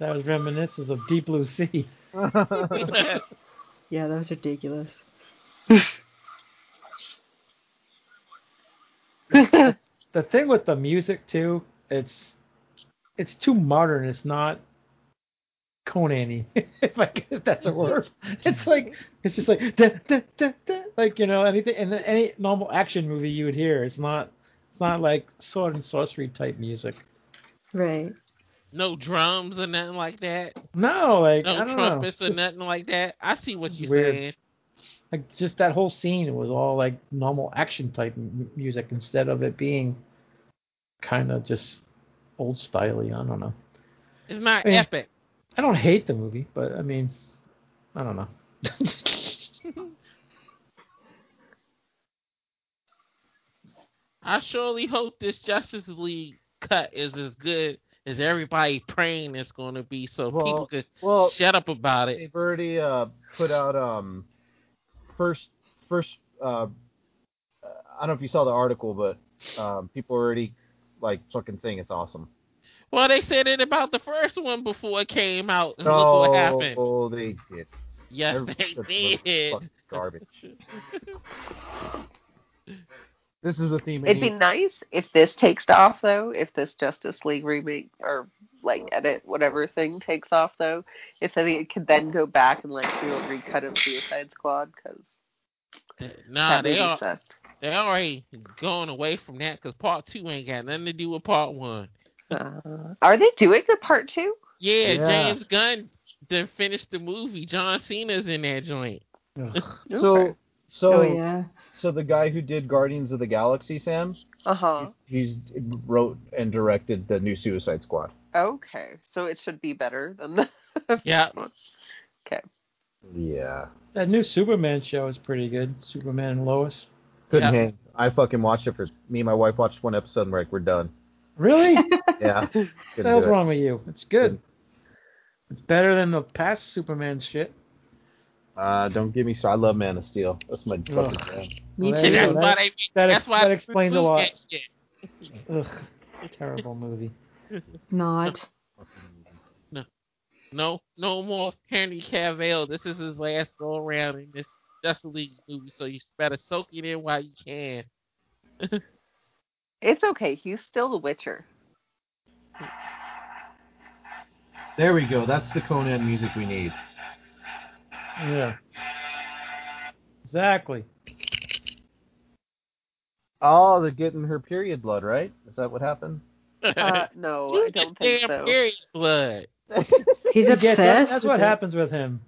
Speaker 9: that was reminiscent of Deep Blue Sea.
Speaker 5: Yeah, that was ridiculous.
Speaker 9: The thing with the music too, it's it's too modern. It's not Conan-y, if, I, can- if that's a word. It's like it's just like da, da, da, da, like you know anything in any normal action movie you would hear. It's not it's not like sword and sorcery type music.
Speaker 5: Right.
Speaker 10: No drums or nothing like that.
Speaker 9: No, like I
Speaker 10: No
Speaker 9: don't
Speaker 10: trumpets
Speaker 9: know.
Speaker 10: or
Speaker 9: Just-
Speaker 10: nothing like that. I see what you're
Speaker 9: Weird.
Speaker 10: saying.
Speaker 9: like just that whole scene was all like normal action type m- music instead of it being kind of just old styley. I don't know.
Speaker 10: It's not
Speaker 9: I mean-
Speaker 10: epic.
Speaker 9: I don't hate the movie, but I mean, I don't know.
Speaker 10: I surely hope this Justice League cut is as good as everybody praying it's going to be, so
Speaker 8: Well,
Speaker 10: people could
Speaker 8: Well,
Speaker 10: shut up about it.
Speaker 8: they've already uh, put out um first first uh, I don't know if you saw the article, but um, people are already like fucking saying it's awesome.
Speaker 10: Well, they said it about the first one before it came out, and
Speaker 8: no,
Speaker 10: look what happened.
Speaker 8: Oh, they did.
Speaker 10: Yes,
Speaker 8: Everybody said
Speaker 10: they
Speaker 8: it was
Speaker 10: did.
Speaker 8: fucking Garbage. This is the theme. we
Speaker 7: It'd be
Speaker 8: need.
Speaker 7: nice if this takes off though, if this Justice League remake or like edit whatever thing takes off though, if I think it could then go back and like do a recut of Suicide Squad because
Speaker 10: Nah,
Speaker 7: that
Speaker 10: they
Speaker 7: movie
Speaker 10: are
Speaker 7: sucked.
Speaker 10: They already going away from that because part two ain't got nothing to do with part one.
Speaker 7: Uh, are they doing the part two?
Speaker 10: Yeah,
Speaker 7: Yeah.
Speaker 10: James Gunn done finished the movie. John Cena's in that joint.
Speaker 8: So, so,
Speaker 10: Oh, yeah.
Speaker 8: so the guy who did Guardians of the Galaxy, Sam,
Speaker 7: Uh huh.
Speaker 8: he's wrote and directed the new Suicide Squad.
Speaker 7: Okay, so it should be better than the.
Speaker 10: yeah.
Speaker 7: Okay.
Speaker 8: Yeah.
Speaker 9: That new Superman show is pretty good. Superman and Lois.
Speaker 8: Couldn't hang. I fucking watched it for me and my wife watched one episode and we're like, we're done.
Speaker 9: Really?
Speaker 8: Yeah. Couldn't
Speaker 9: What the hell's
Speaker 8: do it.
Speaker 9: wrong with you? It's good. It's better than the past Superman shit.
Speaker 8: Uh, don't give me so I love Man of Steel. That's my fucking jam.
Speaker 9: Me
Speaker 10: And that's why they.
Speaker 9: That,
Speaker 10: that's why
Speaker 9: that
Speaker 10: they
Speaker 9: explains a lot.
Speaker 10: removed that shit.
Speaker 9: Ugh, terrible movie.
Speaker 5: Not.
Speaker 10: No, no more Henry Cavill. This is his last go around in this Justice League movie, so you better soak it in while you can.
Speaker 7: It's okay. He's still the Witcher.
Speaker 8: There we go. That's the Conan music we need.
Speaker 9: Yeah. Exactly.
Speaker 8: Oh, they're getting her period blood, right? Is that what happened?
Speaker 7: Uh, no, I don't think so.
Speaker 10: Period blood.
Speaker 5: He's
Speaker 9: He gets- that-
Speaker 5: obsessed
Speaker 9: that's
Speaker 5: with
Speaker 9: what
Speaker 5: it.
Speaker 9: happens with him.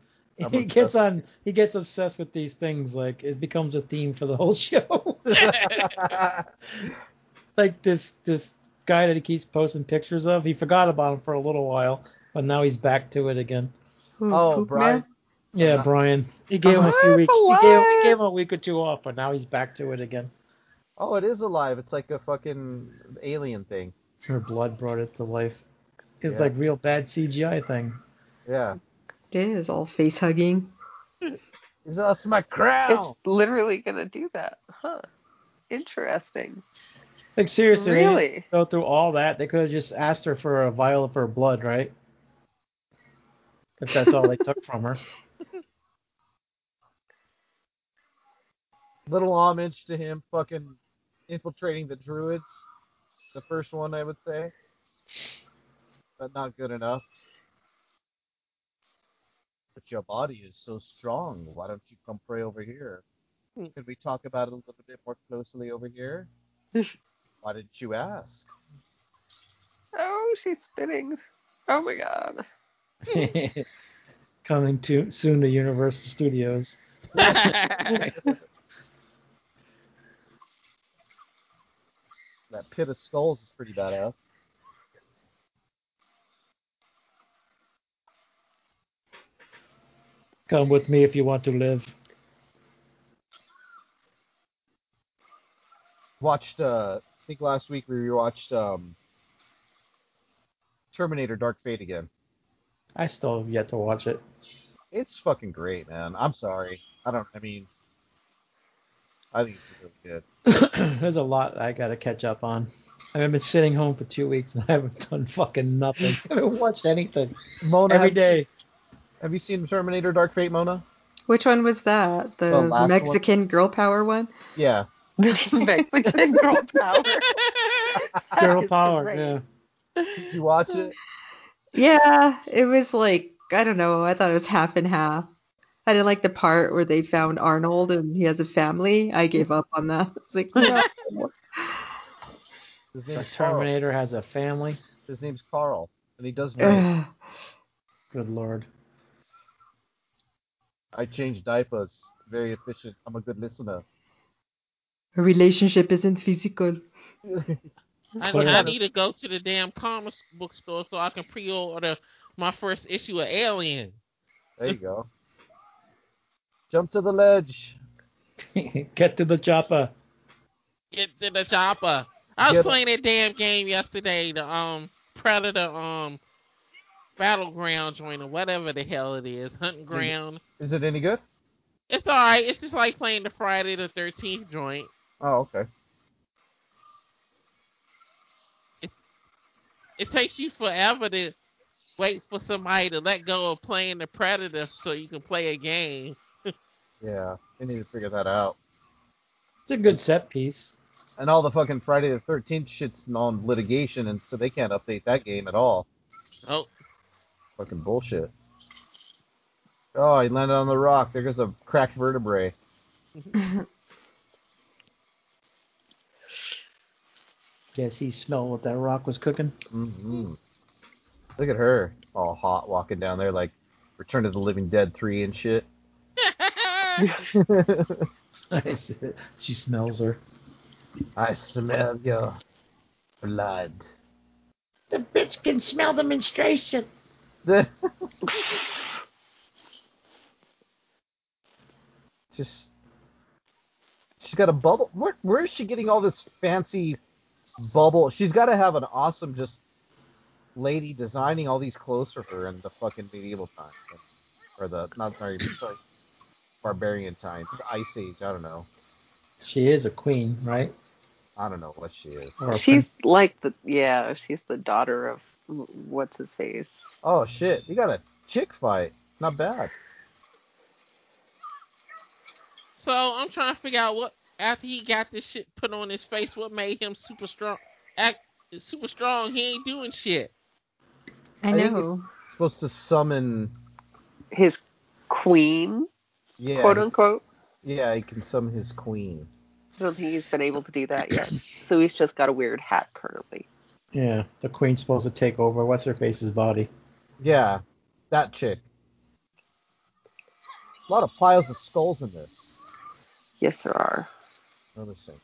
Speaker 8: I'm
Speaker 9: He gets on. He gets obsessed with these things. Like it becomes a theme for the whole show. like this this guy that he keeps posting pictures of. He forgot about him for a little while, but now he's back to it again.
Speaker 5: Who,
Speaker 8: Oh,
Speaker 5: Poop
Speaker 8: Brian.
Speaker 5: Man?
Speaker 9: Yeah,
Speaker 8: Uh-huh.
Speaker 9: Brian. He gave him a few
Speaker 7: What?
Speaker 9: weeks. He
Speaker 7: What?
Speaker 9: gave, he gave him a week or two off, but now he's back to it again.
Speaker 8: Oh, it is alive. It's like a fucking alien thing.
Speaker 9: Her blood brought it to life. It's
Speaker 8: Yeah.
Speaker 9: like real bad CGI thing.
Speaker 8: Yeah.
Speaker 5: It is all face hugging.
Speaker 8: It's us my crown.
Speaker 7: It's literally gonna do that, huh? Interesting.
Speaker 9: Like seriously, they didn't
Speaker 7: Really?
Speaker 9: go through all that. They could have just asked her for a vial of her blood, right? If that's all they took from her.
Speaker 8: Little homage to him fucking infiltrating the druids. The first one I would say. But not good enough. But your body is so strong. Why don't you come pray over here? Could we talk about it a little bit more closely over here? Why didn't you ask?
Speaker 7: Oh, she's spinning. Oh my god.
Speaker 9: Coming to soon to Universal Studios.
Speaker 8: That pit of skulls is pretty badass.
Speaker 9: Come with me if you want to live.
Speaker 8: Watched uh I think last week we rewatched um Terminator Dark Fate again.
Speaker 9: I still have yet to watch it.
Speaker 8: It's fucking great, man. I'm sorry. I don't. I mean, I think it's really good.
Speaker 9: There's a lot I gotta catch up on. I've been sitting home for two weeks and I haven't done fucking nothing. I haven't watched anything.
Speaker 8: Mona,
Speaker 9: Every
Speaker 8: have,
Speaker 9: day.
Speaker 8: have you seen Terminator Dark Fate, Mona?
Speaker 5: Which one was that? The,
Speaker 8: The last
Speaker 5: Mexican girl power one?
Speaker 8: Yeah.
Speaker 7: Mexican girl power.
Speaker 9: Girl
Speaker 7: It's
Speaker 9: power,
Speaker 7: great.
Speaker 9: yeah.
Speaker 8: Did you watch it?
Speaker 5: Yeah, it was like, I don't know, I thought it was half and half. I didn't like the part where they found Arnold and he has a family. I gave up on that. It's like, no.
Speaker 8: His
Speaker 9: The
Speaker 8: name's Carl.
Speaker 9: Terminator has a family.
Speaker 8: His name's Carl, and he does. Rape.
Speaker 5: Ugh.
Speaker 9: Good lord.
Speaker 8: I change diapers. Very efficient. I'm a good listener.
Speaker 5: a relationship isn't physical.
Speaker 10: I,
Speaker 9: Put it
Speaker 10: I
Speaker 9: on.
Speaker 10: need to go to the damn comic book store so I can pre-order my first issue of Alien.
Speaker 8: There you go. Jump to the ledge.
Speaker 9: Get to the chopper.
Speaker 10: Get to the chopper. I was
Speaker 8: Get-
Speaker 10: playing that damn game yesterday, the um Predator um Battleground joint or whatever the hell it is, hunting ground.
Speaker 8: Is it any good?
Speaker 10: It's all right. It's just like playing the Friday the Thirteenth joint.
Speaker 8: Oh, okay.
Speaker 10: It takes you forever to wait for somebody to let go of playing the Predator so you can play a game.
Speaker 8: Yeah, they need to figure that out.
Speaker 9: It's a good set piece.
Speaker 8: And all the fucking Friday the Thirteenth shit's on litigation, and so they can't update that game at all.
Speaker 10: Oh,
Speaker 8: Fucking bullshit. Oh, he landed on the rock. There goes a cracked vertebrae.
Speaker 9: Yes, he smelled what that rock was cooking.
Speaker 8: Mm-hmm. Look at her, all hot, walking down there like Return of the Living Dead three and shit.
Speaker 9: Nice. she smells her.
Speaker 8: I smell your blood.
Speaker 12: The bitch can smell the menstruation.
Speaker 8: Just she's got a bubble. Where where is she getting all this fancy bubble? She's got to have an awesome just lady designing all these clothes for her in the fucking medieval times, or the not sorry, sorry barbarian times, ice age. I don't know.
Speaker 9: She is a queen, right?
Speaker 8: I don't know what she is.
Speaker 9: Or a
Speaker 7: She's
Speaker 9: prin-
Speaker 7: like the yeah, she's the daughter of what's his face.
Speaker 8: Oh shit! You got a chick fight. Not bad.
Speaker 10: So I'm trying to figure out what after he got this shit put on his face, what made him super strong? Act super strong. He ain't doing shit.
Speaker 5: I
Speaker 8: I think
Speaker 5: know.
Speaker 8: Supposed to summon.
Speaker 7: His queen,
Speaker 8: Yeah.
Speaker 7: quote unquote.
Speaker 8: Yeah, he can summon his queen.
Speaker 7: I don't think he's been able to do that yet. so he's just got a weird hat currently.
Speaker 9: Yeah, the queen's supposed to take over. What's her face's body?
Speaker 8: Yeah, that chick. A lot of piles of skulls in this.
Speaker 7: Yes, there are.
Speaker 8: Noticing.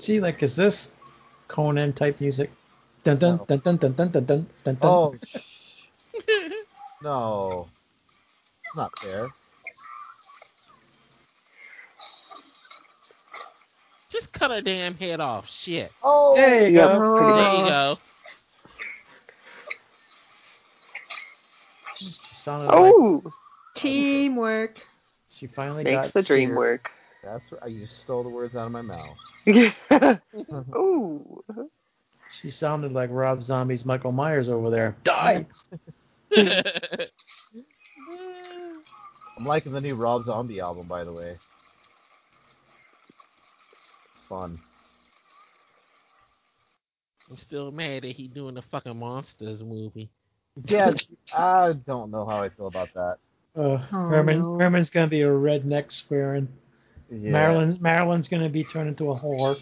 Speaker 9: See, like, is this Conan type music? Dun dun dun dun dun dun dun dun dun. dun.
Speaker 8: Oh, sh- no. It's not fair.
Speaker 10: Just cut her damn head off. Shit.
Speaker 8: Oh,
Speaker 9: there you
Speaker 7: Yeah,
Speaker 9: go.
Speaker 7: pretty
Speaker 10: There
Speaker 7: much.
Speaker 10: you go.
Speaker 9: Sounded like
Speaker 7: Oh,
Speaker 5: Teamwork.
Speaker 9: she finally
Speaker 7: makes
Speaker 9: got
Speaker 7: the dream
Speaker 9: here.
Speaker 7: work.
Speaker 8: that's right. You stole the words out of my mouth.
Speaker 7: Ooh.
Speaker 9: She sounded like Rob Zombie's Michael Myers over there. Die.
Speaker 8: I'm liking the new Rob Zombie album, by the way. It's fun.
Speaker 10: I'm still mad that he doing the fucking monsters movie.
Speaker 8: Yeah, I don't know how I feel about that.
Speaker 9: Uh,
Speaker 5: Oh,
Speaker 9: Herman,
Speaker 5: no.
Speaker 9: Herman's gonna be a redneck swearing.
Speaker 8: Yeah.
Speaker 9: Marilyn, Marilyn's gonna be turned into a whore.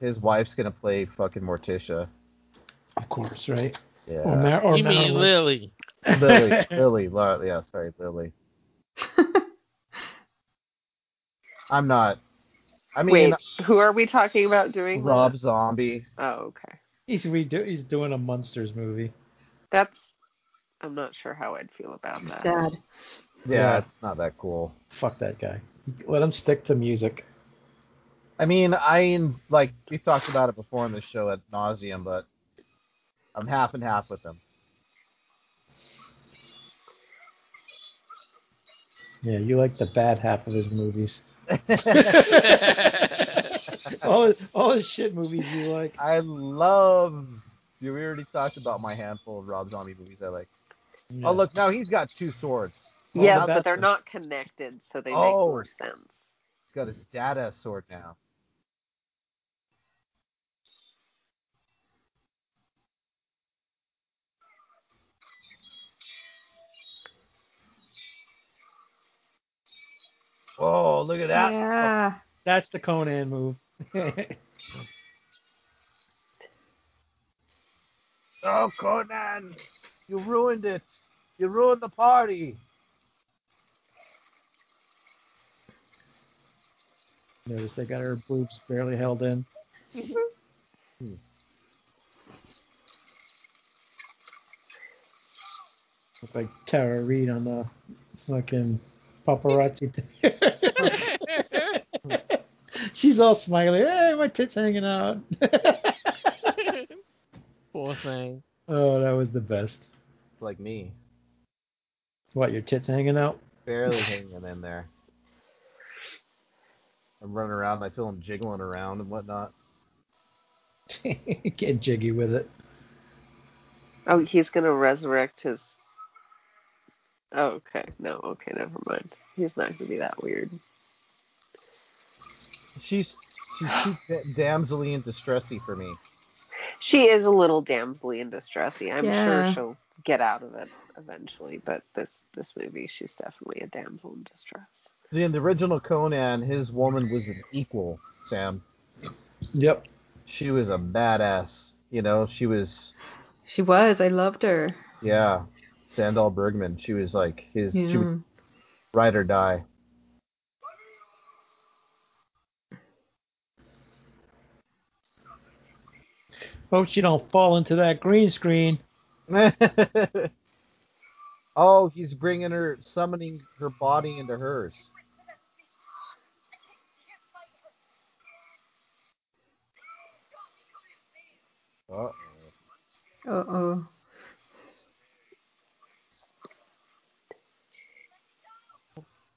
Speaker 8: His wife's gonna play fucking Morticia.
Speaker 9: Of course, right?
Speaker 8: Yeah.
Speaker 9: Or, Mar- or
Speaker 10: you mean
Speaker 9: Marilyn.
Speaker 10: Lily?
Speaker 8: Lily, Lily, Lily, yeah, sorry, Lily. I'm not. I mean,
Speaker 7: Wait, who are we talking about doing? this?
Speaker 8: Rob Zombie.
Speaker 7: Oh, okay.
Speaker 9: he's redo- he's doing a monsters movie.
Speaker 7: That's. I'm not sure how I'd feel about that.
Speaker 5: Sad.
Speaker 8: Yeah,
Speaker 9: Yeah.
Speaker 8: it's not that cool.
Speaker 9: Fuck that guy. Let him stick to music.
Speaker 8: I mean, I like we talked about it before on the show at nauseum, but I'm half and half with him.
Speaker 9: Yeah, you like the bad half of his movies. all all his shit movies you like.
Speaker 8: I love. You we already talked about my handful of Rob Zombie movies I like.
Speaker 9: Yeah.
Speaker 8: Oh look, now he's got two swords.
Speaker 9: Oh,
Speaker 7: yeah, but
Speaker 9: now that's
Speaker 7: they're
Speaker 9: a-
Speaker 7: not connected, so they make
Speaker 8: Oh.
Speaker 7: more sense.
Speaker 8: He's got his data sword now. Whoa, look at that.
Speaker 5: Yeah.
Speaker 9: That's the Conan move.
Speaker 8: Oh, Conan, you ruined it. You ruined the party.
Speaker 9: Notice they got her boobs barely held in. Mm-hmm. Look like Tara Reid on the fucking paparazzi. thing. She's all smiley. Hey, my tits hanging out.
Speaker 10: Poor thing.
Speaker 9: oh, that was the best.
Speaker 8: Like me,
Speaker 9: What, your tits hanging out?
Speaker 8: barely hanging in there. I'm running around. and I feel him jiggling around and whatnot.
Speaker 9: Get jiggy with it.
Speaker 7: Oh, he's gonna resurrect his. Oh, okay. No. Okay. Never mind. He's not gonna be that weird.
Speaker 8: She's she's too da- damselly and distressy for me.
Speaker 7: She is a little damselly and distressy. I'm
Speaker 5: Yeah.
Speaker 7: sure she'll get out of it eventually, but this this movie, she's definitely a damsel in distress.
Speaker 8: See, in the original Conan, his woman was an equal, Sam.
Speaker 1: Yep.
Speaker 8: She was a badass. You know, she was,
Speaker 5: She was. I loved her.
Speaker 8: yeah, Sandal Bergman. She was like his, she
Speaker 5: Yeah.
Speaker 8: would ride or die.
Speaker 1: Hope she don't fall into that green screen.
Speaker 8: oh, he's bringing her, summoning her body into hers. Uh,
Speaker 5: Uh oh.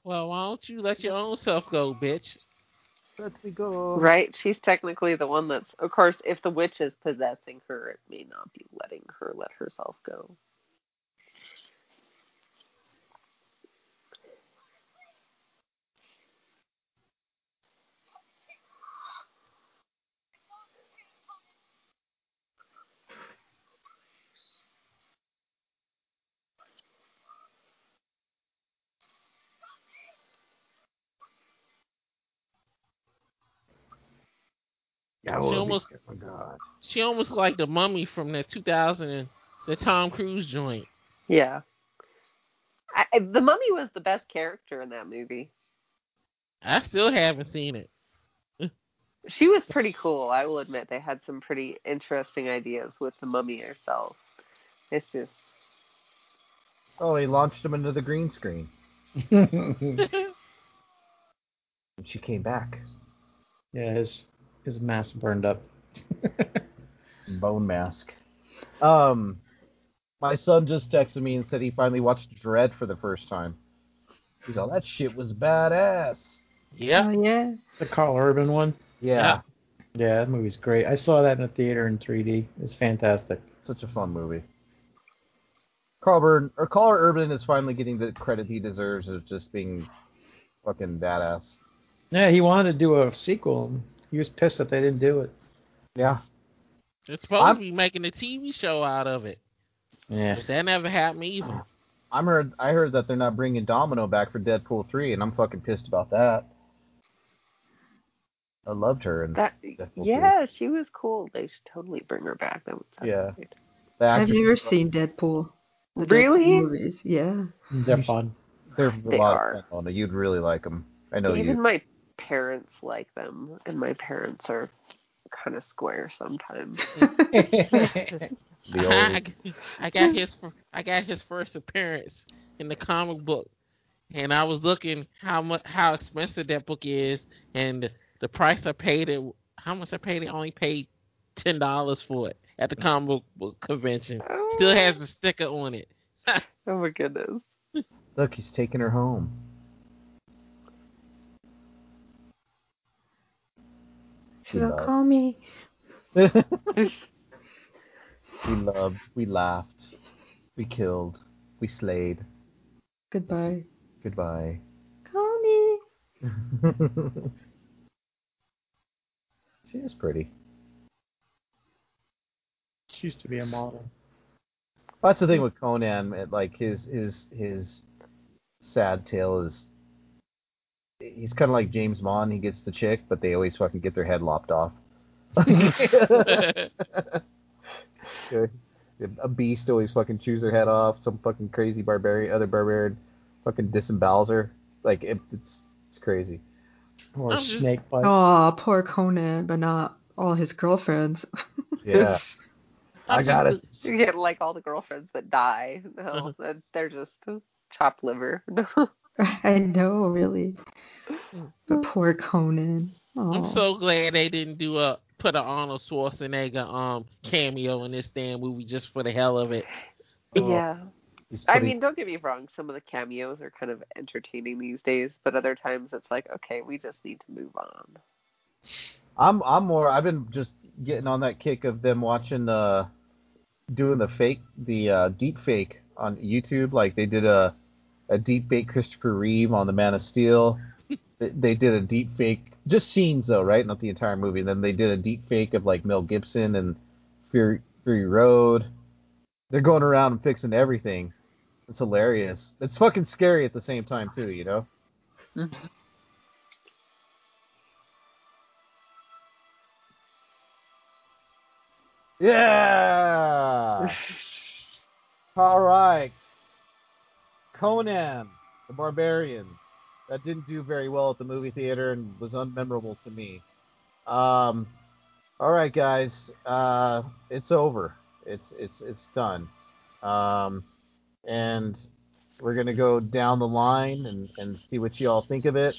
Speaker 10: Well, why don't you let your own self go, bitch?
Speaker 8: Let me go.
Speaker 7: Right? She's technically the one that's, of course, if the witch is possessing her, it may not be letting her let herself go.
Speaker 10: She almost, she almost like the mummy from the 2000, and- the Tom Cruise joint.
Speaker 7: Yeah. I, I- the mummy was the best character in that movie.
Speaker 10: I still haven't seen it.
Speaker 7: She was pretty cool. I will admit they had some pretty interesting ideas with the mummy herself. It's just
Speaker 8: Oh, he launched him into the green screen. and she came back.
Speaker 1: Yeah, his his mask burned up.
Speaker 8: Bone mask. Um, my son just texted me and said he finally watched Dread for the first time. He's all, that shit was badass.
Speaker 10: Yeah.
Speaker 5: Oh yeah.
Speaker 1: The Carl Urban one.
Speaker 8: Yeah,
Speaker 1: Yeah, that movie's great. I saw that in the theater in 3D. It's fantastic.
Speaker 8: such a fun movie. Carl, Burn, or Carl Urban is finally getting the credit he deserves of just being fucking badass.
Speaker 1: Yeah, he wanted to do a sequel. and He was pissed that they didn't do it.
Speaker 8: Yeah.
Speaker 10: They're supposed
Speaker 8: I'm-
Speaker 10: to be making a TV show out of it,
Speaker 1: Yeah.
Speaker 10: but that never happened either.
Speaker 8: I'm heard. I heard that they're not bringing Domino back for Deadpool three, and I'm fucking pissed about that. I loved her, and
Speaker 7: that.
Speaker 8: Deadpool
Speaker 7: Yeah, she was cool. They should totally bring her back. That would sound
Speaker 8: Yeah.
Speaker 7: great.
Speaker 8: the
Speaker 5: I've
Speaker 8: actors-
Speaker 5: never seen Deadpool. The Deadpool
Speaker 7: Really?
Speaker 5: movies. Yeah.
Speaker 1: They're fun.
Speaker 8: They're a
Speaker 7: They
Speaker 8: lot
Speaker 7: are.
Speaker 8: of fun. Lana. You'd really like them. I know
Speaker 7: Even
Speaker 8: you.
Speaker 7: my parents like them, and my parents are kind of square sometimes.
Speaker 8: The
Speaker 10: I,
Speaker 8: old,
Speaker 10: I got his fir- I got his first appearance in the comic book, and I was looking how much how expensive that book is, and the price I paid it, how much I paid it, I only paid ten dollars for it at the comic book convention. Still has a sticker on it.
Speaker 7: Oh my goodness.
Speaker 8: look, he's taking her home.
Speaker 5: She's
Speaker 8: Yeah.
Speaker 5: like, call me.
Speaker 8: we loved. We laughed. We killed. We slayed.
Speaker 5: Goodbye.
Speaker 8: Goodbye.
Speaker 5: Call me.
Speaker 8: she is pretty.
Speaker 1: She used to be a model.
Speaker 8: That's the thing with Conan. It, like his his his sad tale is he's kind of like James Bond. He gets the chick, but they always fucking get their head lopped off. A beast always fucking chews her head off. Some fucking crazy barbarian, other barbarian, fucking disembowels her. Like it, it's it's crazy.
Speaker 1: Or a
Speaker 10: I'm just-
Speaker 1: snake bite.
Speaker 5: Oh, poor Conan, but not all his girlfriends.
Speaker 8: Yeah, I
Speaker 10: I'm
Speaker 8: got
Speaker 10: just-
Speaker 8: it.
Speaker 7: You get like all the girlfriends that die. No, that they're just chopped liver.
Speaker 5: I know, really. But poor Conan.
Speaker 10: Mm. I'm
Speaker 5: Oh,
Speaker 10: so glad they didn't do a put a Arnold Schwarzenegger um cameo in this damn movie just for the hell of it.
Speaker 8: Oh,
Speaker 7: yeah.
Speaker 8: He's
Speaker 7: I
Speaker 8: pretty-
Speaker 7: mean, don't get me wrong. Some of the cameos are kind of entertaining these days, but other times it's like, okay, we just need to move on.
Speaker 8: I'm I'm more. I've been just getting on that kick of them watching uh doing the fake the uh, deep fake on YouTube. Like they did a a deep fake Christopher Reeve on the Man of Steel. they, they did a deep fake just scenes though, right? Not the entire movie. And then they did a deep fake of like Mel Gibson and Fury, Fury Road. They're going around and fixing everything. It's hilarious. It's fucking scary at the same time too, you know. Yeah. All right. Conan the Barbarian. That didn't do very well at the movie theater and was unmemorable to me. Um, all right, guys. Uh, it's over. It's it's it's done. Um, and we're gonna go down the line and, and see what you all think of it.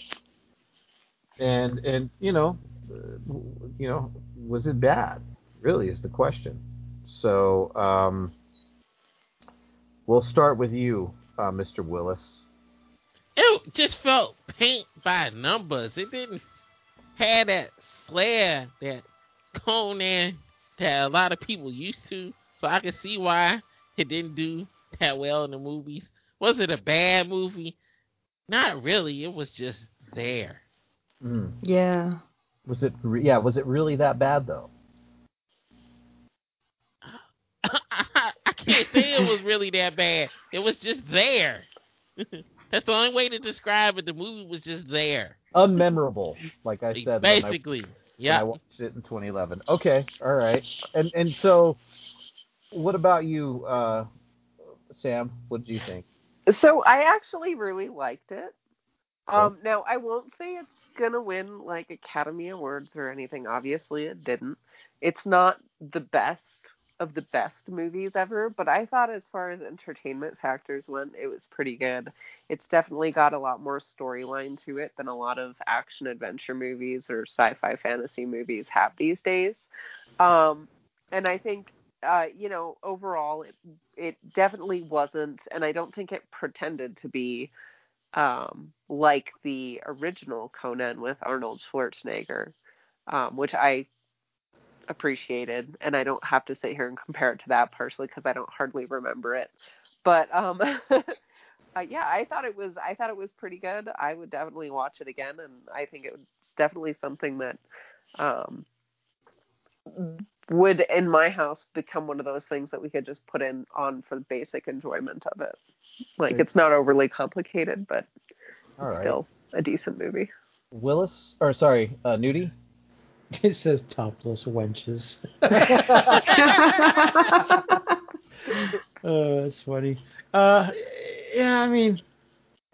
Speaker 8: And and you know, uh, w- you know, was it bad? Really is the question. So um, we'll start with you, uh, Mr. Willis.
Speaker 10: It just felt paint by numbers. It didn't have that flair that Conan that a lot of people used to. So I can see why it didn't do that well in the movies. Was it a bad movie? Not really. It was just there.
Speaker 8: Mm.
Speaker 5: Yeah.
Speaker 8: Was it? Re- yeah. Was it really that bad though?
Speaker 10: I can't say it was really that bad. It was just there. That's the only way to describe it. The movie was just there.
Speaker 8: Unmemorable, like I said. when I-
Speaker 10: Basically.
Speaker 8: when I
Speaker 10: Yeah.
Speaker 8: watched it in 2011. Okay, all right. And and so, what about you, uh, Sam? What do you think?
Speaker 7: So I actually really liked it. Um, now I won't say it's gonna win like Academy Awards or anything. Obviously, it didn't. It's not the best of the best movies ever, but I thought as far as entertainment factors went, it was pretty good. It's definitely got a lot more storyline to it than a lot of action adventure movies or sci-fi fantasy movies have these days. Um, and I think uh, you know overall it it definitely wasn't, and I don't think it pretended to be um, like the original Conan with Arnold Schwarzenegger, um, which I appreciated, and I don't have to sit here and compare it to that partially because I don't hardly remember it. But um, uh, yeah, I thought it was I thought it was pretty good. I would definitely watch it again, and I think it was definitely something that um, would in my house become one of those things that we could just put in on for the basic enjoyment of it. Like it's not overly complicated, but
Speaker 8: All right,
Speaker 7: still a decent movie.
Speaker 8: Willis, or sorry, uh, Nudie.
Speaker 10: Oh.
Speaker 9: It says topless wenches. Oh, that's funny. Uh, yeah, I mean,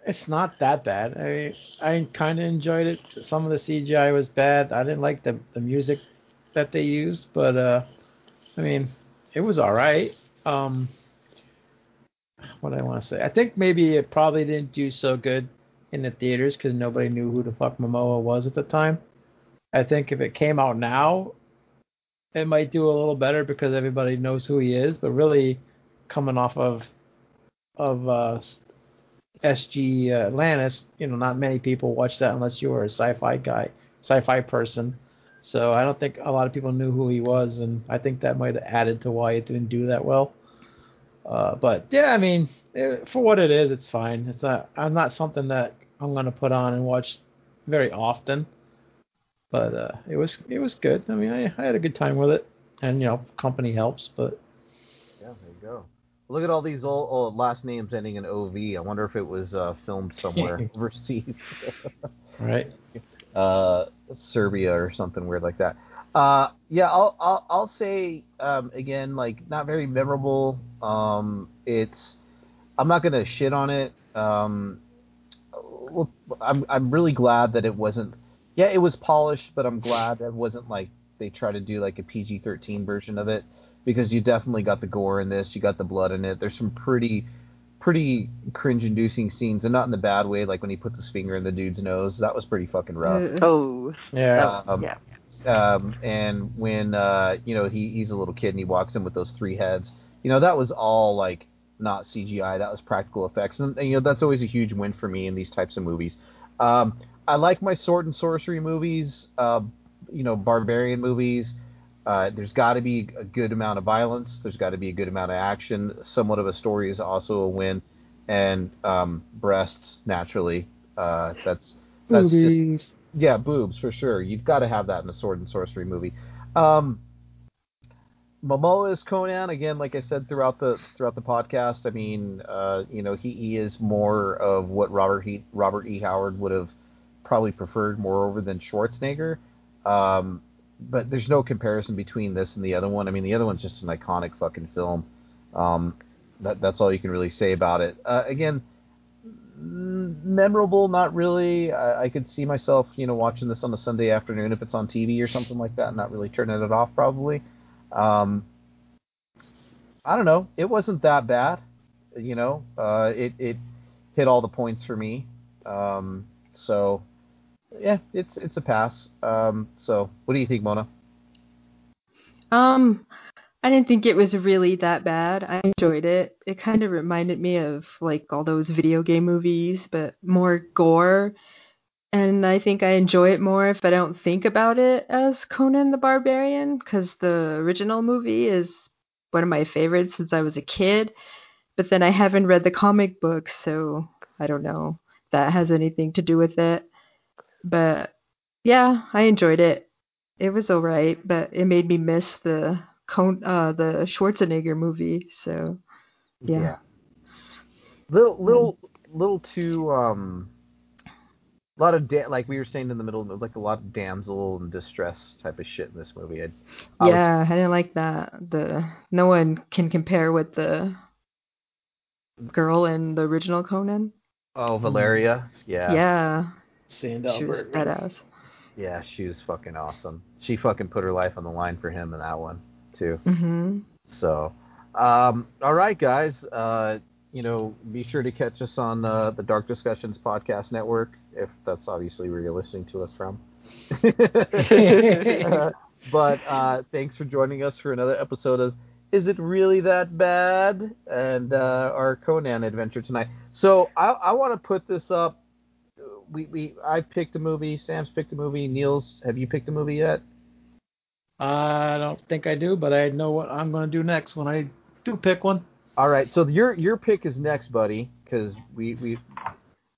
Speaker 9: it's not that bad. I mean, I kind of enjoyed it. Some of the CGI was bad. I didn't like the the music that they used, but uh, I mean, it was all right. Um, what do I want to say? I think maybe it probably didn't do so good in the theaters because nobody knew who the fuck Momoa was at the time. I think if it came out now, it might do a little better because everybody knows who he is. But really, coming off of of uh, s- SG Atlantis, you know, not many people watched that unless you were a sci-fi guy, sci-fi person. So I don't think a lot of people knew who he was, and I think that might have added to why it didn't do that well. Uh, but yeah, I mean, eh, for what it is, it's fine. It's not. I'm not something that I'm gonna put on and watch very often. But uh, it was it was good. I mean, I, I had a good time with it, and you know, company helps. But
Speaker 8: Yeah, there you go. Look at all these old, old last names ending in OV. I wonder if it was uh, filmed somewhere overseas.
Speaker 9: right.
Speaker 8: uh, Serbia or something weird like that. Uh, yeah, I'll I'll, I'll say um, again, like not very memorable. Um, it's I'm not gonna shit on it. Um, well, I'm I'm really glad that it wasn't. Yeah, it was polished, but I'm glad it wasn't like they try to do like a PG-13 version of it because you definitely got the gore in this, you got the blood in it. There's some pretty pretty cringe-inducing scenes, and not in the bad way. Like when he puts his finger in the dude's nose, that was pretty fucking rough
Speaker 7: Oh,
Speaker 9: Yeah.
Speaker 8: Mm-hmm. um,
Speaker 7: yeah.
Speaker 8: um, and when uh, you know he, he's a little kid and he walks in with those three heads, you know that was all like not CGI, that was practical effects, and, and, you know that's always a huge win for me in these types of movies. Um, I like my sword and sorcery movies, uh, you know, barbarian movies. Uh, there's got to be a good amount of violence. There's got to be a good amount of action. Somewhat of a story is also a win, and um, breasts naturally. Uh, that's that's just
Speaker 9: Movies.
Speaker 8: yeah, boobs for sure. You've got to have that in a sword and sorcery movie. Um, Momoa is Conan again. Like I said throughout the throughout the podcast, I mean, uh, you know, he, he is more of what Robert he, Robert E. Howard would have probably preferred, moreover than Schwarzenegger. Um, but there's no comparison between this and the other one. I mean, the other one's just an iconic fucking film. Um, that, that's all you can really say about it. Uh, again, m- Mm, memorable, not really. I, I could see myself, you know, watching this on a Sunday afternoon if it's on TV or something like that, and not really turning it off probably. Um, I don't know. It wasn't that bad, you know. Uh, it it hit all the points for me. Um, so yeah, it's it's a pass. Um, so what do you think, Mona?
Speaker 5: Um, I didn't think it was really that bad. I enjoyed it. It kind of reminded me of like all those video game movies, but more gore. And I think I enjoy it more if I don't think about it as Conan the Barbarian, because the original movie is one of my favorites since I was a kid. But then I haven't read the comic book, so I don't know if that has anything to do with it. But yeah, I enjoyed it. It was alright, but it made me miss the Con- uh, the Schwarzenegger movie. So, yeah. yeah.
Speaker 8: Little, little, little too. Um, a lot of da- like we were saying in the middle, like a lot of damsel and distress type of shit in this movie. I,
Speaker 5: I yeah, was, I didn't like that. The no one can compare with the girl in the original Conan.
Speaker 8: Oh, Valeria. Yeah.
Speaker 5: Yeah.
Speaker 9: Sandal
Speaker 5: she was badass.
Speaker 8: Yeah, she was fucking awesome. She fucking put her life on the line for him in that one too.
Speaker 5: Mm-hmm.
Speaker 8: So, um, all right, guys. Uh, you know, be sure to catch us on uh, the Dark Discussions podcast network, if that's obviously where you're listening to us from. but uh, thanks for joining us for another episode of Is It Really That Bad? and uh, our Conan adventure tonight. So I, I want to put this up. We, we I picked a movie. Sam's picked a movie. Niels, have you picked a movie yet?
Speaker 9: I don't think I do, but I know what I'm going to do next when I do pick one.
Speaker 8: All right, so your your pick is next, buddy, because we we we've,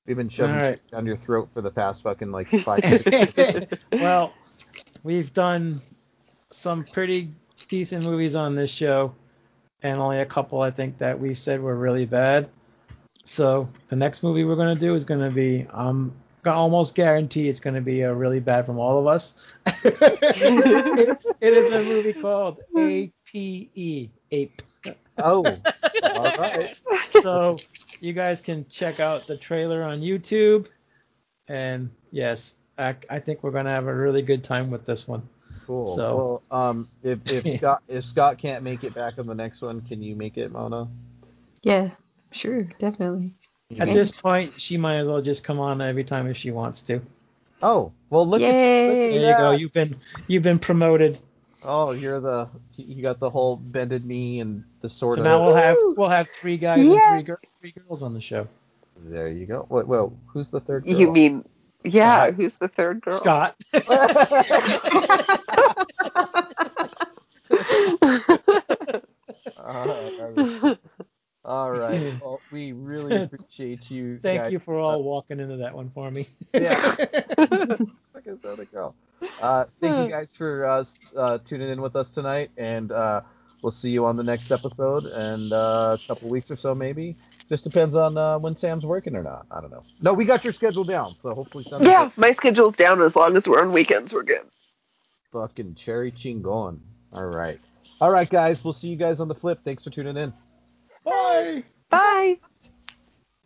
Speaker 8: we've been shoving
Speaker 9: All right.
Speaker 8: down your throat for the past fucking like five.
Speaker 9: well, we've done some pretty decent movies on this show, and only a couple I think that we said were really bad. So the next movie we're going to do is going to be um I almost guarantee it's going to be a really bad from all of us. it, it is a movie called APE. Ape.
Speaker 8: Oh, all right.
Speaker 9: So you guys can check out the trailer on YouTube. And yes, I, I think we're going to have a really good time with this one.
Speaker 8: Cool.
Speaker 9: So-
Speaker 8: well, um, if if Scott if Scott can't make it back on the next one, can you make it, Mona?
Speaker 5: Yeah, sure, definitely.
Speaker 9: At this point, she might as well just come on every time if she wants to.
Speaker 8: Oh, well, look. At,
Speaker 5: Yay.
Speaker 9: There you go. You've been you've been promoted.
Speaker 8: oh, you're the you got the whole bended knee and the sort
Speaker 9: So
Speaker 8: of.
Speaker 9: now we'll have we'll have three guys
Speaker 5: Yeah.
Speaker 9: and three, gir- three girls on the show.
Speaker 8: There you go. Wait, well, who's the third? Girl?
Speaker 7: You mean, yeah, who's the third girl?
Speaker 9: Scott.
Speaker 8: Uh, all right. Well, we really appreciate you.
Speaker 9: Thank
Speaker 8: guys.
Speaker 9: you for all walking into that one for me.
Speaker 8: Yeah. Fuck is that a girl? Uh, thank you guys for uh, s- uh, tuning in with us tonight, and uh, we'll see you on the next episode and uh, a couple weeks or so, maybe. Just depends on uh, when Sam's working or not. I don't know. No, we got your schedule down, so hopefully Sunday.
Speaker 7: yeah, my schedule's down as long as we're on weekends. We're good.
Speaker 8: Fucking cherry chingon. All right. All right, guys. We'll see you guys on the flip. Thanks for tuning in.
Speaker 7: Bye.